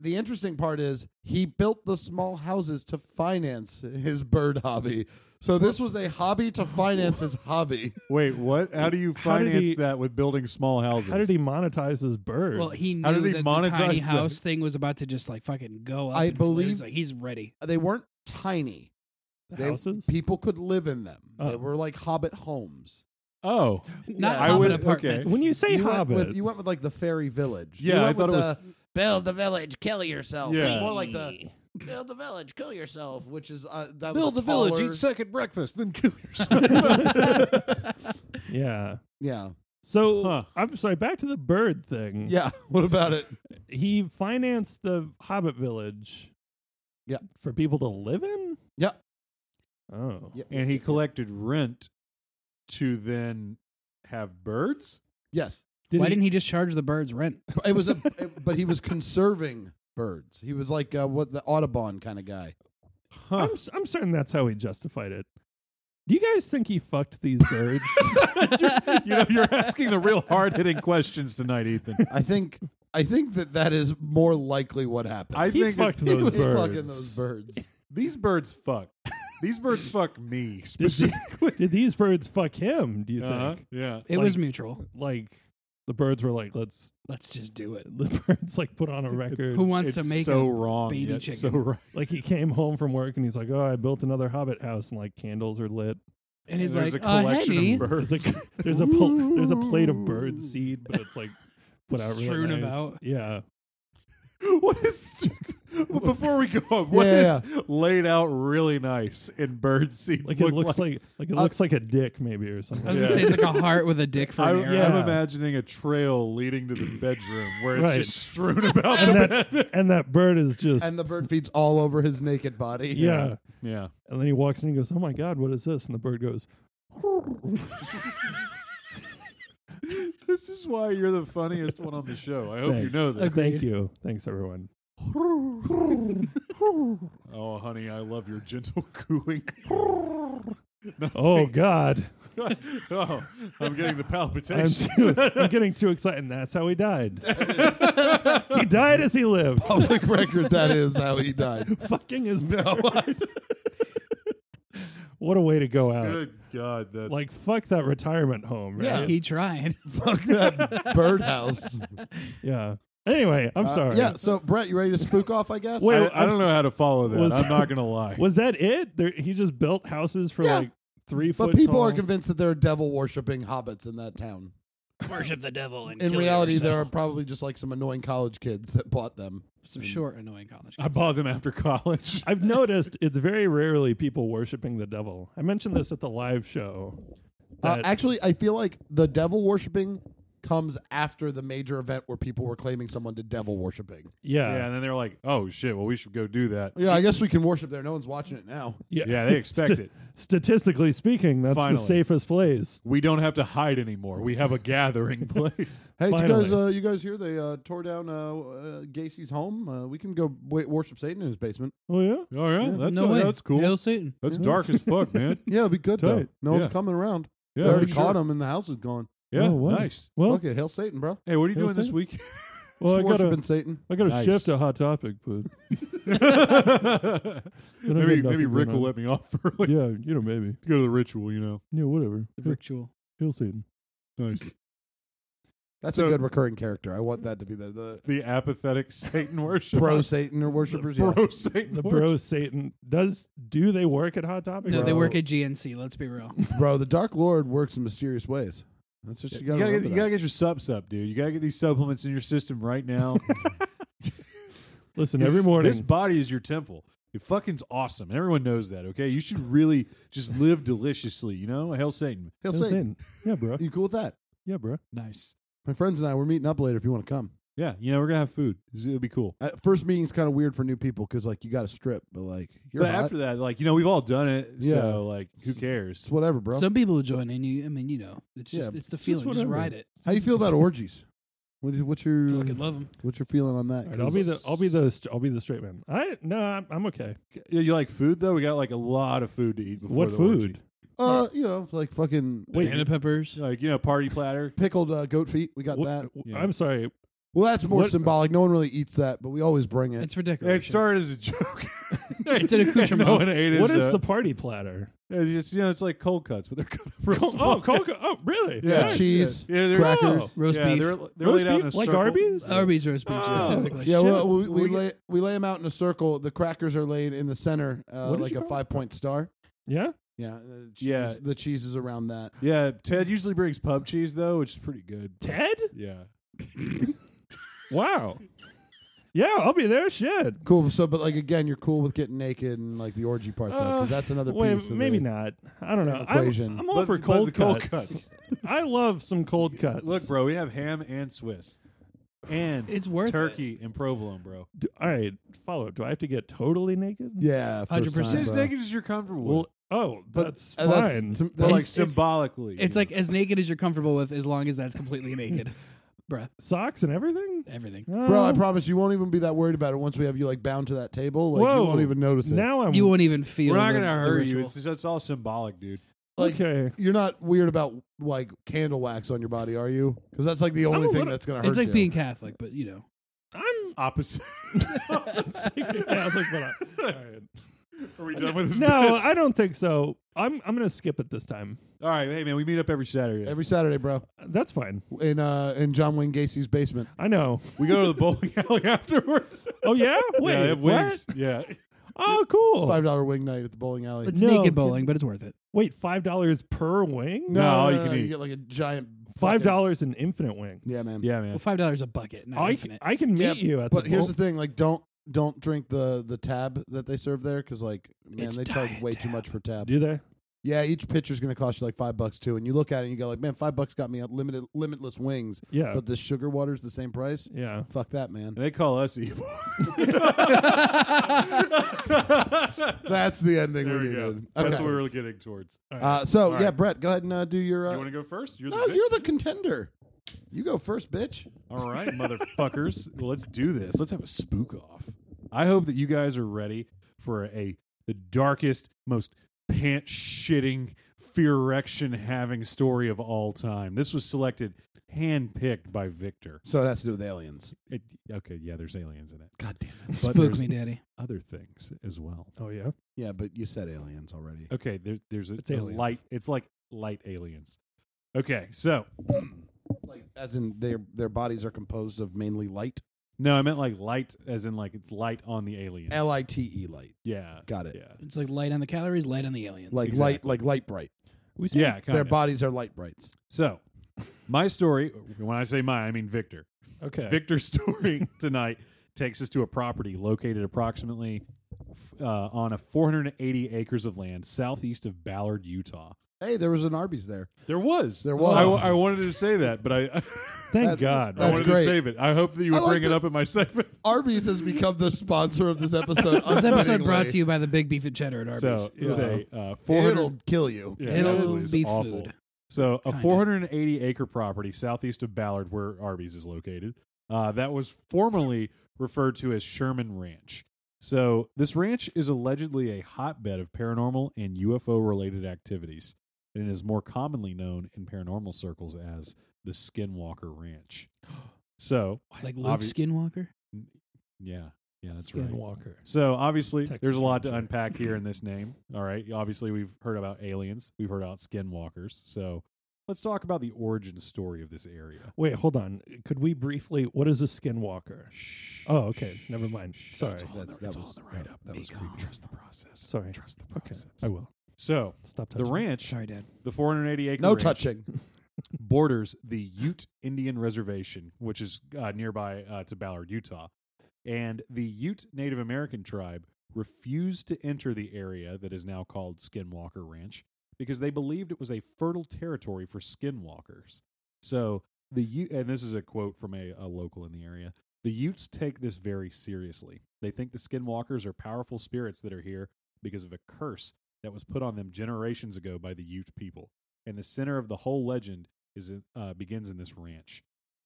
Speaker 5: The interesting part is he built the small houses to finance his bird hobby. So this was a hobby to finance his hobby.
Speaker 3: Wait, what? How do you
Speaker 4: How did
Speaker 3: finance
Speaker 4: he-
Speaker 3: that with building small houses?
Speaker 4: How did he monetize his birds?
Speaker 6: well, he knew
Speaker 3: How did he
Speaker 6: that the
Speaker 3: monetize
Speaker 6: tiny
Speaker 3: that?
Speaker 6: house thing was about to just like fucking go up.
Speaker 5: I
Speaker 6: in flames.
Speaker 5: believe-
Speaker 6: like, he's ready.
Speaker 5: They weren't tiny.
Speaker 4: The
Speaker 5: They-
Speaker 4: houses.
Speaker 5: People could live in them. They
Speaker 4: Oh.
Speaker 5: were like hobbit homes.
Speaker 3: Oh,
Speaker 6: Not
Speaker 5: I
Speaker 6: Hobbit
Speaker 5: would- okay.
Speaker 6: apartments.
Speaker 4: when you say
Speaker 5: you
Speaker 4: hobbit,
Speaker 5: Went with, you went with like the fairy village. You
Speaker 3: Yeah, I
Speaker 5: went
Speaker 3: thought
Speaker 5: with
Speaker 3: it
Speaker 5: the, build the village, kill yourself.
Speaker 3: Yeah.
Speaker 5: It's more like the build the village, kill yourself, which is uh, that was
Speaker 3: build the
Speaker 5: taller.
Speaker 3: village, eat second breakfast, then <laughs> kill yourself.
Speaker 4: yeah.
Speaker 5: Yeah,
Speaker 4: So
Speaker 3: Huh.
Speaker 4: I'm sorry. Back to the bird thing.
Speaker 5: yeah. What about it?
Speaker 4: he financed the Hobbit village.
Speaker 5: Yeah.
Speaker 4: for people to live in.
Speaker 5: Yeah.
Speaker 4: Oh,
Speaker 5: Yeah.
Speaker 3: and <laughs> he collected rent to then have birds.
Speaker 5: Yes.
Speaker 7: Did
Speaker 6: Why
Speaker 7: he-
Speaker 6: didn't he just charge the birds rent?
Speaker 5: It was a, but he was conserving birds. He was like uh, what the Audubon kind of guy.
Speaker 4: I'm, s- I'm certain that's how he justified it. Do you guys think he fucked these birds?
Speaker 3: you know, you're asking the real hard hitting questions tonight, Ethan.
Speaker 5: I think I think that that is more likely what happened.
Speaker 3: I
Speaker 4: he
Speaker 3: think
Speaker 4: fucked
Speaker 3: that
Speaker 5: he
Speaker 4: those
Speaker 5: was
Speaker 4: birds.
Speaker 5: fucking those birds.
Speaker 3: these birds fuck. <laughs> These birds fuck me
Speaker 4: Did, the-
Speaker 3: specifically.
Speaker 4: did these birds fuck him? Do you
Speaker 3: Uh-huh.
Speaker 4: think?
Speaker 3: Yeah.
Speaker 6: It was
Speaker 4: Like-
Speaker 6: mutual.
Speaker 4: Like the birds were like, let's. <laughs>
Speaker 6: Let's just do it.
Speaker 4: The birds like put on a record.
Speaker 6: Who wants
Speaker 3: It's
Speaker 6: to make
Speaker 3: so
Speaker 6: a
Speaker 3: wrong.
Speaker 6: baby
Speaker 3: yet
Speaker 6: chicken?
Speaker 3: So right.
Speaker 4: like he came home from work and he's like, oh, I built another Hobbit house and like candles are lit.
Speaker 6: and he's
Speaker 3: There's
Speaker 6: like,
Speaker 3: a
Speaker 6: uh,
Speaker 3: collection
Speaker 6: honey,
Speaker 3: of birds.
Speaker 4: There's like <laughs> there's a pl- there's a plate of bird seed, but it's like put out really
Speaker 6: Strewn
Speaker 4: nice.
Speaker 6: about.
Speaker 4: Yeah,
Speaker 3: <laughs> what is well, before we go on? What
Speaker 5: Yeah,
Speaker 3: is laid out really nice in bird seed?
Speaker 4: like
Speaker 3: look
Speaker 4: it looks like like it looks like a dick maybe or something.
Speaker 6: I was <laughs>
Speaker 3: Yeah.
Speaker 6: gonna say it's like a heart with a dick for
Speaker 3: I,
Speaker 6: an arrow.
Speaker 4: yeah.
Speaker 3: am imagining a trail leading to the bedroom where it's
Speaker 4: Right.
Speaker 3: just strewn about the
Speaker 4: And
Speaker 3: bed.
Speaker 4: that and that bird is just
Speaker 5: And the bird feeds all over his naked body.
Speaker 4: yeah.
Speaker 3: <laughs> Yeah.
Speaker 4: And then he walks in and goes, "Oh my god, what is this?" And the bird goes,
Speaker 3: This is why you're the funniest one on the show. I hope
Speaker 4: "Thanks,
Speaker 3: you know that.
Speaker 4: thank you, thanks everyone." <laughs>
Speaker 3: Oh, honey, I love your gentle <laughs>
Speaker 6: <laughs>
Speaker 3: cooing.
Speaker 4: Oh god,
Speaker 3: oh, I'm getting the
Speaker 4: I'm,
Speaker 3: palpitations.
Speaker 4: too, I'm getting too excited. And that's how he died. he died as he lived,
Speaker 5: Public Oh, record that is how he died.
Speaker 4: fucking his birds. what a way to go out!
Speaker 3: Good God, that
Speaker 4: Like fuck that retirement home. Right?
Speaker 5: Yeah.
Speaker 6: He <laughs> tried.
Speaker 5: Fuck that
Speaker 4: <laughs>
Speaker 5: birdhouse.
Speaker 4: Yeah. Anyway, I'm
Speaker 5: Uh,
Speaker 4: sorry.
Speaker 5: Yeah, so Brett, you ready to spook off, I guess?
Speaker 4: Wait,
Speaker 3: I, I don't know how to follow that.
Speaker 4: was-
Speaker 3: I'm not gonna lie.
Speaker 4: Was that it? There, he just built houses for
Speaker 5: Yeah.
Speaker 4: like three foot.
Speaker 5: But people
Speaker 4: tall-
Speaker 5: are convinced that there are devil worshipping hobbits in that town.
Speaker 6: Worship the devil. And
Speaker 5: In
Speaker 6: kill
Speaker 5: reality, there are
Speaker 6: yourself.
Speaker 5: probably just like some annoying college kids that bought them.
Speaker 6: some short, annoying college.
Speaker 3: I bought them after
Speaker 4: <laughs>
Speaker 3: college.
Speaker 4: I've noticed it's very rarely people worshiping the devil. I mentioned this at the live show.
Speaker 5: Uh,
Speaker 4: That-
Speaker 5: actually, I feel like the devil worshipping comes after the major event where people were claiming someone did devil worshipping.
Speaker 4: Yeah.
Speaker 3: Yeah, and then they were like, "Oh shit, well we should go do that."
Speaker 5: Yeah, I guess we can worship there. No one's watching it now.
Speaker 3: Yeah,
Speaker 4: <laughs>
Speaker 3: they expect
Speaker 4: Sta-
Speaker 3: it.
Speaker 4: Statistically speaking, that's
Speaker 3: Finally.
Speaker 4: the safest place.
Speaker 3: We don't have to hide anymore. We have a
Speaker 4: <laughs>
Speaker 3: gathering place.
Speaker 5: Hey, did you
Speaker 4: Finally.
Speaker 5: guys, uh, you guys hear they uh, tore down uh, uh, Gacy's home? Uh, we can go w- worship Satan in his basement.
Speaker 4: Oh yeah.
Speaker 3: Oh yeah, that's
Speaker 6: no
Speaker 3: uh,
Speaker 6: way.
Speaker 3: that's cool.
Speaker 6: Hail Satan.
Speaker 3: That's dark as fuck,
Speaker 4: <laughs>
Speaker 3: man.
Speaker 5: Yeah, it'd be good though.
Speaker 3: Tight.
Speaker 5: No
Speaker 3: Yeah.
Speaker 5: one's coming around.
Speaker 3: Yeah,
Speaker 5: they already
Speaker 3: for sure.
Speaker 5: caught him, and the house is gone.
Speaker 3: Yeah,
Speaker 4: Oh, wow.
Speaker 3: nice.
Speaker 4: Well,
Speaker 5: Fuck it, hail Satan, bro.
Speaker 3: Hey, what are you
Speaker 4: Hail
Speaker 3: doing this
Speaker 4: Satan.
Speaker 3: week?
Speaker 4: well I
Speaker 5: Just
Speaker 4: got
Speaker 5: worshiping
Speaker 4: a
Speaker 5: Satan.
Speaker 4: I got a
Speaker 3: Nice.
Speaker 4: shift to Hot Topic,
Speaker 3: <laughs>
Speaker 4: but <laughs> I don't
Speaker 3: maybe
Speaker 4: have
Speaker 3: maybe
Speaker 4: nothing
Speaker 3: Rick
Speaker 4: going
Speaker 3: will <laughs>
Speaker 4: on.
Speaker 3: let me off early.
Speaker 4: Yeah, you know maybe.
Speaker 3: Go to the ritual, you know.
Speaker 4: Yeah, whatever.
Speaker 6: The
Speaker 4: Yeah,
Speaker 6: ritual.
Speaker 4: He'll Satan. <laughs>
Speaker 3: Nice.
Speaker 5: That's
Speaker 3: So-
Speaker 5: a good recurring character. I want that to be the, the
Speaker 3: The apathetic Satan worship.
Speaker 5: bro Satan or worshippers. yeah.
Speaker 3: <laughs> bro Satan.
Speaker 4: The
Speaker 3: worship.
Speaker 4: bro Satan does do they work at Hot Topic?
Speaker 6: No, they
Speaker 5: Bro.
Speaker 6: work at GNC. Let's be real.
Speaker 5: Bro, the Dark Lord works in mysterious ways. That's just you
Speaker 3: You
Speaker 5: gotta,
Speaker 3: gotta, get,
Speaker 5: remember
Speaker 3: you gotta get your subs up, dude. You gotta get these supplements in your system right <laughs> now.
Speaker 4: Listen,
Speaker 3: This-
Speaker 4: every morning
Speaker 3: This body is your temple. It fucking's awesome. and Everyone knows that, okay? You should really just live deliciously, you know? Hail Satan.
Speaker 5: that. Hail
Speaker 4: He'll
Speaker 5: Satan.
Speaker 4: Satan. Yeah, bro.
Speaker 5: You cool with that?
Speaker 4: Yeah, bro.
Speaker 3: Nice.
Speaker 5: My friends and I, we're meeting up later if you want to come.
Speaker 3: Yeah, you know, we're gonna have food. This- It'll be cool.
Speaker 5: Uh, first meeting's kind of weird for new people because like you got to strip, but like you're
Speaker 3: but
Speaker 5: hot.
Speaker 3: after that, like, you know, we've all done it.
Speaker 5: Yeah.
Speaker 3: So, like, who cares?
Speaker 5: it's whatever, bro.
Speaker 6: Some people join in. You, I mean, you know, it's just
Speaker 5: Yeah,
Speaker 6: it's the
Speaker 4: just
Speaker 6: feeling. Just,
Speaker 4: whatever.
Speaker 6: ride it.
Speaker 5: How you feel about orgies? What is, what's your
Speaker 6: Fucking love them.
Speaker 5: what's your feeling on that?
Speaker 4: All right, I'll be the I'll be the st- I'll be the straight man. I no, I'm, I'm okay.
Speaker 3: You, you like food, though? We got, like, a lot of food to eat before
Speaker 4: What
Speaker 3: the orgy.
Speaker 4: food?
Speaker 5: uh, you know, like fucking
Speaker 4: Wait,
Speaker 6: Banana peppers.
Speaker 3: Like, you know, party platter.
Speaker 5: pickled uh, goat feet. We got
Speaker 4: wh-
Speaker 5: that.
Speaker 4: wh-
Speaker 3: Yeah.
Speaker 4: I'm sorry.
Speaker 5: Well, that's more
Speaker 4: what-
Speaker 5: symbolic. No one really eats that, but we always bring it.
Speaker 6: It's for decoration.
Speaker 3: It started as a <laughs> joke.
Speaker 6: It's an accoutrement.
Speaker 3: no one ate it. uh,
Speaker 4: What
Speaker 3: so-
Speaker 4: is the party platter?
Speaker 3: It's just, you know, it's like cold cuts, but they're cut up real
Speaker 4: Oh,
Speaker 3: small.
Speaker 4: oh, coca. Oh, really?
Speaker 5: Yeah,
Speaker 3: yeah.
Speaker 5: cheese.
Speaker 3: Yeah, they're
Speaker 4: Crackers.
Speaker 3: Oh.
Speaker 6: Roast
Speaker 3: yeah,
Speaker 6: beef.
Speaker 3: They're, they're
Speaker 4: Roast
Speaker 3: laid out in a
Speaker 4: beef? like
Speaker 3: circle.
Speaker 4: Arby's.
Speaker 6: Arby's roast beef
Speaker 3: Oh.
Speaker 6: specifically.
Speaker 5: Yeah,
Speaker 4: Shit.
Speaker 5: well, we, we,
Speaker 4: We
Speaker 5: lay we lay them out in a circle. The crackers are laid in the center, uh,
Speaker 4: What did
Speaker 5: like
Speaker 4: you
Speaker 5: a
Speaker 4: call it?
Speaker 5: five point star.
Speaker 4: yeah.
Speaker 5: Yeah, the cheese,
Speaker 3: Yeah.
Speaker 5: the cheese is around that.
Speaker 3: Yeah, Ted usually brings pub cheese though, which is pretty good.
Speaker 4: Ted.
Speaker 3: Yeah.
Speaker 4: Wow. yeah, I'll be there. Shit.
Speaker 5: Cool. So, but like again, you're cool with getting naked and like the orgy part though, because that's another
Speaker 4: Uh, Wait,
Speaker 5: piece. of
Speaker 4: maybe
Speaker 5: the-
Speaker 4: not. I don't know.
Speaker 5: equation.
Speaker 4: I'm, I'm all
Speaker 3: But-
Speaker 4: for
Speaker 3: but
Speaker 4: cold
Speaker 3: the cold
Speaker 4: cuts.
Speaker 3: cuts.
Speaker 4: <laughs> I love some cold cuts.
Speaker 3: Look, bro, we have ham and Swiss. And
Speaker 6: It's worth
Speaker 3: turkey and provolone, bro.
Speaker 4: Do- all right. Follow up. Do I have to get totally naked?
Speaker 5: Yeah, first
Speaker 6: 100%.
Speaker 5: time,
Speaker 3: Stay as
Speaker 5: bro.
Speaker 3: naked as you're comfortable
Speaker 4: Well,
Speaker 3: with.
Speaker 4: oh,
Speaker 5: But
Speaker 4: that's
Speaker 5: uh,
Speaker 4: fine.
Speaker 5: to-
Speaker 3: But like
Speaker 5: that's-
Speaker 3: symbolically.
Speaker 6: It's
Speaker 3: you <laughs>
Speaker 6: like as naked as you're comfortable with, as long as that's completely naked. bruh.
Speaker 4: Socks and everything?
Speaker 6: Everything.
Speaker 5: Bro, I
Speaker 4: Uh,
Speaker 5: promise you won't even be that worried about it once we have you like bound to that table. Like
Speaker 4: Whoa.
Speaker 5: you won't even notice it.
Speaker 4: now I'm
Speaker 6: You won't even feel.
Speaker 3: We're not
Speaker 6: the-
Speaker 3: going to
Speaker 6: the
Speaker 3: hurt you.
Speaker 6: ritual.
Speaker 3: It's, it's all symbolic, dude.
Speaker 5: like-
Speaker 4: okay.
Speaker 5: You're not weird about like candle wax on your body, are you? Because that's like the
Speaker 4: I'm a
Speaker 5: only thing
Speaker 4: little-
Speaker 5: that's gonna hurt
Speaker 6: It's like
Speaker 5: you.
Speaker 6: being Catholic, but you know.
Speaker 5: <laughs>
Speaker 4: <laughs>
Speaker 3: Opposite. <laughs>
Speaker 4: Yeah, look, but I-
Speaker 3: <laughs> Are we done with this?
Speaker 4: no, I don't think so. I'm I'm gonna skip it this time.
Speaker 3: All right, hey man, we meet up every Saturday.
Speaker 5: every Saturday, bro.
Speaker 4: That's fine.
Speaker 5: In uh in John Wayne Gacy's basement.
Speaker 4: I know.
Speaker 3: we go to the bowling <laughs> alley afterwards.
Speaker 4: <laughs> Oh yeah, wait,
Speaker 3: yeah, they have
Speaker 4: what?
Speaker 3: wings. Yeah,
Speaker 4: Oh cool.
Speaker 5: Five dollar wing night at the bowling alley.
Speaker 6: It's
Speaker 4: No,
Speaker 6: naked
Speaker 4: kid-
Speaker 6: bowling, but it's worth it.
Speaker 4: Wait, five dollars per wing?
Speaker 3: No, you can eat.
Speaker 5: You get like a giant
Speaker 4: Five
Speaker 5: fucking-
Speaker 4: dollars an infinite wing.
Speaker 5: Yeah, man.
Speaker 3: yeah,
Speaker 6: Well, <laughs>
Speaker 3: man.
Speaker 6: five dollars a bucket. Not
Speaker 4: I can,
Speaker 6: infinite.
Speaker 4: I can meet
Speaker 5: Yeah,
Speaker 4: you at
Speaker 5: But
Speaker 4: the
Speaker 5: here's
Speaker 4: bowl-
Speaker 5: the thing, like don't don't drink the the tab that they serve there because like man
Speaker 6: It's
Speaker 5: they charge
Speaker 6: diet
Speaker 5: way too
Speaker 6: tab.
Speaker 5: much for tab.
Speaker 4: Do they?
Speaker 5: Yeah, each pitcher's gonna cost you like five bucks too, and you look at it and you go like, man, five bucks got me limited limitless wings,
Speaker 4: Yeah.
Speaker 5: but the sugar water's the same price.
Speaker 4: yeah.
Speaker 5: Fuck that, man.
Speaker 3: And they call us evil.
Speaker 5: That's the ending
Speaker 3: There <laughs>
Speaker 5: we
Speaker 3: we
Speaker 5: needed.
Speaker 3: go.
Speaker 5: Okay.
Speaker 3: That's what we were getting towards.
Speaker 5: Uh, so
Speaker 3: All right.
Speaker 5: yeah, Brett, go ahead and uh, do your. Uh,
Speaker 3: You want to go first? You're
Speaker 5: no,
Speaker 3: the
Speaker 5: you're the contender. You go first, bitch.
Speaker 3: All right, motherfuckers. Well, let's do this. Let's have a spook off. I hope that you guys are ready for a the darkest, most pant shitting, fear erection having story of all time. This was selected, handpicked by Victor.
Speaker 5: So it has to do with aliens.
Speaker 3: It, okay, yeah, there's aliens in it.
Speaker 5: God damn it.
Speaker 3: But
Speaker 6: Spook
Speaker 3: there's
Speaker 6: me, daddy.
Speaker 3: other things as well.
Speaker 4: Oh yeah.
Speaker 5: Yeah, but you said aliens already.
Speaker 3: Okay, there's there's a,
Speaker 4: It's
Speaker 3: a
Speaker 4: aliens.
Speaker 3: light. It's like light aliens. Okay, so
Speaker 5: Like as in their their bodies are composed of mainly light.
Speaker 3: no, I meant like light, as in like it's light on the aliens.
Speaker 5: L I T E light.
Speaker 3: Yeah,
Speaker 5: Got it.
Speaker 3: Yeah,
Speaker 6: It's like light on the calories, light on the aliens.
Speaker 5: Like light, like light bright.
Speaker 3: we yeah.
Speaker 5: Their
Speaker 3: kinda.
Speaker 5: bodies are light brights.
Speaker 3: So, my story, when I say my, I mean Victor.
Speaker 4: Okay.
Speaker 3: Victor's <laughs> story tonight takes us to a property located approximately f- uh, on a 480 acres of land southeast of Ballard, Utah.
Speaker 5: Hey, there was an Arby's there.
Speaker 3: There was.
Speaker 5: There was.
Speaker 3: I, w- I wanted to say that, but I, <laughs>
Speaker 4: Thank
Speaker 5: That-
Speaker 4: God.
Speaker 3: I
Speaker 5: That's
Speaker 3: wanted to
Speaker 5: great.
Speaker 3: save it. I hope that you would
Speaker 5: I like
Speaker 3: bring it
Speaker 5: that-
Speaker 3: up in my <laughs> segment.
Speaker 5: Arby's has become the sponsor of this episode.
Speaker 6: This episode brought to you by the Big Beef and Cheddar at Arby's.
Speaker 3: So, it's a uh, 400.
Speaker 5: It'll kill you.
Speaker 3: Yeah,
Speaker 6: It'll
Speaker 3: absolutely. It's
Speaker 6: be
Speaker 3: awful.
Speaker 6: food.
Speaker 3: So a
Speaker 6: Kinda.
Speaker 3: 480 acre property southeast of Ballard, where Arby's is located, uh, that was formerly referred to as Sherman Ranch. So this ranch is allegedly a hotbed of paranormal and UFO related activities, and it is more commonly known in paranormal circles as the Skinwalker
Speaker 6: <gasps>
Speaker 3: Ranch. So,
Speaker 6: like Luke
Speaker 3: obvi-
Speaker 6: Skinwalker.
Speaker 3: yeah, yeah, that's right.
Speaker 4: Skinwalker.
Speaker 3: So obviously,
Speaker 4: Texas
Speaker 3: there's a lot to
Speaker 4: Ranger.
Speaker 3: unpack
Speaker 4: <laughs>
Speaker 3: here in this name. All right. Obviously, we've heard about aliens. We've heard about skinwalkers. So let's talk about the origin story of this area.
Speaker 4: Wait, hold on. Could we briefly? What is a skinwalker? Oh, okay. Never mind. Sorry.
Speaker 5: all in the- that was- that- that
Speaker 3: Be
Speaker 5: was
Speaker 3: calm.
Speaker 5: creepy.
Speaker 3: Trust the process.
Speaker 4: Sorry.
Speaker 3: Trust the
Speaker 4: Okay.
Speaker 3: process.
Speaker 4: I will
Speaker 3: So
Speaker 4: stop
Speaker 3: the
Speaker 4: touching.
Speaker 3: ranch,
Speaker 6: Sorry, Dad.
Speaker 3: the 480 acre
Speaker 5: No
Speaker 3: ranch,
Speaker 5: touching.
Speaker 3: borders the Ute Indian Reservation, which is uh, nearby uh, to Ballard, Utah. And the Ute Native American tribe refused to enter the area that is now called Skinwalker Ranch because they believed it was a fertile territory for skinwalkers. So the Ute, and this is a quote from a, a local in the area. The Utes take this very seriously. They think the skinwalkers are powerful spirits that are here because of a curse that was put on them generations ago by the Ute people. And the center of the whole legend is in, uh, begins in this ranch.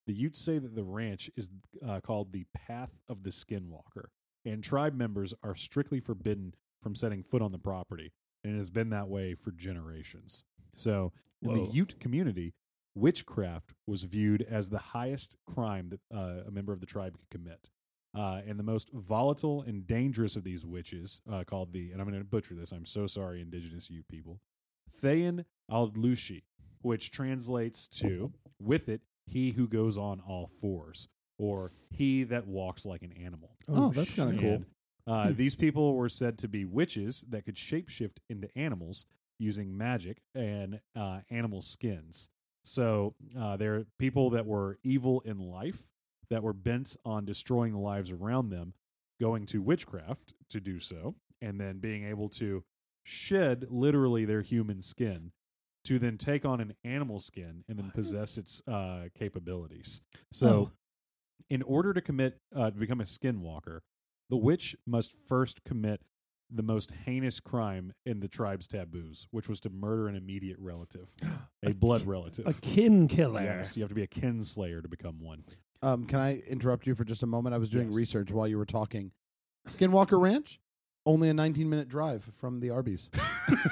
Speaker 3: The Utes say that the ranch is uh, called the Path of the Skinwalker, and tribe members are strictly forbidden from setting foot on the property, and it has been that way for generations. So, in
Speaker 4: Whoa.
Speaker 3: the Ute community, witchcraft was viewed as the highest crime that uh, a member of the tribe could commit. Uh, and the most volatile and dangerous of these witches, uh, called the, and I'm going to butcher this, I'm so sorry, indigenous Ute people, Thayan Aldlushi, which translates to, with it, he who goes on all fours, or he that walks like an animal.
Speaker 5: Oh, that's kinda
Speaker 4: shit.
Speaker 5: cool. Hmm.
Speaker 3: And, Uh, these people were said to be witches that could shapeshift into animals using magic and uh, animal skins. So uh, they're people that were evil in life, that were bent on destroying the lives around them, going to witchcraft to do so, and then being able to shed literally their human skin to then take on an animal skin and then possess its uh, capabilities. So
Speaker 6: Oh.
Speaker 3: in order to commit uh, to become a skinwalker, the witch must first commit the most heinous crime in the tribe's taboos, which was to murder an immediate relative, a blood relative.
Speaker 4: A kin killer.
Speaker 3: Yes, you have to be a kinslayer to become one.
Speaker 5: Um, can I interrupt you for just a moment? I was doing
Speaker 3: Yes.
Speaker 5: research while you were talking. Skinwalker Ranch, only a 19 minute drive from the <laughs> Arby's.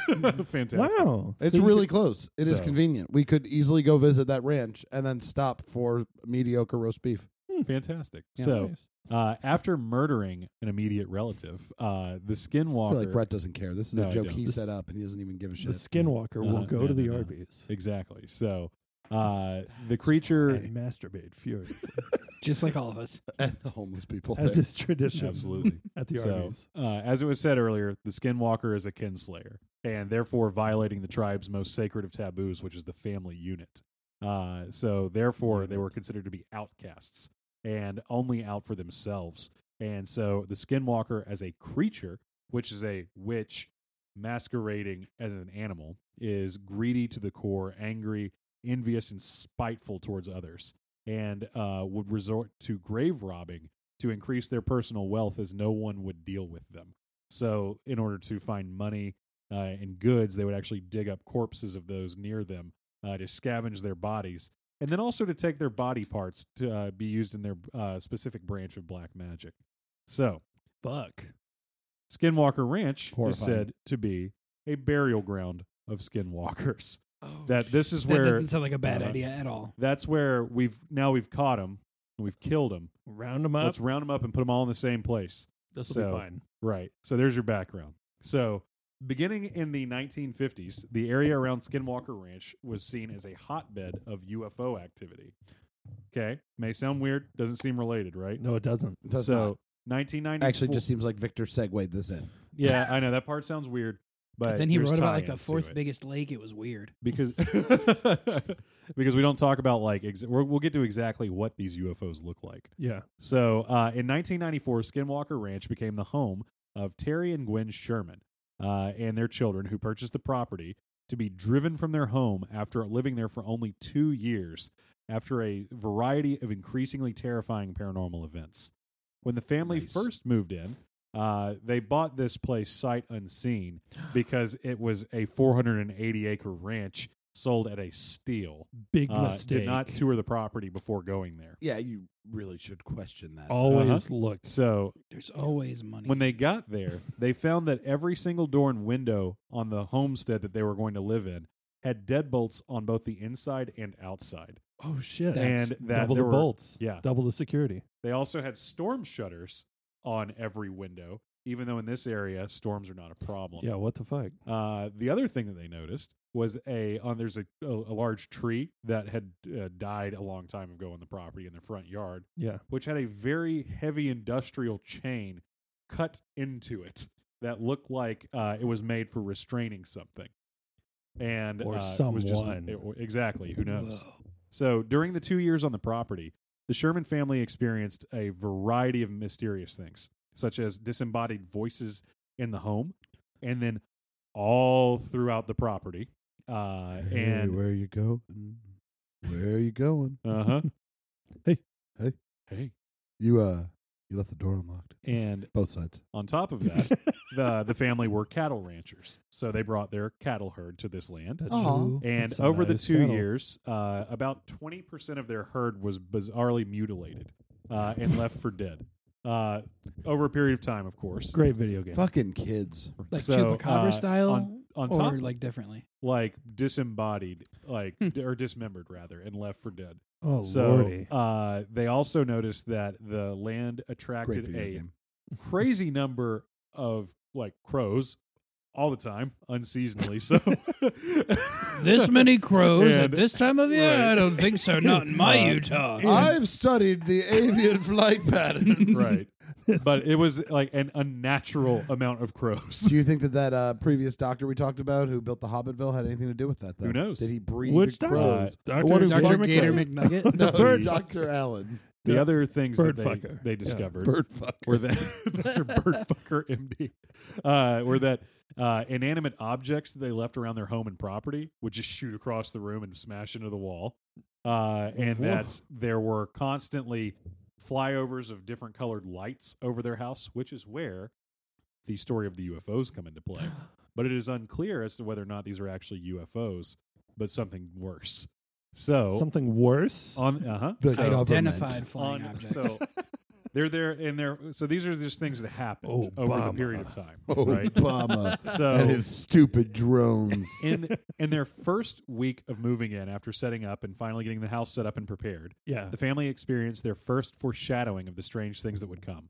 Speaker 3: Fantastic.
Speaker 4: Wow.
Speaker 5: It's
Speaker 4: So you
Speaker 5: really close. It is
Speaker 3: So-
Speaker 5: convenient. We could easily go visit that ranch and then stop for mediocre roast beef.
Speaker 3: Fantastic.
Speaker 5: Yeah.
Speaker 3: so, uh, after murdering an immediate relative, uh, the
Speaker 5: I
Speaker 3: skinwalker.
Speaker 5: feel like Brett doesn't care. This is
Speaker 3: No,
Speaker 5: a
Speaker 3: I
Speaker 5: joke
Speaker 3: don't.
Speaker 5: he
Speaker 4: This-
Speaker 5: set up, and he doesn't even give a
Speaker 4: can- the
Speaker 5: shit.
Speaker 4: skinwalker will
Speaker 3: Uh-huh.
Speaker 4: go
Speaker 3: Yeah,
Speaker 4: to the
Speaker 3: no, no.
Speaker 4: Arby's
Speaker 3: Exactly. So, uh, the creature.
Speaker 4: and masturbate
Speaker 3: <laughs>
Speaker 4: furiously,
Speaker 6: just like all of us.
Speaker 5: <laughs> and the homeless people.
Speaker 4: as
Speaker 5: there.
Speaker 4: is tradition
Speaker 3: Absolutely.
Speaker 4: at the
Speaker 3: So,
Speaker 4: Arby's.
Speaker 3: uh, as it was said earlier, the Skinwalker is a kinslayer, and therefore violating the tribe's most sacred of taboos, which is the family unit. Uh, so, therefore, they were considered to be outcasts and only out for themselves. And so, the Skinwalker, as a creature, which is a witch masquerading as an animal, is greedy to the core, angry, envious, and spiteful towards others, and uh, would resort to grave robbing to increase their personal wealth as no one would deal with them. So, in order to find money uh, and goods, they would actually dig up corpses of those near them uh, to scavenge their bodies, and then also to take their body parts to uh, be used in their uh, specific branch of black magic. So, fuck. Skinwalker Ranch is
Speaker 5: Horrifying.
Speaker 3: said to be a burial ground of
Speaker 6: <laughs>
Speaker 3: skinwalkers.
Speaker 6: Oh,
Speaker 3: That this is
Speaker 6: that
Speaker 3: where
Speaker 6: doesn't sound like a bad
Speaker 3: uh,
Speaker 6: idea at all.
Speaker 3: that's where we've now we've caught them and we've killed them.
Speaker 4: Round them up.
Speaker 3: Let's round them up and put them all in the same place.
Speaker 4: This will
Speaker 3: so-
Speaker 4: be fine.
Speaker 3: Right. So there's your background. So beginning in the 1950s, the area around Skinwalker Ranch was seen as a hotbed of UFO activity. Okay, may sound weird, doesn't seem related, right?
Speaker 4: No, it doesn't.
Speaker 5: Does not.
Speaker 3: so 1994.
Speaker 5: actually, just seems like Victor segued this in.
Speaker 3: yeah, I know that part sounds weird, but,
Speaker 6: But then he
Speaker 3: there's
Speaker 6: wrote about like the
Speaker 3: tie-ins to
Speaker 6: fourth
Speaker 3: it.
Speaker 6: biggest lake. It was weird.
Speaker 3: because <laughs> because we don't talk about like ex- we're, we'll get to exactly what these UFOs look like.
Speaker 4: Yeah.
Speaker 3: So uh, in 1994, Skinwalker Ranch became the home of Terry and Gwen Sherman uh, and their children, who purchased the property to be driven from their home after living there for only two years after a variety of increasingly terrifying paranormal events. When the family
Speaker 5: Nice.
Speaker 3: first moved in, uh, they bought this place sight
Speaker 4: <gasps>
Speaker 3: unseen because it was a 480 acre ranch sold at a steal.
Speaker 4: Big
Speaker 3: Uh,
Speaker 4: mistake.
Speaker 3: did not tour the property before going there.
Speaker 5: Yeah, you really should question
Speaker 4: Uh-huh.
Speaker 5: that.
Speaker 4: Always look.
Speaker 3: So
Speaker 6: There's always money.
Speaker 3: When they got there, they found that every single door and window on the homestead that they were going to live in had deadbolts on both the inside and outside.
Speaker 4: Oh shit!
Speaker 3: And that
Speaker 4: double
Speaker 3: there
Speaker 4: the
Speaker 3: were-
Speaker 4: bolts.
Speaker 3: yeah.
Speaker 4: Double the security.
Speaker 3: They also had storm shutters on every window, even though in this area storms are not a problem.
Speaker 4: Yeah. What the fuck?
Speaker 3: Uh, the other thing that they noticed was a on there's a, a, a large tree that had uh, died a long time ago on the property in their front yard,
Speaker 4: Yeah.
Speaker 3: which had a very heavy industrial chain cut into it that looked like uh, it was made for restraining something. And uh,
Speaker 4: Or
Speaker 3: it was just-
Speaker 4: someone.
Speaker 3: it- exactly. Who knows?
Speaker 6: Whoa.
Speaker 3: So during the two years on the property, the Sherman family experienced a variety of mysterious things, such as disembodied voices in the home, and then all throughout the property. Uh,
Speaker 5: Hey,
Speaker 3: and
Speaker 5: where you go? Where are you going?
Speaker 3: uh huh.
Speaker 4: Hey.
Speaker 5: Hey.
Speaker 3: hey,
Speaker 5: You uh, you left the door unlocked.
Speaker 3: and
Speaker 5: Both sides.
Speaker 3: On top of
Speaker 4: <laughs>
Speaker 3: that, the the family were cattle ranchers, so they brought their cattle herd to this land.
Speaker 4: <laughs> That's
Speaker 5: Aw.
Speaker 4: true.
Speaker 3: And
Speaker 4: That's a
Speaker 3: over
Speaker 4: nice
Speaker 3: the two
Speaker 4: cattle.
Speaker 3: years, uh, about twenty percent of their herd was bizarrely mutilated uh, and left for dead. Uh, over a period of time, of course.
Speaker 4: great video game.
Speaker 5: Fucking kids.
Speaker 6: like
Speaker 3: So,
Speaker 6: chupacabra
Speaker 3: uh,
Speaker 6: style,
Speaker 3: on- on
Speaker 6: or
Speaker 3: top-
Speaker 6: like differently.
Speaker 3: Like disembodied, like
Speaker 6: Hmm.
Speaker 3: or dismembered rather, and left for dead.
Speaker 4: Oh
Speaker 3: so <laughs>
Speaker 4: lordy! <laughs>
Speaker 3: uh, they also noticed that the land
Speaker 5: Great
Speaker 3: attracted
Speaker 5: video
Speaker 3: a
Speaker 5: game.
Speaker 3: crazy number of like crows all the time, unseasonally.
Speaker 4: <laughs>
Speaker 3: So <laughs>
Speaker 6: This many crows at
Speaker 3: And-
Speaker 6: this time of year?
Speaker 3: right.
Speaker 6: I don't think so. Not in
Speaker 3: <laughs>
Speaker 6: my
Speaker 3: Uh,
Speaker 6: Utah.
Speaker 5: I've studied the <laughs> avian flight patterns.
Speaker 3: right, but it was like an unnatural amount of crows.
Speaker 4: <laughs>
Speaker 5: Do you think that that uh, previous doctor we talked about who built the Hobbitville had anything to do with that? Though?
Speaker 3: Who knows?
Speaker 5: Did he breed
Speaker 4: Which doctor?
Speaker 5: crows?
Speaker 4: Doctor,
Speaker 5: What if
Speaker 6: Dr.
Speaker 5: Fuck
Speaker 6: Gator
Speaker 3: <laughs>
Speaker 5: crows.
Speaker 6: McNugget.
Speaker 5: <laughs> No,
Speaker 4: bird
Speaker 5: Doctor Allen,
Speaker 3: The
Speaker 4: Yeah.
Speaker 3: other things
Speaker 4: Bird
Speaker 3: that they,
Speaker 4: fucker.
Speaker 3: they
Speaker 4: Yeah.
Speaker 3: discovered <laughs>
Speaker 5: bird fucker.
Speaker 3: were that Dr. Birdfucker MD uh, were that uh, inanimate objects that they left around their home and property would just shoot across the room and smash into the wall, uh, and
Speaker 4: Whoa.
Speaker 3: that there were constantly flyovers of different colored lights over their house, which is where the story of the UFOs come into play. But it is unclear as to whether or not these are actually UFOs, but something worse. So
Speaker 4: Something worse.
Speaker 3: on uh huh
Speaker 5: The
Speaker 6: Identified flying
Speaker 3: on
Speaker 6: objects.
Speaker 3: so <laughs> they're there and they're so these are just things that happened over the
Speaker 4: Obama.
Speaker 3: period of time,
Speaker 5: Oh,
Speaker 3: right?
Speaker 5: <laughs> Obama
Speaker 3: So
Speaker 5: and <laughs> his stupid <laughs> drones.
Speaker 3: in in their first week of moving in after setting up and finally getting the house set up and prepared
Speaker 4: yeah.
Speaker 3: the family experienced their first foreshadowing of the strange things that would come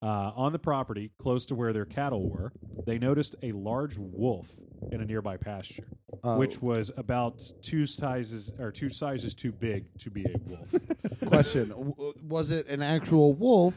Speaker 3: uh, on the property close to where their cattle were they noticed a large wolf in a nearby pasture
Speaker 5: Oh.
Speaker 3: which was about two sizes or two sizes too big to be a wolf
Speaker 5: Question: W- uh, Was it an actual wolf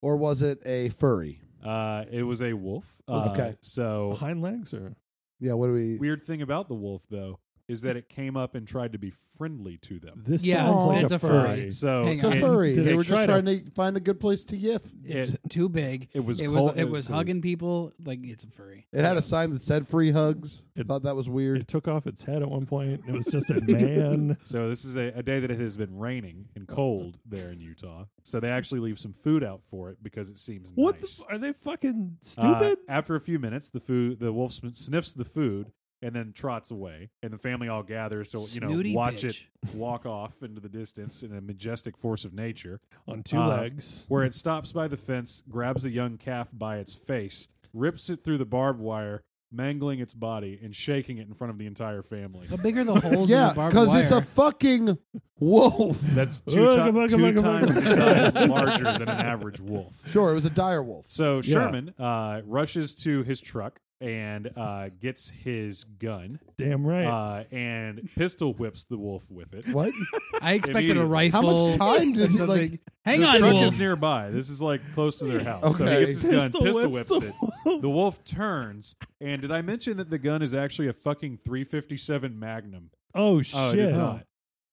Speaker 5: or was it a furry?
Speaker 3: uh, it was a wolf uh,
Speaker 5: Okay.
Speaker 3: so
Speaker 4: Hind legs or
Speaker 5: Yeah. What do we?
Speaker 3: weird thing about the wolf though is that it came up and tried to be friendly to them
Speaker 4: this
Speaker 6: Yeah,
Speaker 4: sounds
Speaker 6: it's-
Speaker 4: like
Speaker 6: it's
Speaker 4: a
Speaker 6: a
Speaker 4: furry.
Speaker 6: furry.
Speaker 3: so
Speaker 6: Hang
Speaker 5: It's a
Speaker 6: on.
Speaker 3: it-
Speaker 5: furry.
Speaker 4: did
Speaker 5: They,
Speaker 4: they
Speaker 5: were just
Speaker 4: try to-
Speaker 5: trying to find a good place to yiff.
Speaker 3: it,
Speaker 6: Too big.
Speaker 3: It was
Speaker 6: It was.
Speaker 3: cul-
Speaker 6: it was hugging people like it's a furry.
Speaker 5: It had a sign that said "free hugs." I
Speaker 4: It-
Speaker 5: Thought that was weird.
Speaker 4: It took off its head at one point. It was just
Speaker 3: <laughs>
Speaker 4: a man.
Speaker 3: So this is a, a day that it has been raining and cold there in Utah. So they actually leave some food out for it because it seems
Speaker 4: What
Speaker 3: nice.
Speaker 4: the f- are they fucking
Speaker 3: Uh,
Speaker 4: stupid?
Speaker 3: after a few minutes, the food the wolf sn- sniffs the food and then trots away, and the family all gathers to you know
Speaker 6: Snooty
Speaker 3: watch
Speaker 6: bitch.
Speaker 3: it walk off into the distance in a majestic force of nature.
Speaker 4: on two
Speaker 3: uh,
Speaker 4: legs.
Speaker 3: Where it stops by the fence, grabs a young calf by its face, rips it through the barbed wire, mangling its body and shaking it in front of the entire family.
Speaker 6: The bigger the holes in
Speaker 5: yeah,
Speaker 6: the barbed wire,
Speaker 5: it's a fucking wolf.
Speaker 3: That's two,
Speaker 4: Ugga,
Speaker 3: ti-
Speaker 4: bugga,
Speaker 3: two
Speaker 4: bugga,
Speaker 3: times
Speaker 4: bugga.
Speaker 3: the size larger than an average wolf.
Speaker 5: Sure, it was a dire wolf.
Speaker 3: So
Speaker 4: Yeah.
Speaker 3: Sherman uh, rushes to his truck and uh, gets his gun
Speaker 4: Damn right.
Speaker 3: uh, and pistol whips the wolf with it.
Speaker 5: What?
Speaker 6: I expected a
Speaker 3: Immediately.
Speaker 5: How
Speaker 6: rifle. <laughs>
Speaker 5: much time
Speaker 6: or
Speaker 5: does it
Speaker 6: something.
Speaker 5: like?
Speaker 6: Hang
Speaker 3: the
Speaker 6: on,
Speaker 3: truck
Speaker 6: wolf.
Speaker 3: is nearby. This is like close to their house. So
Speaker 5: Okay.
Speaker 3: he gets his gun,
Speaker 4: Pistol
Speaker 3: pistol
Speaker 4: whips
Speaker 3: whips,
Speaker 4: the
Speaker 3: it. The wolf turns, and did I mention that the gun is actually a fucking 357 Magnum?
Speaker 4: oh
Speaker 3: Oh, I
Speaker 4: shit.
Speaker 3: did not.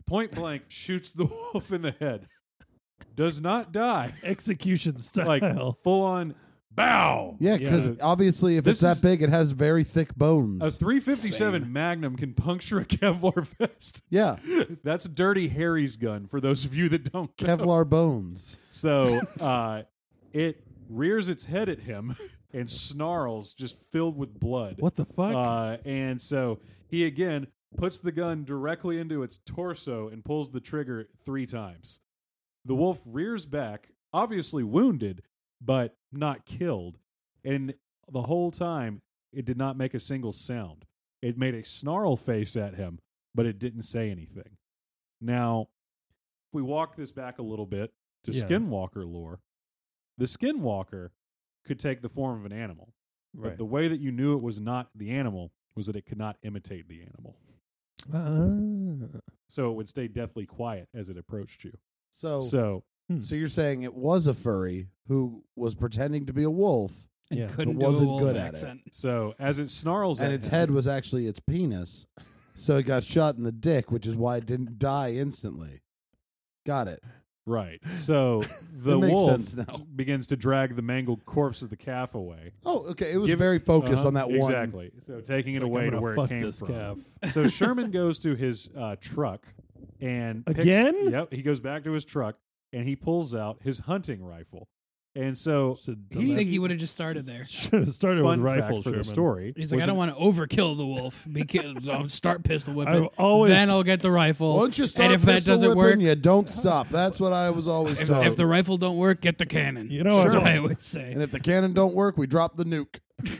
Speaker 3: Point blank shoots the <laughs> wolf in the head. Does not die.
Speaker 4: Execution style.
Speaker 3: Like full on bow.
Speaker 5: Yeah, because
Speaker 3: Yeah.
Speaker 5: obviously, if
Speaker 3: This
Speaker 5: it's that
Speaker 3: is-
Speaker 5: big, it has very thick bones.
Speaker 3: A 357 Magnum can puncture a <laughs> Kevlar vest.
Speaker 5: yeah,
Speaker 3: That's Dirty Harry's gun for those of you that don't know.
Speaker 5: Kevlar bones.
Speaker 3: <laughs> So uh, it rears its head at him <laughs> and snarls, just filled with blood.
Speaker 4: what the fuck?
Speaker 3: Uh, and so he again puts the gun directly into its torso and pulls the trigger three times. The wolf rears back, obviously wounded, but not killed. And the whole time, it did not make a single sound. It made a snarl face at him, but it didn't say anything. Now, if we walk this back a little bit to
Speaker 4: Yeah.
Speaker 3: skinwalker lore, the skinwalker could take the form of an animal. But the way that you knew it was not the animal was that it could not imitate the animal.
Speaker 4: Uh, Ah.
Speaker 3: So it would stay deathly quiet as it approached you.
Speaker 5: So, so,
Speaker 3: So
Speaker 5: you're saying it was a furry who was pretending to be a wolf,
Speaker 6: And
Speaker 4: Yeah.
Speaker 6: couldn't
Speaker 5: But
Speaker 6: do
Speaker 5: wasn't
Speaker 6: a wolf
Speaker 5: good at it.
Speaker 6: accent.
Speaker 3: so as it snarls
Speaker 5: and
Speaker 3: at
Speaker 5: its
Speaker 3: him-
Speaker 5: head was actually its penis. So it got shot in the dick, which is why it didn't die instantly. Got it. <laughs>
Speaker 3: Right. So the
Speaker 5: makes
Speaker 3: wolf
Speaker 5: sense now.
Speaker 3: begins to drag the mangled corpse of the calf away.
Speaker 5: Oh, okay. It was
Speaker 3: Give-
Speaker 5: very focused
Speaker 3: Uh-huh.
Speaker 5: on that one.
Speaker 3: Exactly. So taking
Speaker 4: It's
Speaker 3: it
Speaker 4: like,
Speaker 3: away
Speaker 4: I'm
Speaker 3: to
Speaker 4: gonna
Speaker 3: where
Speaker 4: fuck
Speaker 3: it came
Speaker 4: this
Speaker 3: from.
Speaker 4: calf.
Speaker 3: So Sherman goes to his uh, truck and picks-
Speaker 4: Again?
Speaker 3: yep, he goes back to his truck and he pulls out his hunting rifle. And so
Speaker 4: Should
Speaker 6: I think
Speaker 4: <laughs>
Speaker 6: he would have just started there.
Speaker 4: should have started
Speaker 3: fun
Speaker 4: with rifle
Speaker 3: fact for
Speaker 4: Sherman.
Speaker 3: the story.
Speaker 6: He's like,
Speaker 3: was
Speaker 6: I
Speaker 3: an
Speaker 6: don't want to overkill the wolf. Because <laughs> I'll start pistol
Speaker 4: I
Speaker 6: whipping.
Speaker 4: always-
Speaker 6: then I'll get the rifle.
Speaker 5: Once you start
Speaker 6: and if that
Speaker 5: pistol
Speaker 6: doesn't
Speaker 5: whipping,
Speaker 6: work,
Speaker 5: you don't stop. That's what I was
Speaker 6: <laughs>
Speaker 5: always
Speaker 6: if,
Speaker 5: saying.
Speaker 6: if the rifle don't work, get the cannon.
Speaker 4: You know,
Speaker 6: That's
Speaker 4: I've-
Speaker 6: what I always say.
Speaker 5: and if the cannon don't work, we drop the nuke. It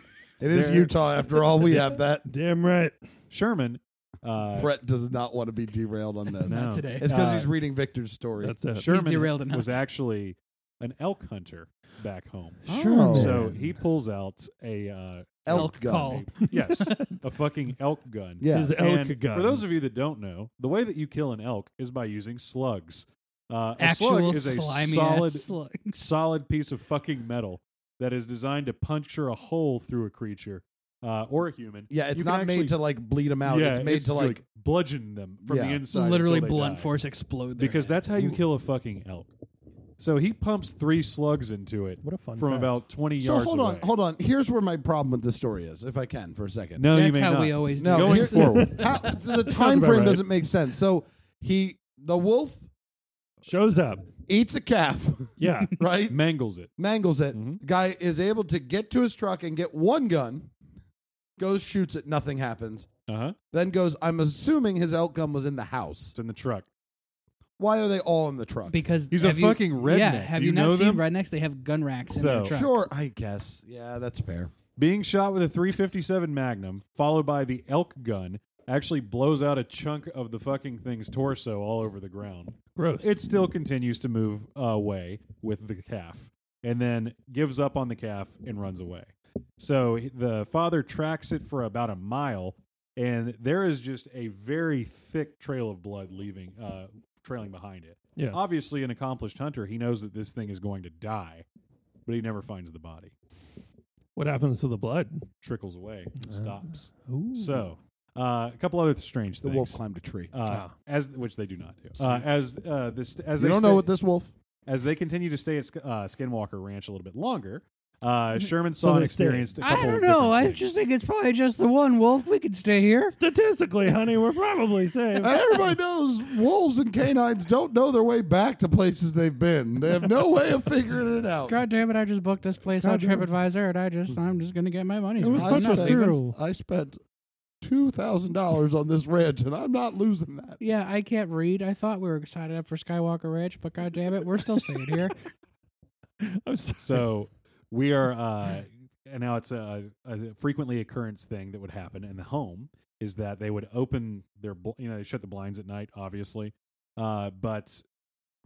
Speaker 5: is Utah, after all. We
Speaker 3: <laughs>
Speaker 5: have that.
Speaker 4: Damn right.
Speaker 3: Sherman. Uh,
Speaker 5: Brett does not want to be derailed on this.
Speaker 3: No.
Speaker 6: Not today.
Speaker 5: It's because
Speaker 3: Uh,
Speaker 5: he's reading Victor's story.
Speaker 4: That's it.
Speaker 3: Sherman
Speaker 6: derailed enough.
Speaker 3: was actually an elk hunter back home.
Speaker 5: Sure. Oh.
Speaker 4: Oh.
Speaker 3: So he pulls out a uh,
Speaker 5: elk,
Speaker 6: Elk
Speaker 5: gun.
Speaker 6: call. <laughs>
Speaker 3: yes, a fucking elk gun.
Speaker 5: Yeah.
Speaker 4: His elk
Speaker 3: And
Speaker 4: gun.
Speaker 3: For those of you that don't know, the way that you kill an elk is by using slugs. Uh, a
Speaker 6: Actual
Speaker 3: slug is a
Speaker 6: slimy
Speaker 3: solid,
Speaker 6: ass <laughs> slug.
Speaker 3: solid piece of fucking metal that is designed to puncture a hole through a creature uh, or a human.
Speaker 5: Yeah, it's
Speaker 3: You can
Speaker 5: not
Speaker 3: actually-
Speaker 5: made to like bleed them out.
Speaker 3: Yeah,
Speaker 5: it's made to like,
Speaker 3: bludgeon them from
Speaker 5: Yeah.
Speaker 3: the inside.
Speaker 6: Literally
Speaker 3: until they
Speaker 6: blunt
Speaker 3: die.
Speaker 6: force explode. Their
Speaker 3: because
Speaker 6: head.
Speaker 3: that's how you kill a fucking elk. So he pumps three slugs into it
Speaker 4: What a fun
Speaker 3: from
Speaker 4: fact.
Speaker 3: about twenty
Speaker 5: So
Speaker 3: yards
Speaker 5: hold on,
Speaker 3: away.
Speaker 5: hold on. Here's where my problem with this story is, if I can, for a second.
Speaker 3: No, you
Speaker 6: that's
Speaker 3: may
Speaker 6: how
Speaker 3: not.
Speaker 6: we always do.
Speaker 5: No,
Speaker 3: Going
Speaker 5: here-
Speaker 6: it.
Speaker 3: forward.
Speaker 5: <laughs> How, the time
Speaker 4: about
Speaker 5: frame
Speaker 4: right.
Speaker 5: doesn't make sense. So he, the wolf,
Speaker 4: Shows up.
Speaker 5: eats a calf, <laughs>
Speaker 3: Yeah.
Speaker 5: right?
Speaker 3: Mangles it.
Speaker 5: Mangles it. Guy is able to get to his truck and get one gun, goes, shoots it, nothing happens.
Speaker 3: Uh huh.
Speaker 5: Then goes, I'm assuming his elk gun was in the house.
Speaker 3: It's in the truck.
Speaker 5: Why are they all in the truck?
Speaker 6: Because
Speaker 3: He's a
Speaker 6: have you-
Speaker 3: fucking redneck.
Speaker 6: Yeah, have
Speaker 3: Do
Speaker 6: you,
Speaker 3: you
Speaker 6: not
Speaker 3: know
Speaker 6: seen
Speaker 3: them?
Speaker 6: rednecks? They have gun racks in
Speaker 3: So-
Speaker 6: their truck.
Speaker 5: sure, I guess. Yeah, that's fair.
Speaker 3: Being shot with a 357 Magnum, followed by the elk gun, actually blows out a chunk of the fucking thing's torso all over the ground.
Speaker 4: <laughs> Gross.
Speaker 3: It still continues to move away with the calf and then gives up on the calf and runs away. So he- the father tracks it for about a mile and there is just a very thick trail of blood leaving uh trailing behind it.
Speaker 4: Yeah.
Speaker 3: Obviously an accomplished hunter, he knows that this thing is going to die, but he never finds the body.
Speaker 4: what happens to the blood?
Speaker 3: Trickles away,
Speaker 5: Uh,
Speaker 3: stops. So, uh, a couple other strange
Speaker 5: The
Speaker 3: things.
Speaker 5: wolf climbed a tree.
Speaker 3: uh, as which they do not do. Uh, as uh, this as
Speaker 5: you
Speaker 3: they
Speaker 5: don't
Speaker 3: sta-
Speaker 5: know what this wolf.
Speaker 3: as they continue to stay at Sk- uh, Skinwalker Ranch a little bit longer, uh, Sherman
Speaker 4: So
Speaker 3: saw and
Speaker 4: Mm-hmm. they stay.
Speaker 3: experienced a
Speaker 6: I
Speaker 3: couple
Speaker 6: don't know. I
Speaker 3: different
Speaker 6: just think it's probably just the one wolf. We could stay here.
Speaker 4: Statistically, honey, we're probably safe. <laughs>
Speaker 5: Everybody knows wolves and canines don't know their way back to places they've been. They have no way of figuring it out.
Speaker 6: God damn it! I just booked this place
Speaker 4: God
Speaker 6: on
Speaker 4: damn it.
Speaker 6: TripAdvisor, and I just I'm just gonna get my money.
Speaker 4: It was
Speaker 5: I
Speaker 4: such a
Speaker 5: spent-
Speaker 4: thrill.
Speaker 5: I spent two thousand dollars on this ranch, and I'm not losing that.
Speaker 6: Yeah, I can't read. I thought we were excited up for Skywalker Ranch, but god damn it, we're still staying
Speaker 3: <laughs>
Speaker 6: here.
Speaker 4: I'm sorry.
Speaker 3: <laughs> So we are, uh, and now it's a, a frequently occurrence thing that would happen in the home is that they would open their, bl- you know, they shut the blinds at night, obviously, uh, but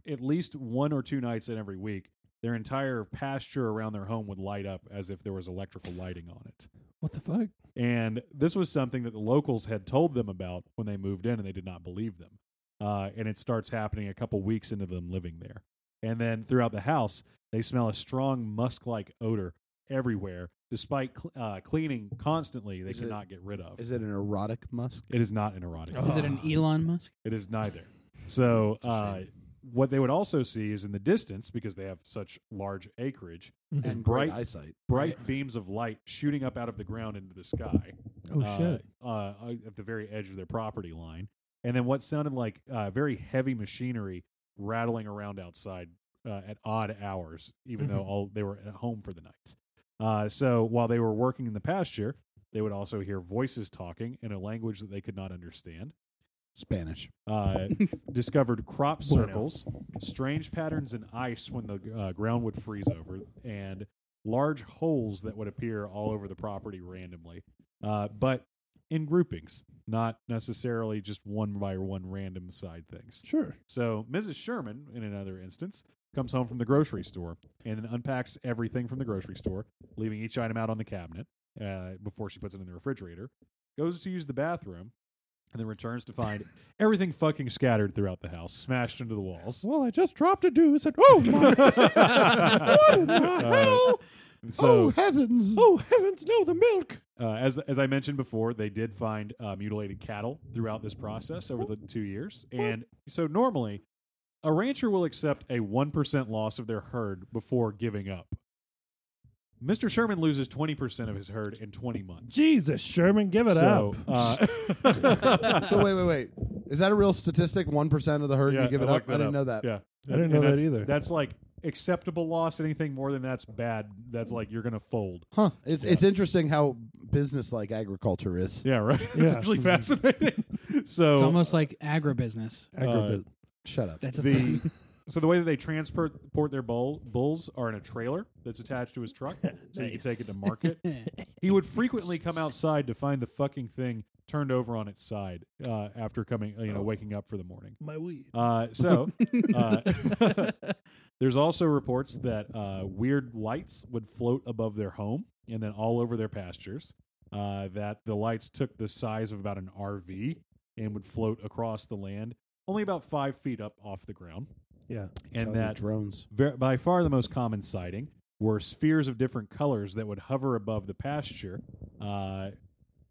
Speaker 3: at least one or two nights in every week, their entire pasture around their home would light up as if there was electrical lighting on it.
Speaker 4: What the fuck?
Speaker 3: And this was something that the locals had told them about when they moved in, and they did not believe them. Uh, and it starts happening a couple weeks into them living there. And then throughout the house, they smell a strong musk like odor everywhere, despite cl- uh, cleaning constantly, they
Speaker 5: Is it-
Speaker 3: cannot get rid of.
Speaker 5: Is it an erotic musk?
Speaker 3: it is not an erotic.
Speaker 4: Oh.
Speaker 6: Is it an e- Elon Musk?
Speaker 3: It is neither.
Speaker 5: <laughs>
Speaker 3: So uh, what they would also see is in the distance, because they have such large acreage,
Speaker 5: And
Speaker 3: bright-
Speaker 5: bright eyesight.
Speaker 3: bright beams of light shooting up out of the ground into the sky.
Speaker 4: Oh
Speaker 3: uh,
Speaker 4: shit.
Speaker 3: uh, at the very edge of their property line, and then what sounded like uh, very heavy machinery rattling around outside uh, at odd hours, even
Speaker 4: Mm-hmm.
Speaker 3: though all they were at home for the night. Uh, so while they were working in the pasture, they would also hear voices talking in a language that they could not understand.
Speaker 5: Spanish.
Speaker 3: Uh, discovered crop
Speaker 4: Bueno.
Speaker 3: circles, strange patterns in ice when the uh, ground would freeze over, and large holes that would appear all over the property randomly, uh, but in groupings, not necessarily just one by one random side things.
Speaker 4: Sure.
Speaker 3: So Mrs. Sherman, in another instance, comes home from the grocery store and then unpacks everything from the grocery store, leaving each item out on the cabinet uh, before she puts it in the refrigerator. Goes to use the bathroom and then returns to find everything fucking scattered throughout the house, smashed into the walls.
Speaker 4: Well, I just dropped a deuce and oh
Speaker 3: <laughs>
Speaker 4: my
Speaker 3: what
Speaker 4: in the hell?
Speaker 5: oh
Speaker 3: So,
Speaker 5: heavens!
Speaker 4: Oh heavens, no, the milk.
Speaker 3: uh, as as I mentioned before, they did find uh, mutilated cattle throughout this process over the two years, and so normally a rancher will accept a one percent loss of their herd before giving up. Mr. Sherman loses twenty percent of his herd in twenty months.
Speaker 4: Jesus, Sherman, give it
Speaker 3: so,
Speaker 4: up. <laughs>
Speaker 3: uh,
Speaker 5: So wait, wait, wait. Is that a real statistic? One percent of the herd
Speaker 3: <laughs> yeah,
Speaker 5: you give it
Speaker 3: I
Speaker 5: up?
Speaker 3: looked
Speaker 5: I didn't know that.
Speaker 3: Yeah,
Speaker 4: I didn't
Speaker 3: And
Speaker 4: know that
Speaker 3: that's-
Speaker 4: either.
Speaker 3: That's like acceptable loss. Anything more than that's bad. That's like you're gonna fold.
Speaker 5: Huh. It's it's interesting how business like agriculture is.
Speaker 3: Yeah, right. <laughs> it's
Speaker 4: Yeah.
Speaker 3: actually fascinating. <laughs> So
Speaker 6: It's almost like agribusiness.
Speaker 4: Agribit.
Speaker 3: uh,
Speaker 5: Shut up.
Speaker 6: That's a
Speaker 3: the <laughs> so the way that they transport their bull, bulls are in a trailer that's attached to his truck, so he can take it to
Speaker 6: <laughs>
Speaker 3: market. he would frequently come outside to find the fucking thing turned over on its side uh, after coming, uh, you know,
Speaker 6: Oh.
Speaker 3: waking up for the morning.
Speaker 4: My weed.
Speaker 3: Uh, so uh, <laughs> there's also reports that uh, weird lights would float above their home and then all over their pastures. Uh, that the lights took the size of about an RV and would float across the land, only about five feet up off the ground.
Speaker 4: Yeah.
Speaker 5: Tell
Speaker 3: And
Speaker 5: me,
Speaker 3: that
Speaker 5: drones.
Speaker 3: ver- by far the most common sighting were spheres of different colors that would hover above the pasture, uh,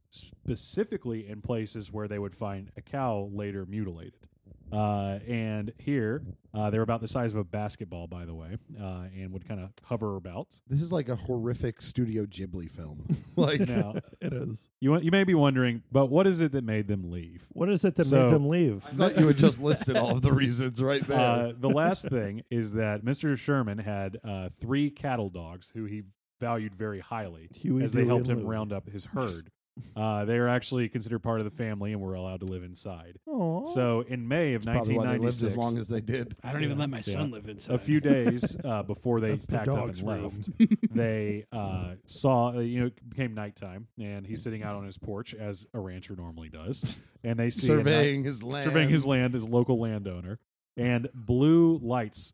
Speaker 3: specifically in places where they would find a cow later mutilated. Uh, and here, uh, they're about the size of a basketball, by the way, uh, and would kind of hover about.
Speaker 5: This is like a horrific Studio Ghibli film. like
Speaker 3: Now,
Speaker 4: It is.
Speaker 3: you want- you may be wondering, but what is it that made them leave?
Speaker 4: What is it that
Speaker 3: So-
Speaker 4: made them leave?
Speaker 5: I thought you had just listed all of the reasons right
Speaker 3: <laughs>
Speaker 5: there.
Speaker 3: Uh, the last thing is that Mr. Sherman had uh, three cattle dogs who he valued very highly
Speaker 4: Huey,
Speaker 3: as they
Speaker 4: Dewey,
Speaker 3: helped
Speaker 4: and
Speaker 3: him
Speaker 4: Louie.
Speaker 3: round up
Speaker 5: <laughs>
Speaker 3: his herd. Uh, they are actually considered part of the family and were allowed to live inside.
Speaker 4: Aw.
Speaker 3: So in May of
Speaker 5: Oh. Probably why they lived
Speaker 3: 1996,
Speaker 5: as long as they did.
Speaker 6: I don't even let my son
Speaker 3: yeah.
Speaker 6: live inside.
Speaker 3: a few
Speaker 5: <laughs>
Speaker 3: days uh, before they
Speaker 4: That's the
Speaker 3: packed up and
Speaker 4: dog's room.
Speaker 3: left, they
Speaker 5: Mm.
Speaker 3: uh, saw uh, you know it became nighttime, and he's sitting out on his porch as a rancher normally
Speaker 5: <laughs>
Speaker 3: does, and they see a night-
Speaker 5: Surveying his
Speaker 3: <laughs>
Speaker 5: land.
Speaker 3: surveying his land as local landowner, and blue lights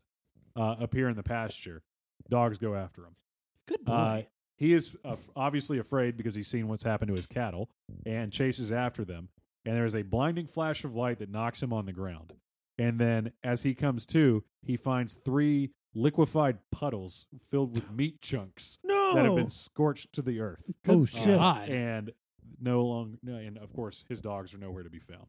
Speaker 3: uh, appear in the pasture. Dogs go after him.
Speaker 6: Good boy.
Speaker 3: Uh, he is uh, obviously afraid because he's seen what's happened to his cattle and chases after them. And there is a blinding flash of light that knocks him on the ground. And then, as he comes to, he finds three liquefied puddles filled
Speaker 6: <gasps>
Speaker 3: with meat chunks <laughs>
Speaker 4: no.
Speaker 3: that have been scorched to the earth. Uh,
Speaker 4: oh
Speaker 6: Good
Speaker 4: shit!
Speaker 6: Oh. God.
Speaker 3: And no long, no, and of course, his dogs are nowhere to be found.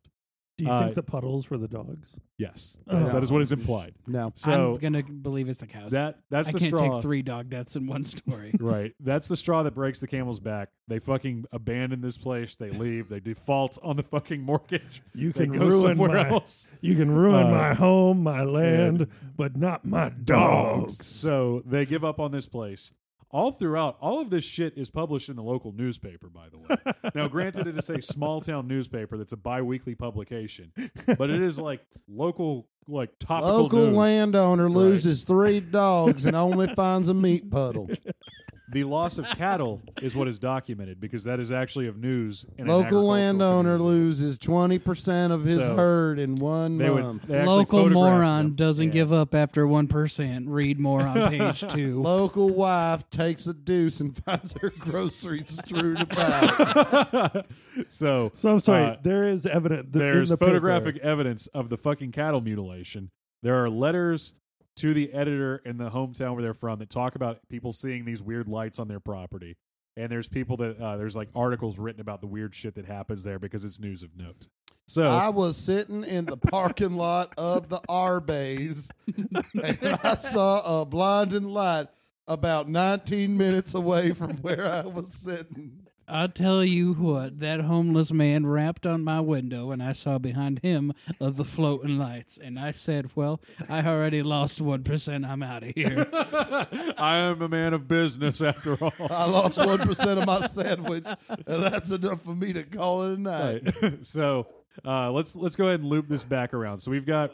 Speaker 4: Do you
Speaker 3: uh,
Speaker 4: think the puddles were the dogs?
Speaker 3: Yes, that is- that is what is implied.
Speaker 5: No.
Speaker 3: So
Speaker 6: Oh. I'm gonna believe it's the cows.
Speaker 3: that that's
Speaker 6: I
Speaker 3: the
Speaker 6: can't
Speaker 3: straw.
Speaker 6: take three dog deaths in one story.
Speaker 3: Right. That's the straw that breaks the camel's back. They fucking abandon this place. They leave. They default on the fucking mortgage.
Speaker 4: You
Speaker 3: They
Speaker 4: can
Speaker 3: go
Speaker 4: ruin
Speaker 3: somewhere
Speaker 4: <laughs> my
Speaker 3: else.
Speaker 4: you can ruin
Speaker 3: Uh,
Speaker 4: my home, my land, but not my dogs.
Speaker 3: So they give up on this place. All throughout, all of this shit is published in the local newspaper, by the way. now, granted, it is a small town newspaper that's a bi weekly publication, but it is like local, like topical
Speaker 5: Local
Speaker 3: news.
Speaker 5: landowner
Speaker 3: Right. <laughs>
Speaker 5: loses three dogs and only finds a meat puddle.
Speaker 3: The loss of cattle is what is documented because that is actually of news. In an
Speaker 5: Local
Speaker 3: agricultural
Speaker 5: landowner
Speaker 3: community.
Speaker 5: loses twenty percent of his
Speaker 3: So,
Speaker 5: herd in one
Speaker 3: They would,
Speaker 5: month.
Speaker 3: they actually
Speaker 6: Local
Speaker 3: photographed
Speaker 6: moron
Speaker 3: them.
Speaker 6: doesn't
Speaker 3: Yeah.
Speaker 6: give up after one percent. Read more on
Speaker 3: <laughs>
Speaker 6: page two.
Speaker 5: Local wife takes a deuce and <laughs> finds her groceries strewn about.
Speaker 3: so
Speaker 4: So I'm sorry.
Speaker 3: uh,
Speaker 4: there is evidence. th- in
Speaker 3: there's
Speaker 4: the
Speaker 3: photographic
Speaker 4: Paper.
Speaker 3: evidence of the fucking cattle mutilation. There are letters to the editor in the hometown where they're from that talk about people seeing these weird lights on their property. And there's people that uh, there's like articles written about the weird shit that happens there because it's news of note. So
Speaker 5: I was sitting in the parking lot of the Arby's and I saw a blinding light about 19 minutes away from where I was sitting.
Speaker 6: I tell you what, that homeless man rapped on my window, and I saw behind him of the floating lights, and I said, "Well, I already lost one percent. I'm out of
Speaker 3: <laughs>
Speaker 6: here."
Speaker 3: I am a man of business <laughs> after all.
Speaker 5: I lost 1% of my sandwich, and that's enough for me to call it a night.
Speaker 3: Right. <laughs> so uh, let's let's go ahead and loop this back around. So we've got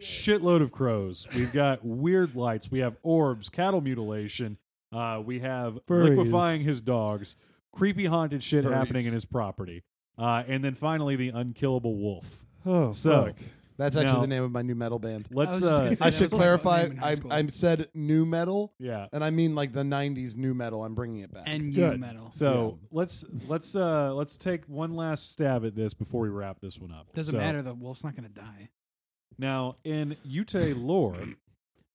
Speaker 3: shitload of crows. We've got weird lights. We have orbs, cattle mutilation. Uh, we have
Speaker 4: Furries.
Speaker 3: liquefying his dogs, creepy haunted shit
Speaker 5: Furries.
Speaker 3: happening in his property, uh, and then finally the unkillable wolf.
Speaker 4: Oh,
Speaker 3: So
Speaker 4: fuck.
Speaker 5: That's actually
Speaker 3: Now-
Speaker 5: the name of my new metal band.
Speaker 6: I was
Speaker 3: let's
Speaker 6: just
Speaker 3: uh,
Speaker 6: gonna say
Speaker 5: I
Speaker 6: that
Speaker 5: should
Speaker 6: was my name
Speaker 5: clarify.
Speaker 6: in high
Speaker 5: I,
Speaker 6: school.
Speaker 5: I said new metal,
Speaker 3: <laughs> yeah.
Speaker 5: and I mean like the '90s new metal. I'm bringing it back.
Speaker 6: and you
Speaker 4: Good.
Speaker 6: metal.
Speaker 3: So let's let's uh let's take one last stab at this before we wrap this one up.
Speaker 6: Doesn't
Speaker 3: So,
Speaker 6: matter. The wolf's not going to
Speaker 3: <laughs>
Speaker 6: die.
Speaker 3: Now in Utah lore,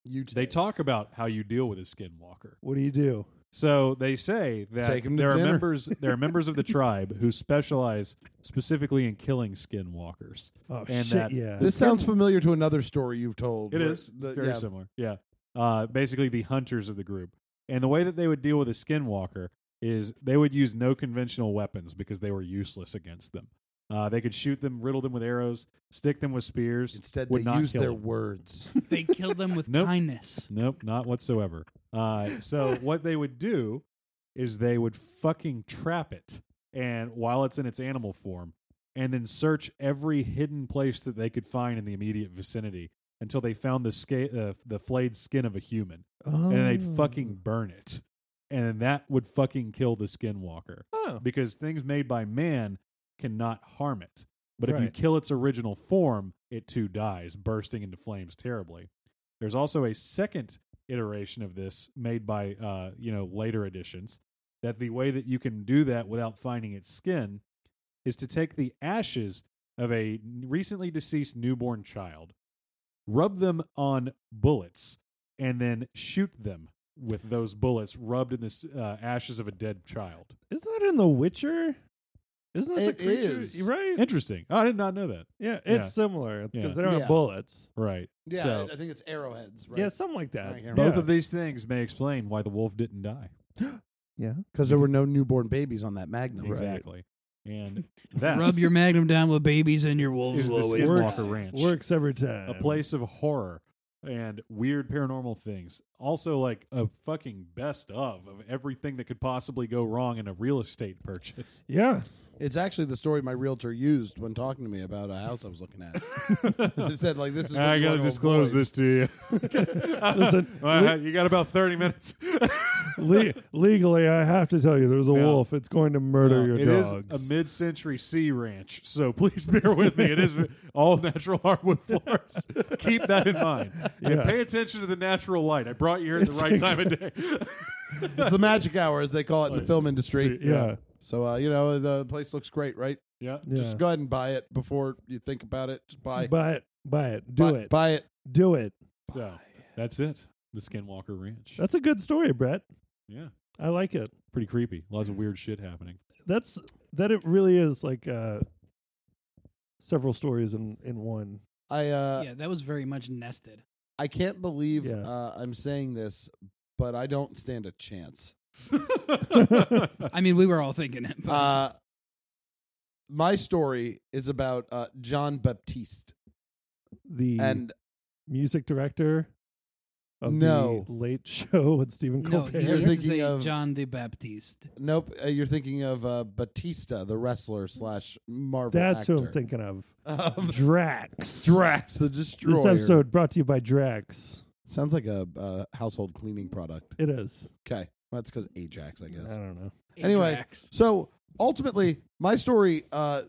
Speaker 5: you
Speaker 3: they talk about how you deal with a skinwalker.
Speaker 4: What do you do?
Speaker 3: So they say that
Speaker 5: Take 'em to
Speaker 3: there are
Speaker 5: dinner. <laughs>
Speaker 3: members there are members of the tribe who specialize specifically in killing skinwalkers.
Speaker 4: Oh
Speaker 3: And
Speaker 4: shit!
Speaker 3: that-
Speaker 4: yeah.
Speaker 5: This sounds familiar to another story you've told.
Speaker 3: It
Speaker 5: where
Speaker 3: is
Speaker 5: the-
Speaker 3: very
Speaker 5: yeah.
Speaker 3: similar. Yeah. Uh, basically the hunters of the group. And the way that they would deal with a skinwalker is they would use no conventional weapons because they were useless against them. Uh, they could shoot them, riddle them with arrows, stick them with spears.
Speaker 5: Instead,
Speaker 3: would
Speaker 5: they
Speaker 3: not
Speaker 5: use
Speaker 3: kill
Speaker 5: their
Speaker 3: them.
Speaker 5: words.
Speaker 6: They kill them with
Speaker 3: Nope.
Speaker 6: kindness.
Speaker 3: Nope, not whatsoever. Uh, so what they would do is they would fucking trap it, and while it's in its animal form, and then search every hidden place that they could find in the immediate vicinity until they found the sca- uh, the flayed skin of a human, and then they'd fucking burn it, and then that would fucking kill the skinwalker
Speaker 4: Oh.
Speaker 3: because things made by man cannot harm it. But if you
Speaker 4: Right.
Speaker 3: kill its original form, it too dies, bursting into flames terribly. There's also a second iteration of this made by uh, you know later editions that the way that you can do that without finding its skin is to take the ashes of a recently deceased newborn child, rub them on bullets, and then shoot them with those bullets rubbed in the s- uh, ashes of a dead child.
Speaker 4: Isn't that in The Witcher? Isn't this a
Speaker 5: It
Speaker 4: creature?
Speaker 5: is.
Speaker 4: Right?
Speaker 3: Interesting. I did not know that.
Speaker 4: yeah, it's
Speaker 3: Yeah.
Speaker 4: similar because
Speaker 3: Yeah.
Speaker 4: they don't
Speaker 5: Yeah.
Speaker 4: have bullets.
Speaker 3: Right.
Speaker 5: Yeah,
Speaker 3: So-
Speaker 5: I think it's arrowheads, right?
Speaker 4: Yeah, something like that.
Speaker 5: I can't
Speaker 3: Both
Speaker 4: Yeah.
Speaker 3: of these things may explain why the wolf didn't die.
Speaker 5: Yeah, because there were no newborn babies on that Magnum.
Speaker 3: Exactly.
Speaker 4: <laughs>
Speaker 3: And that
Speaker 6: Rub your magnum down with babies and your wolves.
Speaker 3: is the
Speaker 6: will always
Speaker 4: works-
Speaker 3: Skinwalker Ranch.
Speaker 4: Works every time.
Speaker 3: a place of horror and weird paranormal things. Also, like a fucking best of of everything that could possibly go wrong in a real estate purchase.
Speaker 4: Yeah.
Speaker 5: It's actually the story my realtor used when talking to me about a house I was looking at. it said like this is. what you wanna avoid.
Speaker 3: this to
Speaker 4: <laughs>
Speaker 3: you. <laughs>
Speaker 4: Listen,
Speaker 3: you got about thirty minutes.
Speaker 5: <laughs>
Speaker 4: le- legally, I have to tell you, there's a
Speaker 3: Yeah.
Speaker 4: wolf. It's going to murder your
Speaker 3: Um, It is
Speaker 4: dogs.
Speaker 3: a mid-century sea ranch, so please <laughs> bear with me. It is all natural <laughs> hardwood floors. <laughs> Keep that in mind and
Speaker 4: Yeah.
Speaker 3: pay attention to the natural light. I brought you here at the
Speaker 4: It's
Speaker 3: right
Speaker 4: like-
Speaker 3: time of day. <laughs>
Speaker 5: It's the magic hour, as they call it in the film industry.
Speaker 4: yeah.
Speaker 5: So uh, you know the place looks great, right?
Speaker 3: yeah.
Speaker 4: <laughs> yeah.
Speaker 5: Just go ahead and buy it before you think about it. Just buy,
Speaker 4: buy it. Buy it. Do
Speaker 5: buy,
Speaker 4: it.
Speaker 5: buy it.
Speaker 4: Do it.
Speaker 3: So that's it. The Skinwalker Ranch.
Speaker 4: That's a good story, Brett.
Speaker 3: yeah.
Speaker 4: I like it.
Speaker 3: pretty creepy. Lots of weird shit
Speaker 4: <laughs>
Speaker 3: happening.
Speaker 4: That's that. It really is like uh, several stories in in one.
Speaker 5: I uh,
Speaker 6: yeah, that was very much nested.
Speaker 3: <laughs>
Speaker 5: I can't believe
Speaker 4: Yeah.
Speaker 5: uh, I'm saying this, but I don't stand a chance.
Speaker 6: I mean, we were all thinking it. but-
Speaker 5: Uh, my story is about uh, John Baptiste,
Speaker 4: The
Speaker 5: and
Speaker 4: music director of
Speaker 5: No.
Speaker 4: the Late Show with Stephen
Speaker 6: no,
Speaker 4: Colbert.
Speaker 5: You're
Speaker 6: you're
Speaker 5: thinking
Speaker 6: thinking
Speaker 5: of-
Speaker 6: John the Baptist.
Speaker 5: nope, uh, you're thinking of uh, Batista, the wrestler slash Marvel.
Speaker 4: That's
Speaker 5: actor.
Speaker 4: who I'm thinking of.
Speaker 5: <laughs> Um,
Speaker 4: Drax.
Speaker 5: Drax the Destroyer.
Speaker 4: This episode brought to you by Drax.
Speaker 5: sounds like a uh, household cleaning product.
Speaker 4: It is.
Speaker 5: Okay, well, that's because Ajax, I
Speaker 4: I
Speaker 5: guess.
Speaker 4: don't know.
Speaker 5: Anyway.
Speaker 6: Ajax.
Speaker 5: So ultimately, my story uh,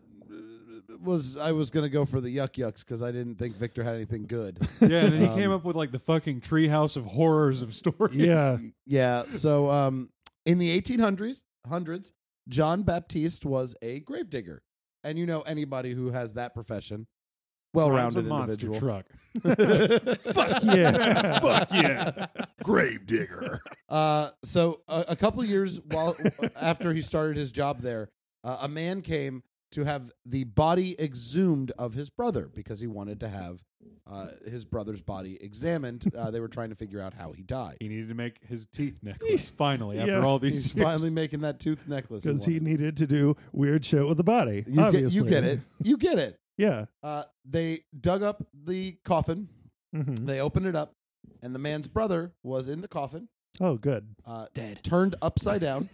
Speaker 5: was I was gonna go for the yuck yucks because I didn't think Victor had anything good.
Speaker 4: <laughs>
Speaker 3: Yeah, and then he
Speaker 5: Um,
Speaker 3: came up with like the fucking treehouse of horrors of stories. <laughs>
Speaker 5: <laughs>
Speaker 4: Yeah.
Speaker 5: Yeah. So um, in the 1800s, hundreds, John Baptiste was a gravedigger, and you know anybody who has that profession,
Speaker 3: Rhymes a
Speaker 5: well-rounded
Speaker 3: monster
Speaker 5: individual.
Speaker 3: truck.
Speaker 5: <laughs>
Speaker 4: Fuck yeah. <laughs>
Speaker 2: Fuck yeah. Gravedigger.
Speaker 5: Uh, so a, a couple years while <laughs> after he started his job there, uh, a man came to have the body exhumed of his brother because he wanted to have uh, his brother's body examined. Uh, they were trying to figure out how
Speaker 4: <laughs>
Speaker 5: he died.
Speaker 3: <laughs> He needed to make his teeth necklace finally after
Speaker 4: Yeah.
Speaker 3: all these
Speaker 5: He's
Speaker 3: years.
Speaker 5: finally making that tooth necklace.
Speaker 4: Because he
Speaker 5: wanted.
Speaker 4: needed to do weird shit with the body.
Speaker 5: you get,
Speaker 4: obviously.
Speaker 5: you get it. You get it.
Speaker 4: Yeah.
Speaker 5: Uh, they dug up the coffin.
Speaker 4: Mhm.
Speaker 5: They opened it up, and the man's brother was in the coffin,
Speaker 4: Oh, good.
Speaker 5: uh,
Speaker 6: Dead.
Speaker 5: turned upside
Speaker 4: <laughs>
Speaker 5: down,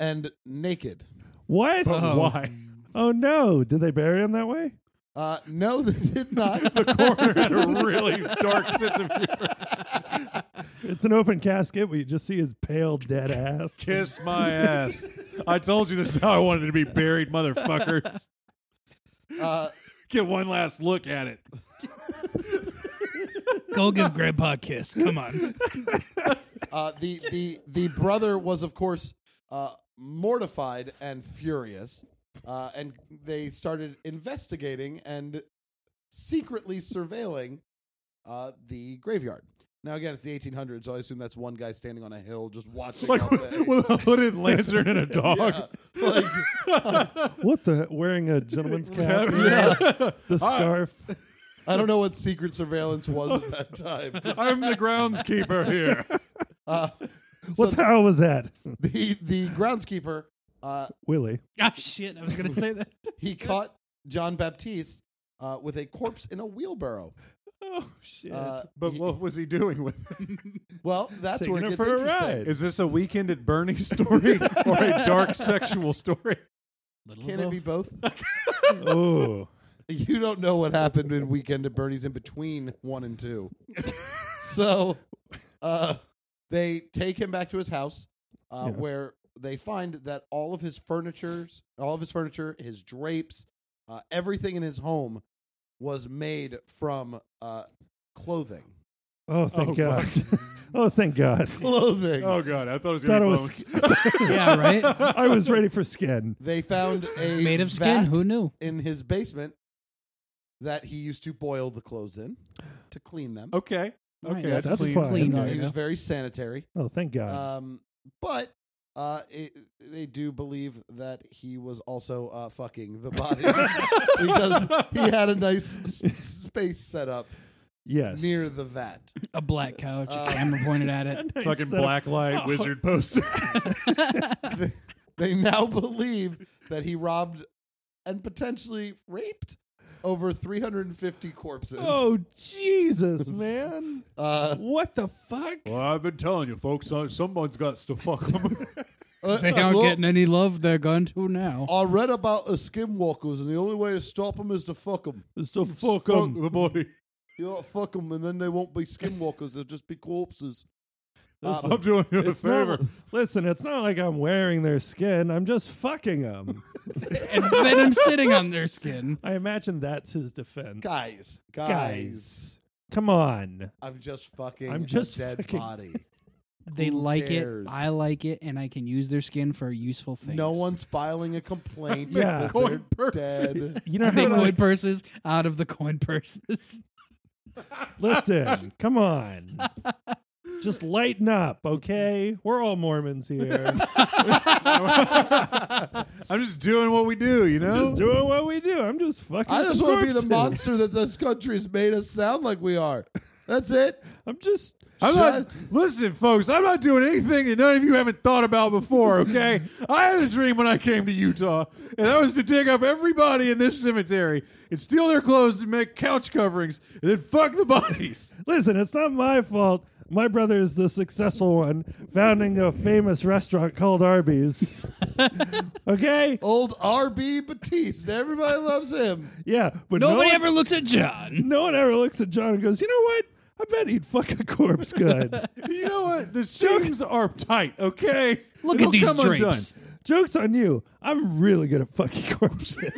Speaker 5: and naked.
Speaker 4: What?
Speaker 3: But <laughs>
Speaker 4: <laughs>
Speaker 6: Oh.
Speaker 3: Why?
Speaker 4: Oh, no. Did they bury him that way?
Speaker 5: Uh, no, <laughs> they did not.
Speaker 3: The <laughs>
Speaker 4: Oh.
Speaker 3: coroner had a really dark sense of humor.
Speaker 4: It's an open casket where you just see his pale, dead ass.
Speaker 3: Kiss my ass. I told you this is how I wanted to be buried, motherfuckers.
Speaker 5: Uh,
Speaker 3: Get one last look at it.
Speaker 6: <laughs> Go give Grandpa a kiss. Come on.
Speaker 5: uh, the the the brother was, of course, uh, mortified and furious, uh, and they started investigating and secretly surveilling uh, the graveyard. Now, again, it's the 1800s, so I assume that's one guy standing on a hill just watching.
Speaker 3: Like
Speaker 5: all day.
Speaker 3: with, with a hooded lantern
Speaker 4: <laughs>
Speaker 3: and a dog.
Speaker 5: Yeah, like,
Speaker 4: What the? Wearing a
Speaker 3: <laughs>
Speaker 4: gentleman's cap? The
Speaker 3: Ah.
Speaker 4: scarf?
Speaker 5: I don't know what secret surveillance was at that time.
Speaker 3: I'm the groundskeeper <laughs> here.
Speaker 5: Uh,
Speaker 4: What the hell was that?
Speaker 5: the the groundskeeper uh,
Speaker 4: Willie.
Speaker 6: <laughs> Ah, shit. I was going to say that.
Speaker 5: he caught John Baptiste uh, with a corpse in a wheelbarrow.
Speaker 4: Oh, shit.
Speaker 5: Uh,
Speaker 3: But
Speaker 5: he-
Speaker 3: what was he doing with it?
Speaker 4: <laughs>
Speaker 5: well, that's
Speaker 4: Taking
Speaker 5: where it
Speaker 4: him
Speaker 5: gets
Speaker 4: for a
Speaker 5: interesting.
Speaker 4: ride.
Speaker 3: Is this a weekend at Bernie's story or a
Speaker 5: <laughs>
Speaker 3: dark sexual story?
Speaker 6: Little
Speaker 5: Can it be both?
Speaker 4: <laughs>
Speaker 5: <laughs>
Speaker 4: oh.
Speaker 5: you don't know what happened in Weekend at Bernie's in between one and
Speaker 4: <laughs>
Speaker 5: two. so uh, they take him back to his house, uh,
Speaker 4: Yeah.
Speaker 5: where they find that all of his furnitures, all of his furniture, his drapes, uh, everything in his home was made from uh,
Speaker 4: <laughs>
Speaker 5: clothing.
Speaker 4: Oh, thank God.
Speaker 3: <laughs>
Speaker 4: oh, thank God.
Speaker 5: Clothing.
Speaker 3: Oh god, I thought it was
Speaker 4: Thought it
Speaker 3: gonna be
Speaker 4: was,
Speaker 3: bones.
Speaker 6: Yeah,
Speaker 5: <laughs>
Speaker 3: <laughs>
Speaker 6: right?
Speaker 4: I was ready for skin.
Speaker 5: They found a
Speaker 6: Made of
Speaker 5: vat
Speaker 6: skin. Who knew?
Speaker 5: in his basement that he used to boil the clothes in to clean them.
Speaker 3: Okay. Okay,
Speaker 6: Right.
Speaker 3: that's,
Speaker 4: That's
Speaker 3: clean.
Speaker 5: <laughs>
Speaker 4: fine.
Speaker 6: Clean,
Speaker 5: Uh,
Speaker 6: there
Speaker 5: he
Speaker 6: you
Speaker 5: was
Speaker 6: go.
Speaker 5: very sanitary.
Speaker 4: Oh, thank God.
Speaker 5: Um, but Uh, it, they do believe that he was also uh, fucking the body because he had a nice s- space set up
Speaker 4: Yes. <laughs>
Speaker 5: near the vat.
Speaker 6: A black couch,
Speaker 5: Uh,
Speaker 6: a camera pointed at
Speaker 5: <laughs>
Speaker 6: it.
Speaker 3: Fucking blacklight <laughs> wizard poster.
Speaker 5: They now believe that he robbed and potentially raped over 350 corpses.
Speaker 4: Oh
Speaker 3: <laughs>
Speaker 4: Jesus, man!
Speaker 5: Uh,
Speaker 4: What the fuck?
Speaker 3: well, I've been telling you, folks, uh, someone's got to fuck <laughs> them.
Speaker 5: uh,
Speaker 6: They aren't
Speaker 5: well,
Speaker 6: getting any love. They're going to now.
Speaker 5: I read about uh, skinwalkers, and the only way to stop them is to fuck them.
Speaker 4: It's the fuck
Speaker 3: fuck
Speaker 4: <laughs> 'em.
Speaker 3: the body.
Speaker 5: You know, fuck them, and then they won't be skinwalkers; they'll just be corpses. Uh,
Speaker 3: I'm doing you a
Speaker 4: It's not-
Speaker 3: favor.
Speaker 4: <laughs> listen, it's not like I'm wearing their skin. I'm just
Speaker 3: <laughs>
Speaker 4: fucking them.
Speaker 6: and then I'm sitting on their skin.
Speaker 4: I imagine that's his defense.
Speaker 5: guys, guys,
Speaker 4: Guys, come on.
Speaker 5: I'm just fucking.
Speaker 4: I'm
Speaker 5: I'm
Speaker 4: just
Speaker 5: just a dead
Speaker 4: fucking-
Speaker 5: body.
Speaker 6: They
Speaker 5: Who
Speaker 6: like
Speaker 5: cares?
Speaker 6: it. I like it, and I can use their skin for useful things.
Speaker 5: No
Speaker 6: <laughs>
Speaker 5: one's filing a complaint.
Speaker 4: Yeah.
Speaker 5: because
Speaker 3: Coin
Speaker 5: they're
Speaker 3: purses.
Speaker 5: dead. <laughs>
Speaker 4: You know
Speaker 6: I
Speaker 4: how
Speaker 6: make
Speaker 4: to,
Speaker 6: coin purses out of the coin purses.
Speaker 4: listen. Come
Speaker 5: <laughs>
Speaker 4: on. Just lighten up, okay? We're all Mormons
Speaker 5: <laughs>
Speaker 4: here.
Speaker 3: I'm just doing what we do, you know?
Speaker 4: just doing what we do. I'm just fucking.
Speaker 5: I just
Speaker 4: some
Speaker 5: want to be the
Speaker 4: corpses.
Speaker 5: monster that this country's made us sound like we are. That's it.
Speaker 4: I'm just.
Speaker 3: I'm
Speaker 5: Shut-
Speaker 3: not, listen, folks, I'm not doing anything that none of you haven't thought about before, okay? <laughs> I had a dream when I came to Utah, and that was to dig up everybody in this cemetery and steal their clothes to make couch coverings and then fuck the bodies.
Speaker 4: <laughs> Listen, it's not my fault. My brother is the successful one, founding a famous restaurant called Arby's. <laughs> okay,
Speaker 6: Oh.
Speaker 5: Old R.B. Batiste. Everybody loves him.
Speaker 4: yeah, but no
Speaker 6: Nobody
Speaker 4: one-
Speaker 6: ever looks at John.
Speaker 4: no one ever looks at John and goes, "You know what? I bet he'd fuck a corpse good."
Speaker 3: <laughs> You know what? The seams are tight, okay?
Speaker 6: Look
Speaker 3: It'll
Speaker 6: at these
Speaker 3: come
Speaker 6: drapes.
Speaker 4: Jokes on you. I'm really good at fucking corpses.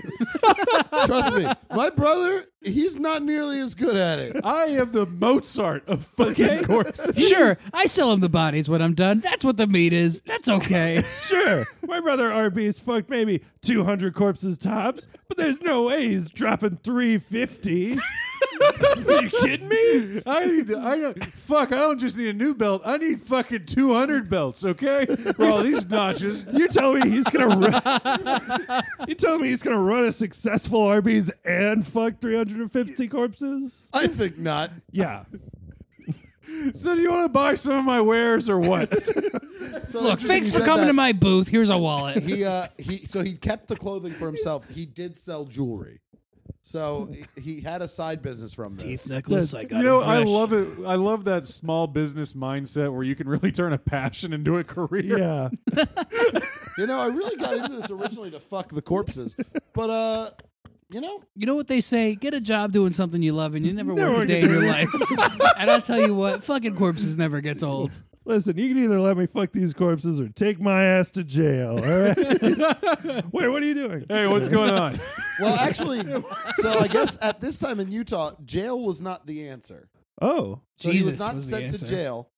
Speaker 4: <laughs>
Speaker 5: Trust me. My brother, he's not nearly as good at it.
Speaker 3: <laughs> I am the Mozart of fucking corpses.
Speaker 6: Sure, I sell him the bodies when I'm done. That's what the meat is. That's
Speaker 5: <laughs>
Speaker 6: okay.
Speaker 4: <laughs> sure, my brother Arby's fucked maybe 200 corpses tops, but there's no way he's dropping
Speaker 3: <laughs>
Speaker 4: 350. Are you kidding me?
Speaker 3: I need to, I don't, fuck, I don't just need a new belt. I need fucking 200 belts, okay?
Speaker 4: <laughs>
Speaker 3: For all these notches.
Speaker 4: You tell me he's gonna. Run, <laughs> you tell me he's gonna run a successful Arby's and fuck 350 corpses?
Speaker 5: I think not.
Speaker 4: <laughs> Yeah,
Speaker 3: So do you want to buy some of my wares or <laughs> what?
Speaker 5: So
Speaker 6: Look,
Speaker 5: interesting
Speaker 6: thanks
Speaker 5: you
Speaker 6: for
Speaker 5: said
Speaker 6: coming
Speaker 5: that.
Speaker 6: to my booth. Here's a
Speaker 5: <laughs>
Speaker 6: wallet.
Speaker 5: He uh he so he kept the clothing for himself. He did sell jewelry. So he he had a side business from this.
Speaker 6: necklace I got.
Speaker 3: you know, I love it. I love that small business mindset where you can really turn a passion into a career.
Speaker 4: yeah.
Speaker 5: You know, I really got into this originally to fuck the corpses. But uh you know,
Speaker 6: You know what they say? Get a job doing something you love, and you never work a day in your
Speaker 5: <laughs>
Speaker 6: life. and I'll tell you what, fucking corpses never gets old.
Speaker 4: Listen, you can either let me fuck these corpses or take my ass to jail. All right. <laughs> Wait, what are you doing?
Speaker 3: Hey, what's
Speaker 4: <laughs>
Speaker 3: going on?
Speaker 5: well actually so I guess at this time in Utah, jail was not the answer.
Speaker 4: Oh,
Speaker 5: So he was
Speaker 6: Jesus
Speaker 5: not
Speaker 6: was the
Speaker 5: sent to
Speaker 6: answer.
Speaker 5: jail.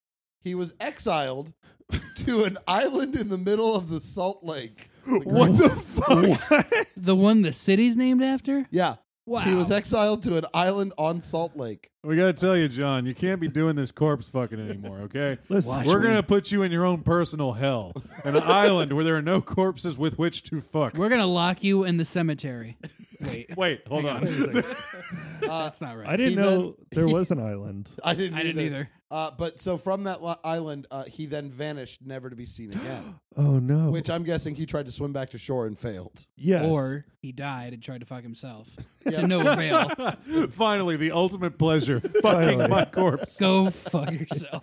Speaker 5: He was exiled <laughs> to an island in the middle of the Salt Lake.
Speaker 3: what
Speaker 4: <laughs>
Speaker 3: the fuck?
Speaker 6: The one the city's named after?
Speaker 5: Yeah.
Speaker 6: Wow.
Speaker 5: He was exiled to an island on Salt Lake.
Speaker 3: We gotta tell you, John, you can't be doing this corpse fucking anymore.
Speaker 4: <laughs>
Speaker 3: Okay,
Speaker 4: Listen. Watch
Speaker 3: we're
Speaker 4: me.
Speaker 3: gonna put you in your own personal hell,
Speaker 4: <laughs>
Speaker 3: an island where there are no corpses with which to fuck.
Speaker 6: We're gonna lock you in the
Speaker 5: <laughs>
Speaker 6: cemetery. Wait,
Speaker 3: Wait, hold
Speaker 6: hang
Speaker 3: on.
Speaker 6: on.
Speaker 5: Uh,
Speaker 6: that's not
Speaker 4: I
Speaker 6: right.
Speaker 4: didn't
Speaker 5: He
Speaker 4: know
Speaker 5: then-
Speaker 4: there was an island.
Speaker 5: I didn't.
Speaker 6: I
Speaker 5: either.
Speaker 6: didn't either.
Speaker 5: Uh, but so from that li- island, uh, he then vanished, never to be seen again.
Speaker 4: Oh no.
Speaker 5: which I'm guessing he tried to swim back to shore and failed.
Speaker 4: yes.
Speaker 6: Or he died and tried to fuck himself
Speaker 5: Yeah.
Speaker 6: to no
Speaker 5: <laughs>
Speaker 6: avail.
Speaker 3: <laughs> Finally, the ultimate pleasure,
Speaker 4: <laughs>
Speaker 3: fucking my corpse.
Speaker 6: Go fuck
Speaker 5: <laughs>
Speaker 6: yourself.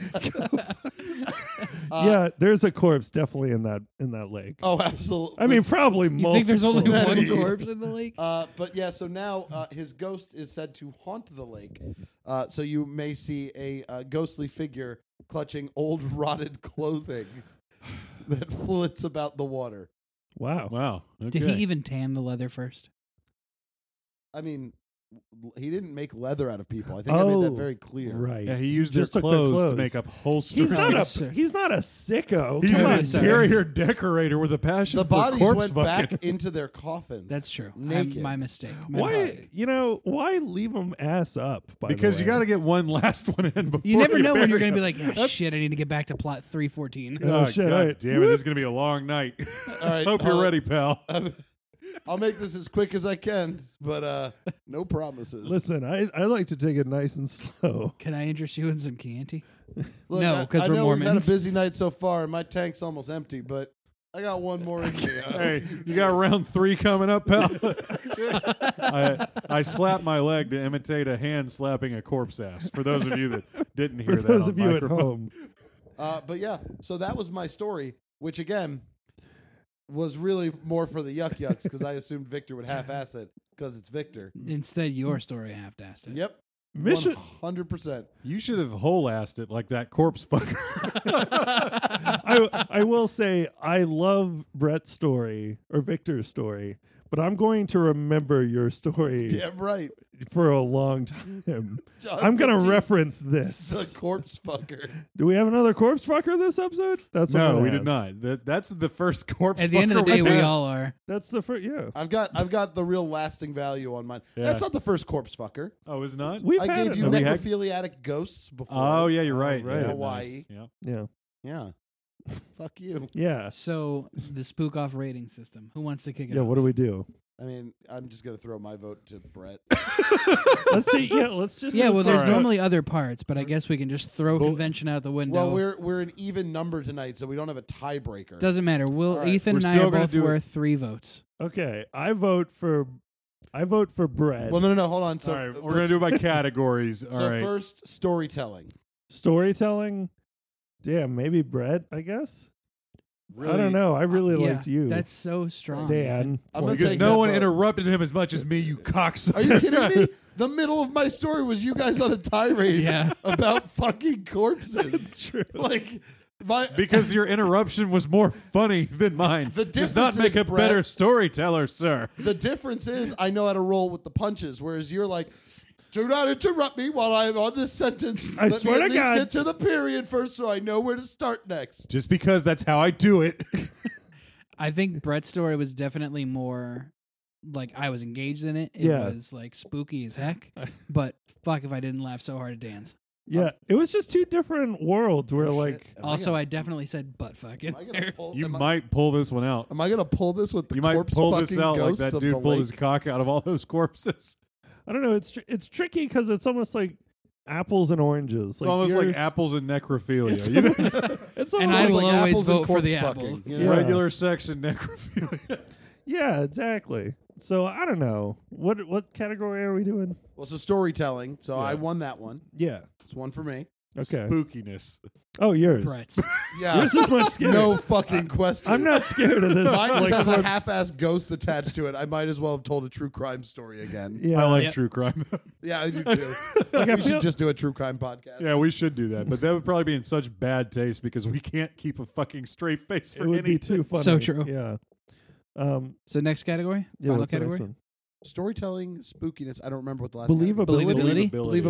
Speaker 4: yeah, there's a corpse definitely in that in that lake.
Speaker 5: Uh, Oh, absolutely.
Speaker 4: I mean, probably
Speaker 6: You
Speaker 4: multiple.
Speaker 6: think there's only one
Speaker 5: Multiple.
Speaker 6: corpse in the
Speaker 5: <laughs>
Speaker 6: lake?
Speaker 5: Uh, but yeah, so now uh, his ghost is said to haunt the lake. Uh, so you may see a uh, ghostly figure clutching old <laughs> rotted clothing <sighs> that flits about the water.
Speaker 4: wow.
Speaker 3: Wow.
Speaker 6: Did he even tan the leather first?
Speaker 5: I mean, he didn't make leather out of people. I think I made
Speaker 4: Oh,
Speaker 5: that very clear.
Speaker 4: Right.
Speaker 8: Yeah, he used
Speaker 4: Just
Speaker 8: their
Speaker 4: took their
Speaker 8: clothes,
Speaker 4: clothes.
Speaker 8: to make up holsters.
Speaker 4: He's not a
Speaker 6: Sick.
Speaker 4: he's not a sicko.
Speaker 3: He's
Speaker 4: Come
Speaker 3: an
Speaker 4: on,
Speaker 6: Totally.
Speaker 3: interior decorator with a passion
Speaker 5: The
Speaker 3: for
Speaker 5: bodies
Speaker 3: corpse
Speaker 5: went
Speaker 3: fucking.
Speaker 5: back into their
Speaker 6: <laughs>
Speaker 5: coffins.
Speaker 6: That's true. I'm-
Speaker 5: Naked.
Speaker 6: my mistake. My mistake.
Speaker 4: why you know why leave him ass up? By the
Speaker 3: because you
Speaker 4: way?
Speaker 3: got to get one <laughs> last one in before
Speaker 6: You never know when you're
Speaker 3: bury
Speaker 6: going to be
Speaker 3: him.
Speaker 6: like, ah, shit, I need to get back to plot 314.
Speaker 4: Oh,
Speaker 3: Oh,
Speaker 4: shit!
Speaker 3: God
Speaker 4: all right.
Speaker 3: damn it! This is gonna be a long night.
Speaker 5: <laughs> All right,
Speaker 3: Hope
Speaker 5: I'll-
Speaker 3: you're ready,
Speaker 5: <laughs>
Speaker 3: pal.
Speaker 5: I'll make this as quick as I can, but uh, no promises.
Speaker 4: Listen, I, I like to take it nice and <laughs> slow.
Speaker 6: Can I interest you in some candy?
Speaker 5: Look,
Speaker 6: No,
Speaker 5: I-
Speaker 6: 'cause
Speaker 5: I
Speaker 6: we're
Speaker 5: know We've had a
Speaker 6: Mormons.
Speaker 5: busy night so far, and my tank's almost empty, but I got one more in me.
Speaker 3: hey, you got round three coming up,
Speaker 5: <laughs>
Speaker 3: pal. I, I slapped my leg to imitate a hand slapping a corpse ass. For those of you that didn't hear
Speaker 4: For
Speaker 3: that,
Speaker 4: those
Speaker 3: on
Speaker 4: of you
Speaker 3: microphone.
Speaker 4: at home,
Speaker 5: Uh, but yeah, so that was my story, which again was really more for the yuck yucks because I assumed Victor would half ass it because it's Victor.
Speaker 6: Instead, your story half-assed. it.
Speaker 5: Yep,
Speaker 4: mission
Speaker 5: hundred percent.
Speaker 3: you should have whole-assed it like that corpse
Speaker 6: <laughs>
Speaker 3: fucker.
Speaker 4: I, I will say I love Brett's story or Victor's story, but I'm going to remember your story
Speaker 5: Damn right.
Speaker 4: for a long time.
Speaker 5: John
Speaker 4: I'm going to
Speaker 5: Baptiste,
Speaker 4: reference
Speaker 5: the
Speaker 4: this.
Speaker 5: corpse fucker.
Speaker 4: Do we have another corpse fucker this episode? That's what I'm
Speaker 3: no,
Speaker 4: gonna
Speaker 3: we did
Speaker 4: ask.
Speaker 3: not. That, that's the first corpse.
Speaker 6: At the end of the
Speaker 3: fucker
Speaker 6: day, we
Speaker 3: had.
Speaker 6: all are.
Speaker 4: That's the first. Yeah,
Speaker 5: I've got I've got the real lasting value on mine. That's not the first corpse fucker.
Speaker 3: Oh, is it not?
Speaker 4: we've
Speaker 5: I
Speaker 4: had
Speaker 5: gave
Speaker 4: it.
Speaker 5: you
Speaker 3: No, we had-
Speaker 5: necrophiliatic ghosts before.
Speaker 3: Oh yeah, you're right.
Speaker 4: right.
Speaker 3: Yeah, nice.
Speaker 5: Hawaii.
Speaker 3: Yeah.
Speaker 4: yeah,
Speaker 5: yeah. <laughs> Fuck you.
Speaker 4: yeah,
Speaker 6: So, the spook off rating system. Who wants to kick it
Speaker 4: yeah.
Speaker 6: off?
Speaker 4: What do we do?
Speaker 5: I mean, I'm just gonna throw my vote to
Speaker 4: <laughs>
Speaker 5: Brett.
Speaker 4: Let's see.
Speaker 5: <laughs>
Speaker 4: Yeah, let's just.
Speaker 6: yeah,
Speaker 4: do-
Speaker 6: well, there's
Speaker 4: All right.
Speaker 6: normally other parts, but I guess we can just throw convention out the window.
Speaker 5: Well, we're we're an even number tonight, so we don't have a tiebreaker.
Speaker 6: Doesn't matter. Will
Speaker 5: All right,
Speaker 6: Ethan
Speaker 3: we're
Speaker 6: and I
Speaker 3: still
Speaker 6: are
Speaker 3: gonna
Speaker 6: both
Speaker 3: do it.
Speaker 6: worth three votes.
Speaker 4: Okay, I vote for. I vote for Brett.
Speaker 5: well, no, no, no. Hold on. So
Speaker 3: All right, we're
Speaker 5: let's-
Speaker 3: gonna do it by categories. All right.
Speaker 5: <laughs> So first, storytelling.
Speaker 4: Storytelling. Damn, maybe Brett. I guess.
Speaker 3: Really-
Speaker 4: I don't know. I really
Speaker 6: Yeah,
Speaker 4: liked you.
Speaker 6: That's so strong.
Speaker 4: Dan.
Speaker 5: I'm gonna
Speaker 3: Because
Speaker 5: take
Speaker 3: no
Speaker 5: that
Speaker 3: one
Speaker 5: vote.
Speaker 3: interrupted him as much as me, you cocksucker.
Speaker 5: Are you
Speaker 3: <laughs>
Speaker 5: kidding me? The middle of my story was you guys on
Speaker 4: <laughs>
Speaker 5: a tirade
Speaker 6: Yeah.
Speaker 5: about fucking corpses.
Speaker 4: true.
Speaker 5: Like my
Speaker 3: Because your interruption was more funny than mine.
Speaker 5: The
Speaker 3: Does not
Speaker 5: difference
Speaker 3: make
Speaker 5: is,
Speaker 3: a
Speaker 5: Brett-
Speaker 3: better storyteller, sir.
Speaker 5: the difference is I know how to roll with the punches, whereas you're like. Do not interrupt me while I am on this sentence.
Speaker 4: I
Speaker 5: Let
Speaker 4: swear
Speaker 5: me
Speaker 4: to
Speaker 5: at least
Speaker 4: God.
Speaker 5: get to the period first, so I know where to start next.
Speaker 3: Just because that's how I do it. <laughs>
Speaker 6: I think Brett's story was definitely more like I was engaged in it. It
Speaker 4: Yeah.
Speaker 6: was like spooky
Speaker 4: <laughs>
Speaker 6: as heck. But fuck if I didn't laugh so hard at Dan's.
Speaker 4: Yeah, it was just two different worlds where like
Speaker 5: Shit, am I
Speaker 6: Also,
Speaker 5: gonna-
Speaker 6: I definitely said butt fuck in
Speaker 5: am I
Speaker 6: there. <laughs>
Speaker 5: gonna pull-
Speaker 3: You
Speaker 5: am I-
Speaker 3: might pull this one out.
Speaker 5: Am I gonna pull this with the
Speaker 3: You might
Speaker 5: corpse
Speaker 3: pull
Speaker 5: fucking
Speaker 3: this out like
Speaker 5: ghosts
Speaker 3: that
Speaker 5: of
Speaker 3: dude
Speaker 5: the
Speaker 3: pulled his
Speaker 5: lake?
Speaker 3: cock out of all those corpses.
Speaker 4: I don't know. It's tr- it's tricky because it's almost like apples and oranges.
Speaker 3: It's almost like
Speaker 4: yours-
Speaker 3: apples and necrophilia. you know? <laughs>
Speaker 4: It's almost
Speaker 6: And I
Speaker 5: Sounds
Speaker 4: like,
Speaker 6: will
Speaker 5: like
Speaker 6: always
Speaker 5: apples and
Speaker 6: vote for the
Speaker 5: corpse
Speaker 6: apples.
Speaker 5: fucking, you
Speaker 4: Yeah.
Speaker 3: Regular sex and necrophilia.
Speaker 4: yeah, exactly. So I don't know what what category are we doing?
Speaker 5: Well, so storytelling. So I won that one.
Speaker 4: Yeah.
Speaker 5: It's one for me.
Speaker 4: Okay.
Speaker 3: Spookiness.
Speaker 4: oh, yours.
Speaker 6: Brett's.
Speaker 5: Yeah.
Speaker 4: Yours is much scary.
Speaker 5: <laughs> no fucking question.
Speaker 4: I'm not scared of this.
Speaker 5: <laughs> Mine just
Speaker 4: like,
Speaker 5: has a
Speaker 4: corpse-
Speaker 5: half-assed ghost attached to it. I might as well have told a true crime story again.
Speaker 4: yeah.
Speaker 3: I like
Speaker 6: Yep.
Speaker 3: true crime. though.
Speaker 5: Yeah, I do too.
Speaker 4: Like, I
Speaker 5: we
Speaker 4: feel-
Speaker 5: should just do a true crime podcast.
Speaker 3: yeah, we should do that. But that would probably be in such bad taste because we can't keep a fucking straight face for
Speaker 4: it would be
Speaker 3: anything.
Speaker 4: too funny.
Speaker 6: So true.
Speaker 4: Yeah. Um.
Speaker 6: So next category?
Speaker 4: Yeah,
Speaker 6: Final
Speaker 4: what's the next
Speaker 6: category?
Speaker 4: one?
Speaker 5: Storytelling, spookiness. I don't remember what the
Speaker 4: <laughs>
Speaker 5: last.
Speaker 4: Believability.
Speaker 6: Believability?
Speaker 5: category-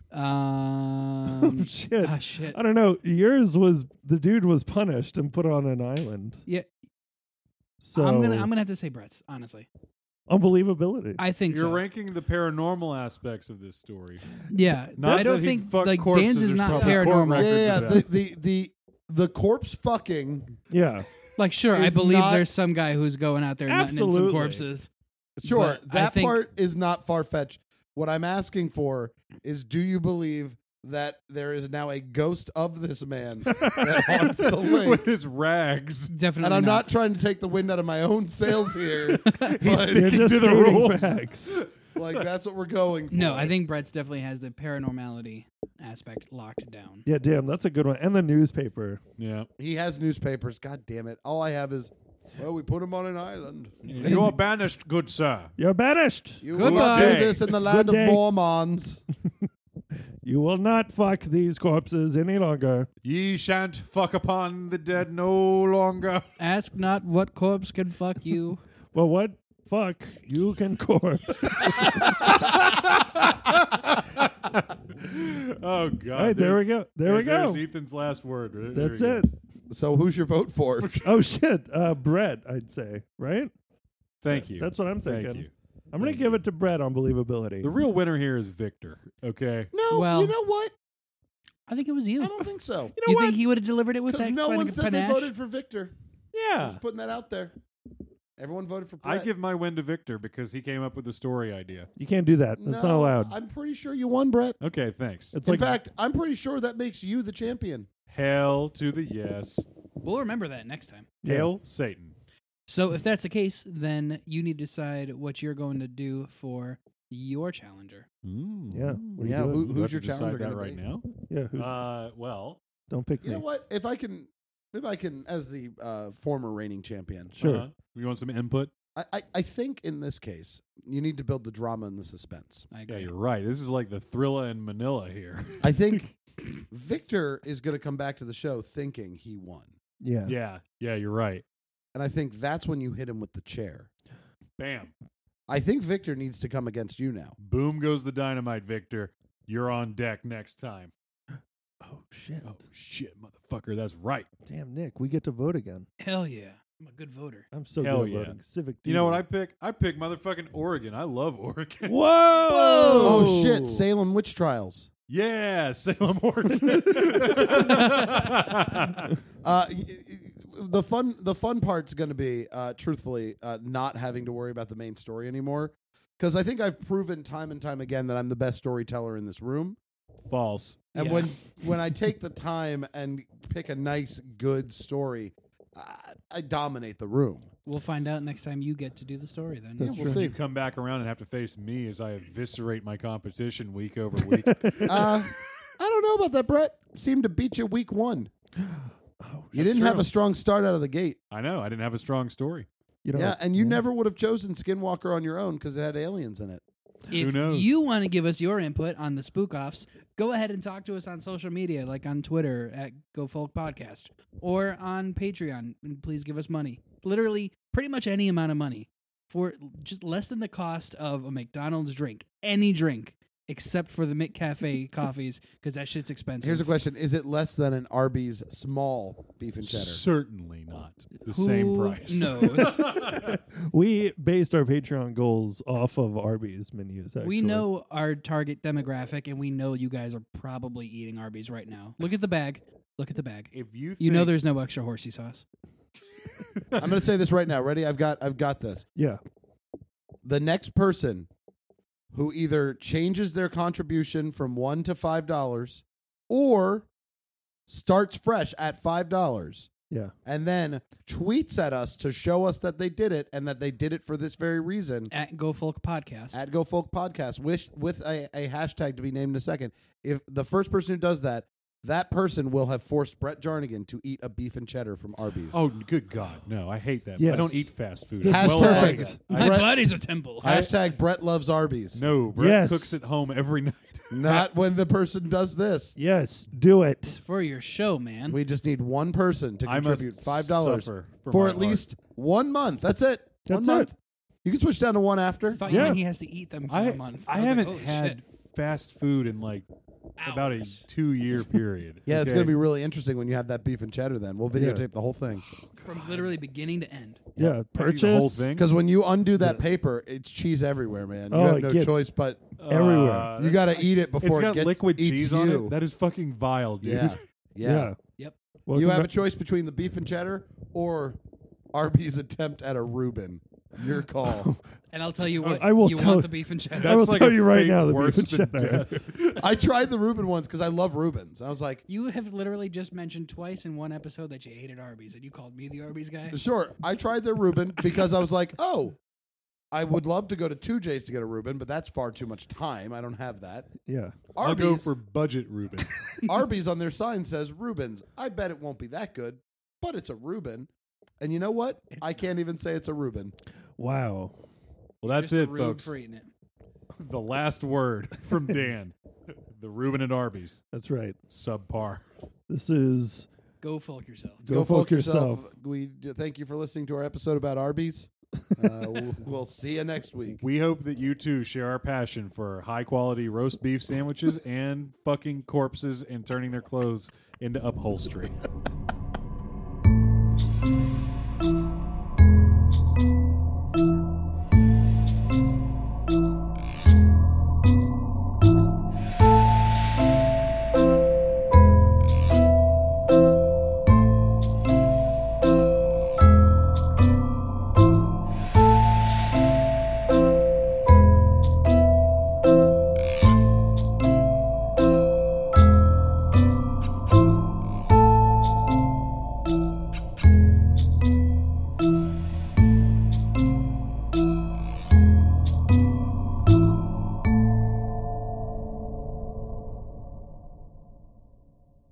Speaker 5: Believability.
Speaker 6: Um,
Speaker 4: <laughs> Oh, shit.
Speaker 6: Ah, shit.
Speaker 4: I don't know. Yours was the dude was punished and put on an island.
Speaker 6: Yeah,
Speaker 4: So
Speaker 6: I'm gonna I'm gonna have to say Brett's. Honestly,
Speaker 4: unbelievability.
Speaker 6: I think
Speaker 3: You're
Speaker 6: so.
Speaker 3: ranking the paranormal aspects of this story. <laughs>
Speaker 6: Yeah,
Speaker 3: Not
Speaker 6: I
Speaker 3: that
Speaker 6: don't
Speaker 3: he
Speaker 6: think
Speaker 3: fucked
Speaker 6: like
Speaker 3: corpses,
Speaker 6: Dan's is
Speaker 3: there's
Speaker 6: not
Speaker 3: probably court
Speaker 5: Yeah,
Speaker 6: paranormal.
Speaker 3: records.
Speaker 5: yeah, yeah.
Speaker 3: Records
Speaker 5: The, the the the corpse fucking.
Speaker 4: yeah.
Speaker 6: Like, sure, I
Speaker 5: is
Speaker 6: believe
Speaker 5: not-
Speaker 6: there's some guy who's going out there nutting in some
Speaker 4: Absolutely.
Speaker 6: corpses.
Speaker 5: Sure,
Speaker 6: But I
Speaker 5: that
Speaker 6: think-
Speaker 5: part is not far fetched. What I'm asking for is, do you believe that there is now a ghost of this man that haunts
Speaker 6: <laughs>
Speaker 5: the lake?
Speaker 3: With his rags.
Speaker 6: Definitely.
Speaker 5: And I'm not trying to take the wind out of my own
Speaker 6: <laughs>
Speaker 5: sails here, but
Speaker 4: They're just
Speaker 3: to the
Speaker 4: stating
Speaker 3: rules.
Speaker 4: facts.
Speaker 5: <laughs> like that's what we're going for.
Speaker 6: No, I think Brett's definitely has the paranormality aspect locked down.
Speaker 4: Yeah, damn, that's a good one. And the newspaper.
Speaker 3: Yeah.
Speaker 5: he has newspapers. God damn it! All I have is, well, we put him on an island.
Speaker 3: You are banished, good sir.
Speaker 4: You're banished.
Speaker 5: You will not
Speaker 6: Goodbye.
Speaker 5: do this in the land of
Speaker 4: day.
Speaker 5: Mormons.
Speaker 4: You will not fuck these corpses any longer.
Speaker 3: Ye shan't fuck upon the dead no longer.
Speaker 5: <laughs>
Speaker 6: Ask not what corpse can fuck you.
Speaker 4: Well, what fuck, you
Speaker 3: <laughs>
Speaker 4: can corpse.
Speaker 3: <laughs> Uh, Oh God!
Speaker 4: All right, there we go. There we go.
Speaker 3: There's Ethan's last word. Right? There
Speaker 4: That's
Speaker 3: we go.
Speaker 4: it.
Speaker 5: So who's your vote for?
Speaker 4: Oh shit, uh, Brett, I'd say, right?
Speaker 3: Thank you.
Speaker 4: That's what I'm
Speaker 3: Thank
Speaker 4: thinking.
Speaker 3: you.
Speaker 4: I'm gonna give it to Brett on believability.
Speaker 3: The real winner here is Victor. Okay.
Speaker 5: <laughs> No,
Speaker 6: Well-
Speaker 5: you know what?
Speaker 6: I think it was you.
Speaker 5: I
Speaker 6: <laughs> You,
Speaker 5: don't think so.
Speaker 6: think he would have delivered it with
Speaker 5: Because
Speaker 6: that
Speaker 5: no
Speaker 6: kind
Speaker 5: one
Speaker 6: of
Speaker 5: said
Speaker 6: panache?
Speaker 5: they voted for Victor.
Speaker 4: yeah.
Speaker 5: Just putting that out there. Everyone voted for.
Speaker 3: I
Speaker 5: Brett.
Speaker 3: give my win to Victor because he came up with the story idea.
Speaker 4: You can't do that.
Speaker 5: No,
Speaker 4: That's not allowed.
Speaker 5: I'm pretty sure you won, Brett.
Speaker 3: Okay, thanks.
Speaker 4: it's
Speaker 5: In
Speaker 4: like
Speaker 5: fact, I'm pretty sure that makes you the champion.
Speaker 3: Hail to the yes.
Speaker 6: We'll remember that next time.
Speaker 4: Yeah.
Speaker 3: Hail Satan.
Speaker 6: So if that's the case, then you need to decide what you're going to do for your challenger.
Speaker 4: Yeah. What are you
Speaker 5: Yeah,
Speaker 4: doing?
Speaker 5: who-
Speaker 3: Do I
Speaker 5: who's
Speaker 3: have
Speaker 5: your
Speaker 3: to decide
Speaker 5: challenger
Speaker 3: that
Speaker 5: gonna
Speaker 3: right
Speaker 5: be?
Speaker 3: now?
Speaker 4: yeah, who's,
Speaker 3: Uh, well,
Speaker 4: don't pick
Speaker 5: You
Speaker 4: me.
Speaker 5: know what? If I can, if I can, as the uh, former reigning champion,
Speaker 4: Sure.
Speaker 3: uh-huh. You want some input?
Speaker 5: I, I, I think in this case you need to build the drama and the suspense.
Speaker 6: I
Speaker 3: Yeah,
Speaker 6: agree.
Speaker 3: you're right. This is like the Thrilla in Manila here. <laughs>
Speaker 5: I <laughs> think Victor is going to come back to the show thinking he won,
Speaker 4: Yeah.
Speaker 3: yeah, yeah, you're right.
Speaker 5: and I think that's when you hit him with the chair.
Speaker 3: Bam.
Speaker 5: I think Victor needs to come against you now.
Speaker 3: Boom goes the dynamite, Victor. You're on deck next time.
Speaker 4: Oh shit.
Speaker 3: Oh shit, motherfucker. That's right.
Speaker 4: Damn, Nick, we get to vote again.
Speaker 6: Hell yeah. I'm a good voter.
Speaker 4: I'm so
Speaker 3: Hell
Speaker 4: good at
Speaker 3: yeah.
Speaker 4: voting. Civic.
Speaker 3: You know what I
Speaker 4: duty.
Speaker 3: pick? I pick motherfucking Oregon. I love Oregon. <laughs>
Speaker 4: Whoa!
Speaker 5: Oh shit! Salem witch trials.
Speaker 3: Yeah, Salem, Oregon. <laughs>
Speaker 5: Uh, y- y- the fun the fun part's going to be uh, truthfully uh, not having to worry about the main story anymore because I think I've proven time and time again that I'm the best storyteller in this room.
Speaker 3: False.
Speaker 5: And
Speaker 6: Yeah.
Speaker 5: when when I take the time and pick a nice good story, I, I dominate the room.
Speaker 6: We'll find out next time you get to do the story then.
Speaker 4: That's
Speaker 5: Yeah, we'll
Speaker 4: true.
Speaker 3: You come back around and have to face me as I eviscerate my competition week
Speaker 6: <laughs>
Speaker 3: over week.
Speaker 5: Uh, <laughs> I don't know about that, Brett. Seemed to beat you week one. <gasps> you didn't have a strong start out of the gate.
Speaker 3: I know. I didn't have a strong story.
Speaker 4: You know,
Speaker 5: Yeah, and you
Speaker 4: yeah.
Speaker 5: never would have chosen Skinwalker on your own because it had aliens in it.
Speaker 6: If
Speaker 3: knows?
Speaker 6: you want to give us your input on the spook offs, go ahead and talk to us on social media, like on Twitter at GoFolk Podcast or on Patreon. And please give us money. Literally, pretty much any amount of money for just less than the cost of a McDonald's drink, any drink except for
Speaker 3: <laughs>
Speaker 6: the McCafe coffees, because that shit's expensive.
Speaker 5: Here's a question: Is it less than an Arby's small beef and cheddar?
Speaker 3: Certainly not the
Speaker 6: Who
Speaker 3: same price. <laughs>
Speaker 6: knows?
Speaker 4: We based our Patreon goals off of Arby's menus. Actually.
Speaker 6: we know our target demographic, and we know you guys are probably eating Arby's right now. Look at the bag. Look at the bag.
Speaker 3: If you think,
Speaker 6: You know there's no extra horsey sauce.
Speaker 5: I'm going to say this right now. Ready? I've got I've got this.
Speaker 4: Yeah.
Speaker 5: The next person who either changes their contribution from one to five dollars, or starts fresh at five dollars,
Speaker 4: Yeah.
Speaker 5: and then tweets at us to show us that they did it and that they did it for this very reason.
Speaker 6: at Go Folk Podcast.
Speaker 5: At Go Folk Podcast, wish with a, a hashtag to be named in a second. If the first person who does that, that person will have forced Brett Jarnigan to eat a beef and cheddar from Arby's.
Speaker 3: Oh, good God, no! I hate that. I
Speaker 4: Yes.
Speaker 3: don't eat fast food.
Speaker 4: This
Speaker 3: I'm
Speaker 4: is
Speaker 3: well aware of
Speaker 5: Hashtag
Speaker 3: that.
Speaker 6: My
Speaker 5: Brett-
Speaker 6: body's a temple.
Speaker 5: Hashtag Brett loves Arby's.
Speaker 3: No, Brett
Speaker 4: Yes.
Speaker 3: cooks at home every <laughs> night.
Speaker 5: Not when the person does this.
Speaker 4: Yes. Do it.
Speaker 6: for your show, man.
Speaker 5: We just need one person to
Speaker 3: I must
Speaker 5: contribute five dollars
Speaker 3: suffer
Speaker 5: for,
Speaker 3: for my
Speaker 5: at
Speaker 3: art.
Speaker 5: least one month. That's it. one
Speaker 4: That's
Speaker 5: month.
Speaker 4: it.
Speaker 5: You can switch down to one
Speaker 6: I
Speaker 5: after.
Speaker 6: thought you meant
Speaker 4: Yeah.
Speaker 6: he has to eat them for
Speaker 3: I
Speaker 6: a month.
Speaker 3: I
Speaker 6: was like,
Speaker 3: haven't
Speaker 6: "Holy
Speaker 3: had
Speaker 6: shit."
Speaker 3: fast food in like about a
Speaker 6: Hours. <laughs>
Speaker 3: two-year period.
Speaker 5: Yeah, it's
Speaker 3: Okay?
Speaker 5: gonna be really interesting when you have that beef and cheddar. Then we'll videotape the whole thing
Speaker 6: from literally beginning to end.
Speaker 4: Yeah.
Speaker 3: I eat
Speaker 4: Purchase
Speaker 3: the whole thing
Speaker 5: because when you undo that paper, it's cheese everywhere, man. You
Speaker 4: Oh,
Speaker 5: have
Speaker 4: it
Speaker 5: no
Speaker 4: gets-
Speaker 5: choice but
Speaker 4: everywhere.
Speaker 3: Uh,
Speaker 5: you got to eat it before
Speaker 3: it's
Speaker 5: it
Speaker 3: got
Speaker 5: gets,
Speaker 3: liquid
Speaker 5: eats
Speaker 3: cheese
Speaker 5: you.
Speaker 3: on it. That is fucking vile, dude.
Speaker 5: yeah,
Speaker 4: yeah.
Speaker 5: <laughs> yeah.
Speaker 6: Yep.
Speaker 4: Welcome
Speaker 5: you have a
Speaker 4: back-
Speaker 5: choice between the beef and cheddar or Arby's attempt at a Reuben.
Speaker 3: <laughs>
Speaker 5: Your call.
Speaker 6: And I'll tell you what,
Speaker 4: I will
Speaker 6: you
Speaker 4: tell-
Speaker 6: want the beef and cheddar.
Speaker 4: I will
Speaker 3: That's like
Speaker 4: tell
Speaker 3: a
Speaker 4: you right
Speaker 3: fate
Speaker 4: now, the beef
Speaker 3: worse
Speaker 4: and
Speaker 3: than
Speaker 4: cheddar.
Speaker 3: death.
Speaker 5: I tried the Reuben once because I love Reubens. And I was like,
Speaker 6: You have literally just mentioned twice in one episode that you hated Arby's, and you called me the Arby's guy.
Speaker 5: Sure, I tried their Reuben because I was like, oh, I would love to go to two J's to get a Reuben, but that's far too much time. I don't have that.
Speaker 4: Yeah.
Speaker 3: I'll
Speaker 5: Arby's,
Speaker 3: go for budget <laughs> Reuben.
Speaker 5: Arby's on their sign says Rubens. I bet it won't be that good, but it's a Reuben. And you know what? I can't even say it's a Reuben.
Speaker 4: Wow.
Speaker 3: well, that's
Speaker 6: Just a
Speaker 3: it,
Speaker 6: rube
Speaker 3: folks.
Speaker 6: For eating it.
Speaker 3: The last word <laughs> from Dan. the Reuben and Arby's
Speaker 4: That's right.
Speaker 3: subpar.
Speaker 4: This is
Speaker 6: Go folk yourself.
Speaker 4: go, folk yourself.
Speaker 5: We thank you for listening to our episode about Arby's. Uh, w- we'll see you next week.
Speaker 3: We hope that you too share our passion for high quality roast beef sandwiches and fucking corpses and turning their clothes into upholstery.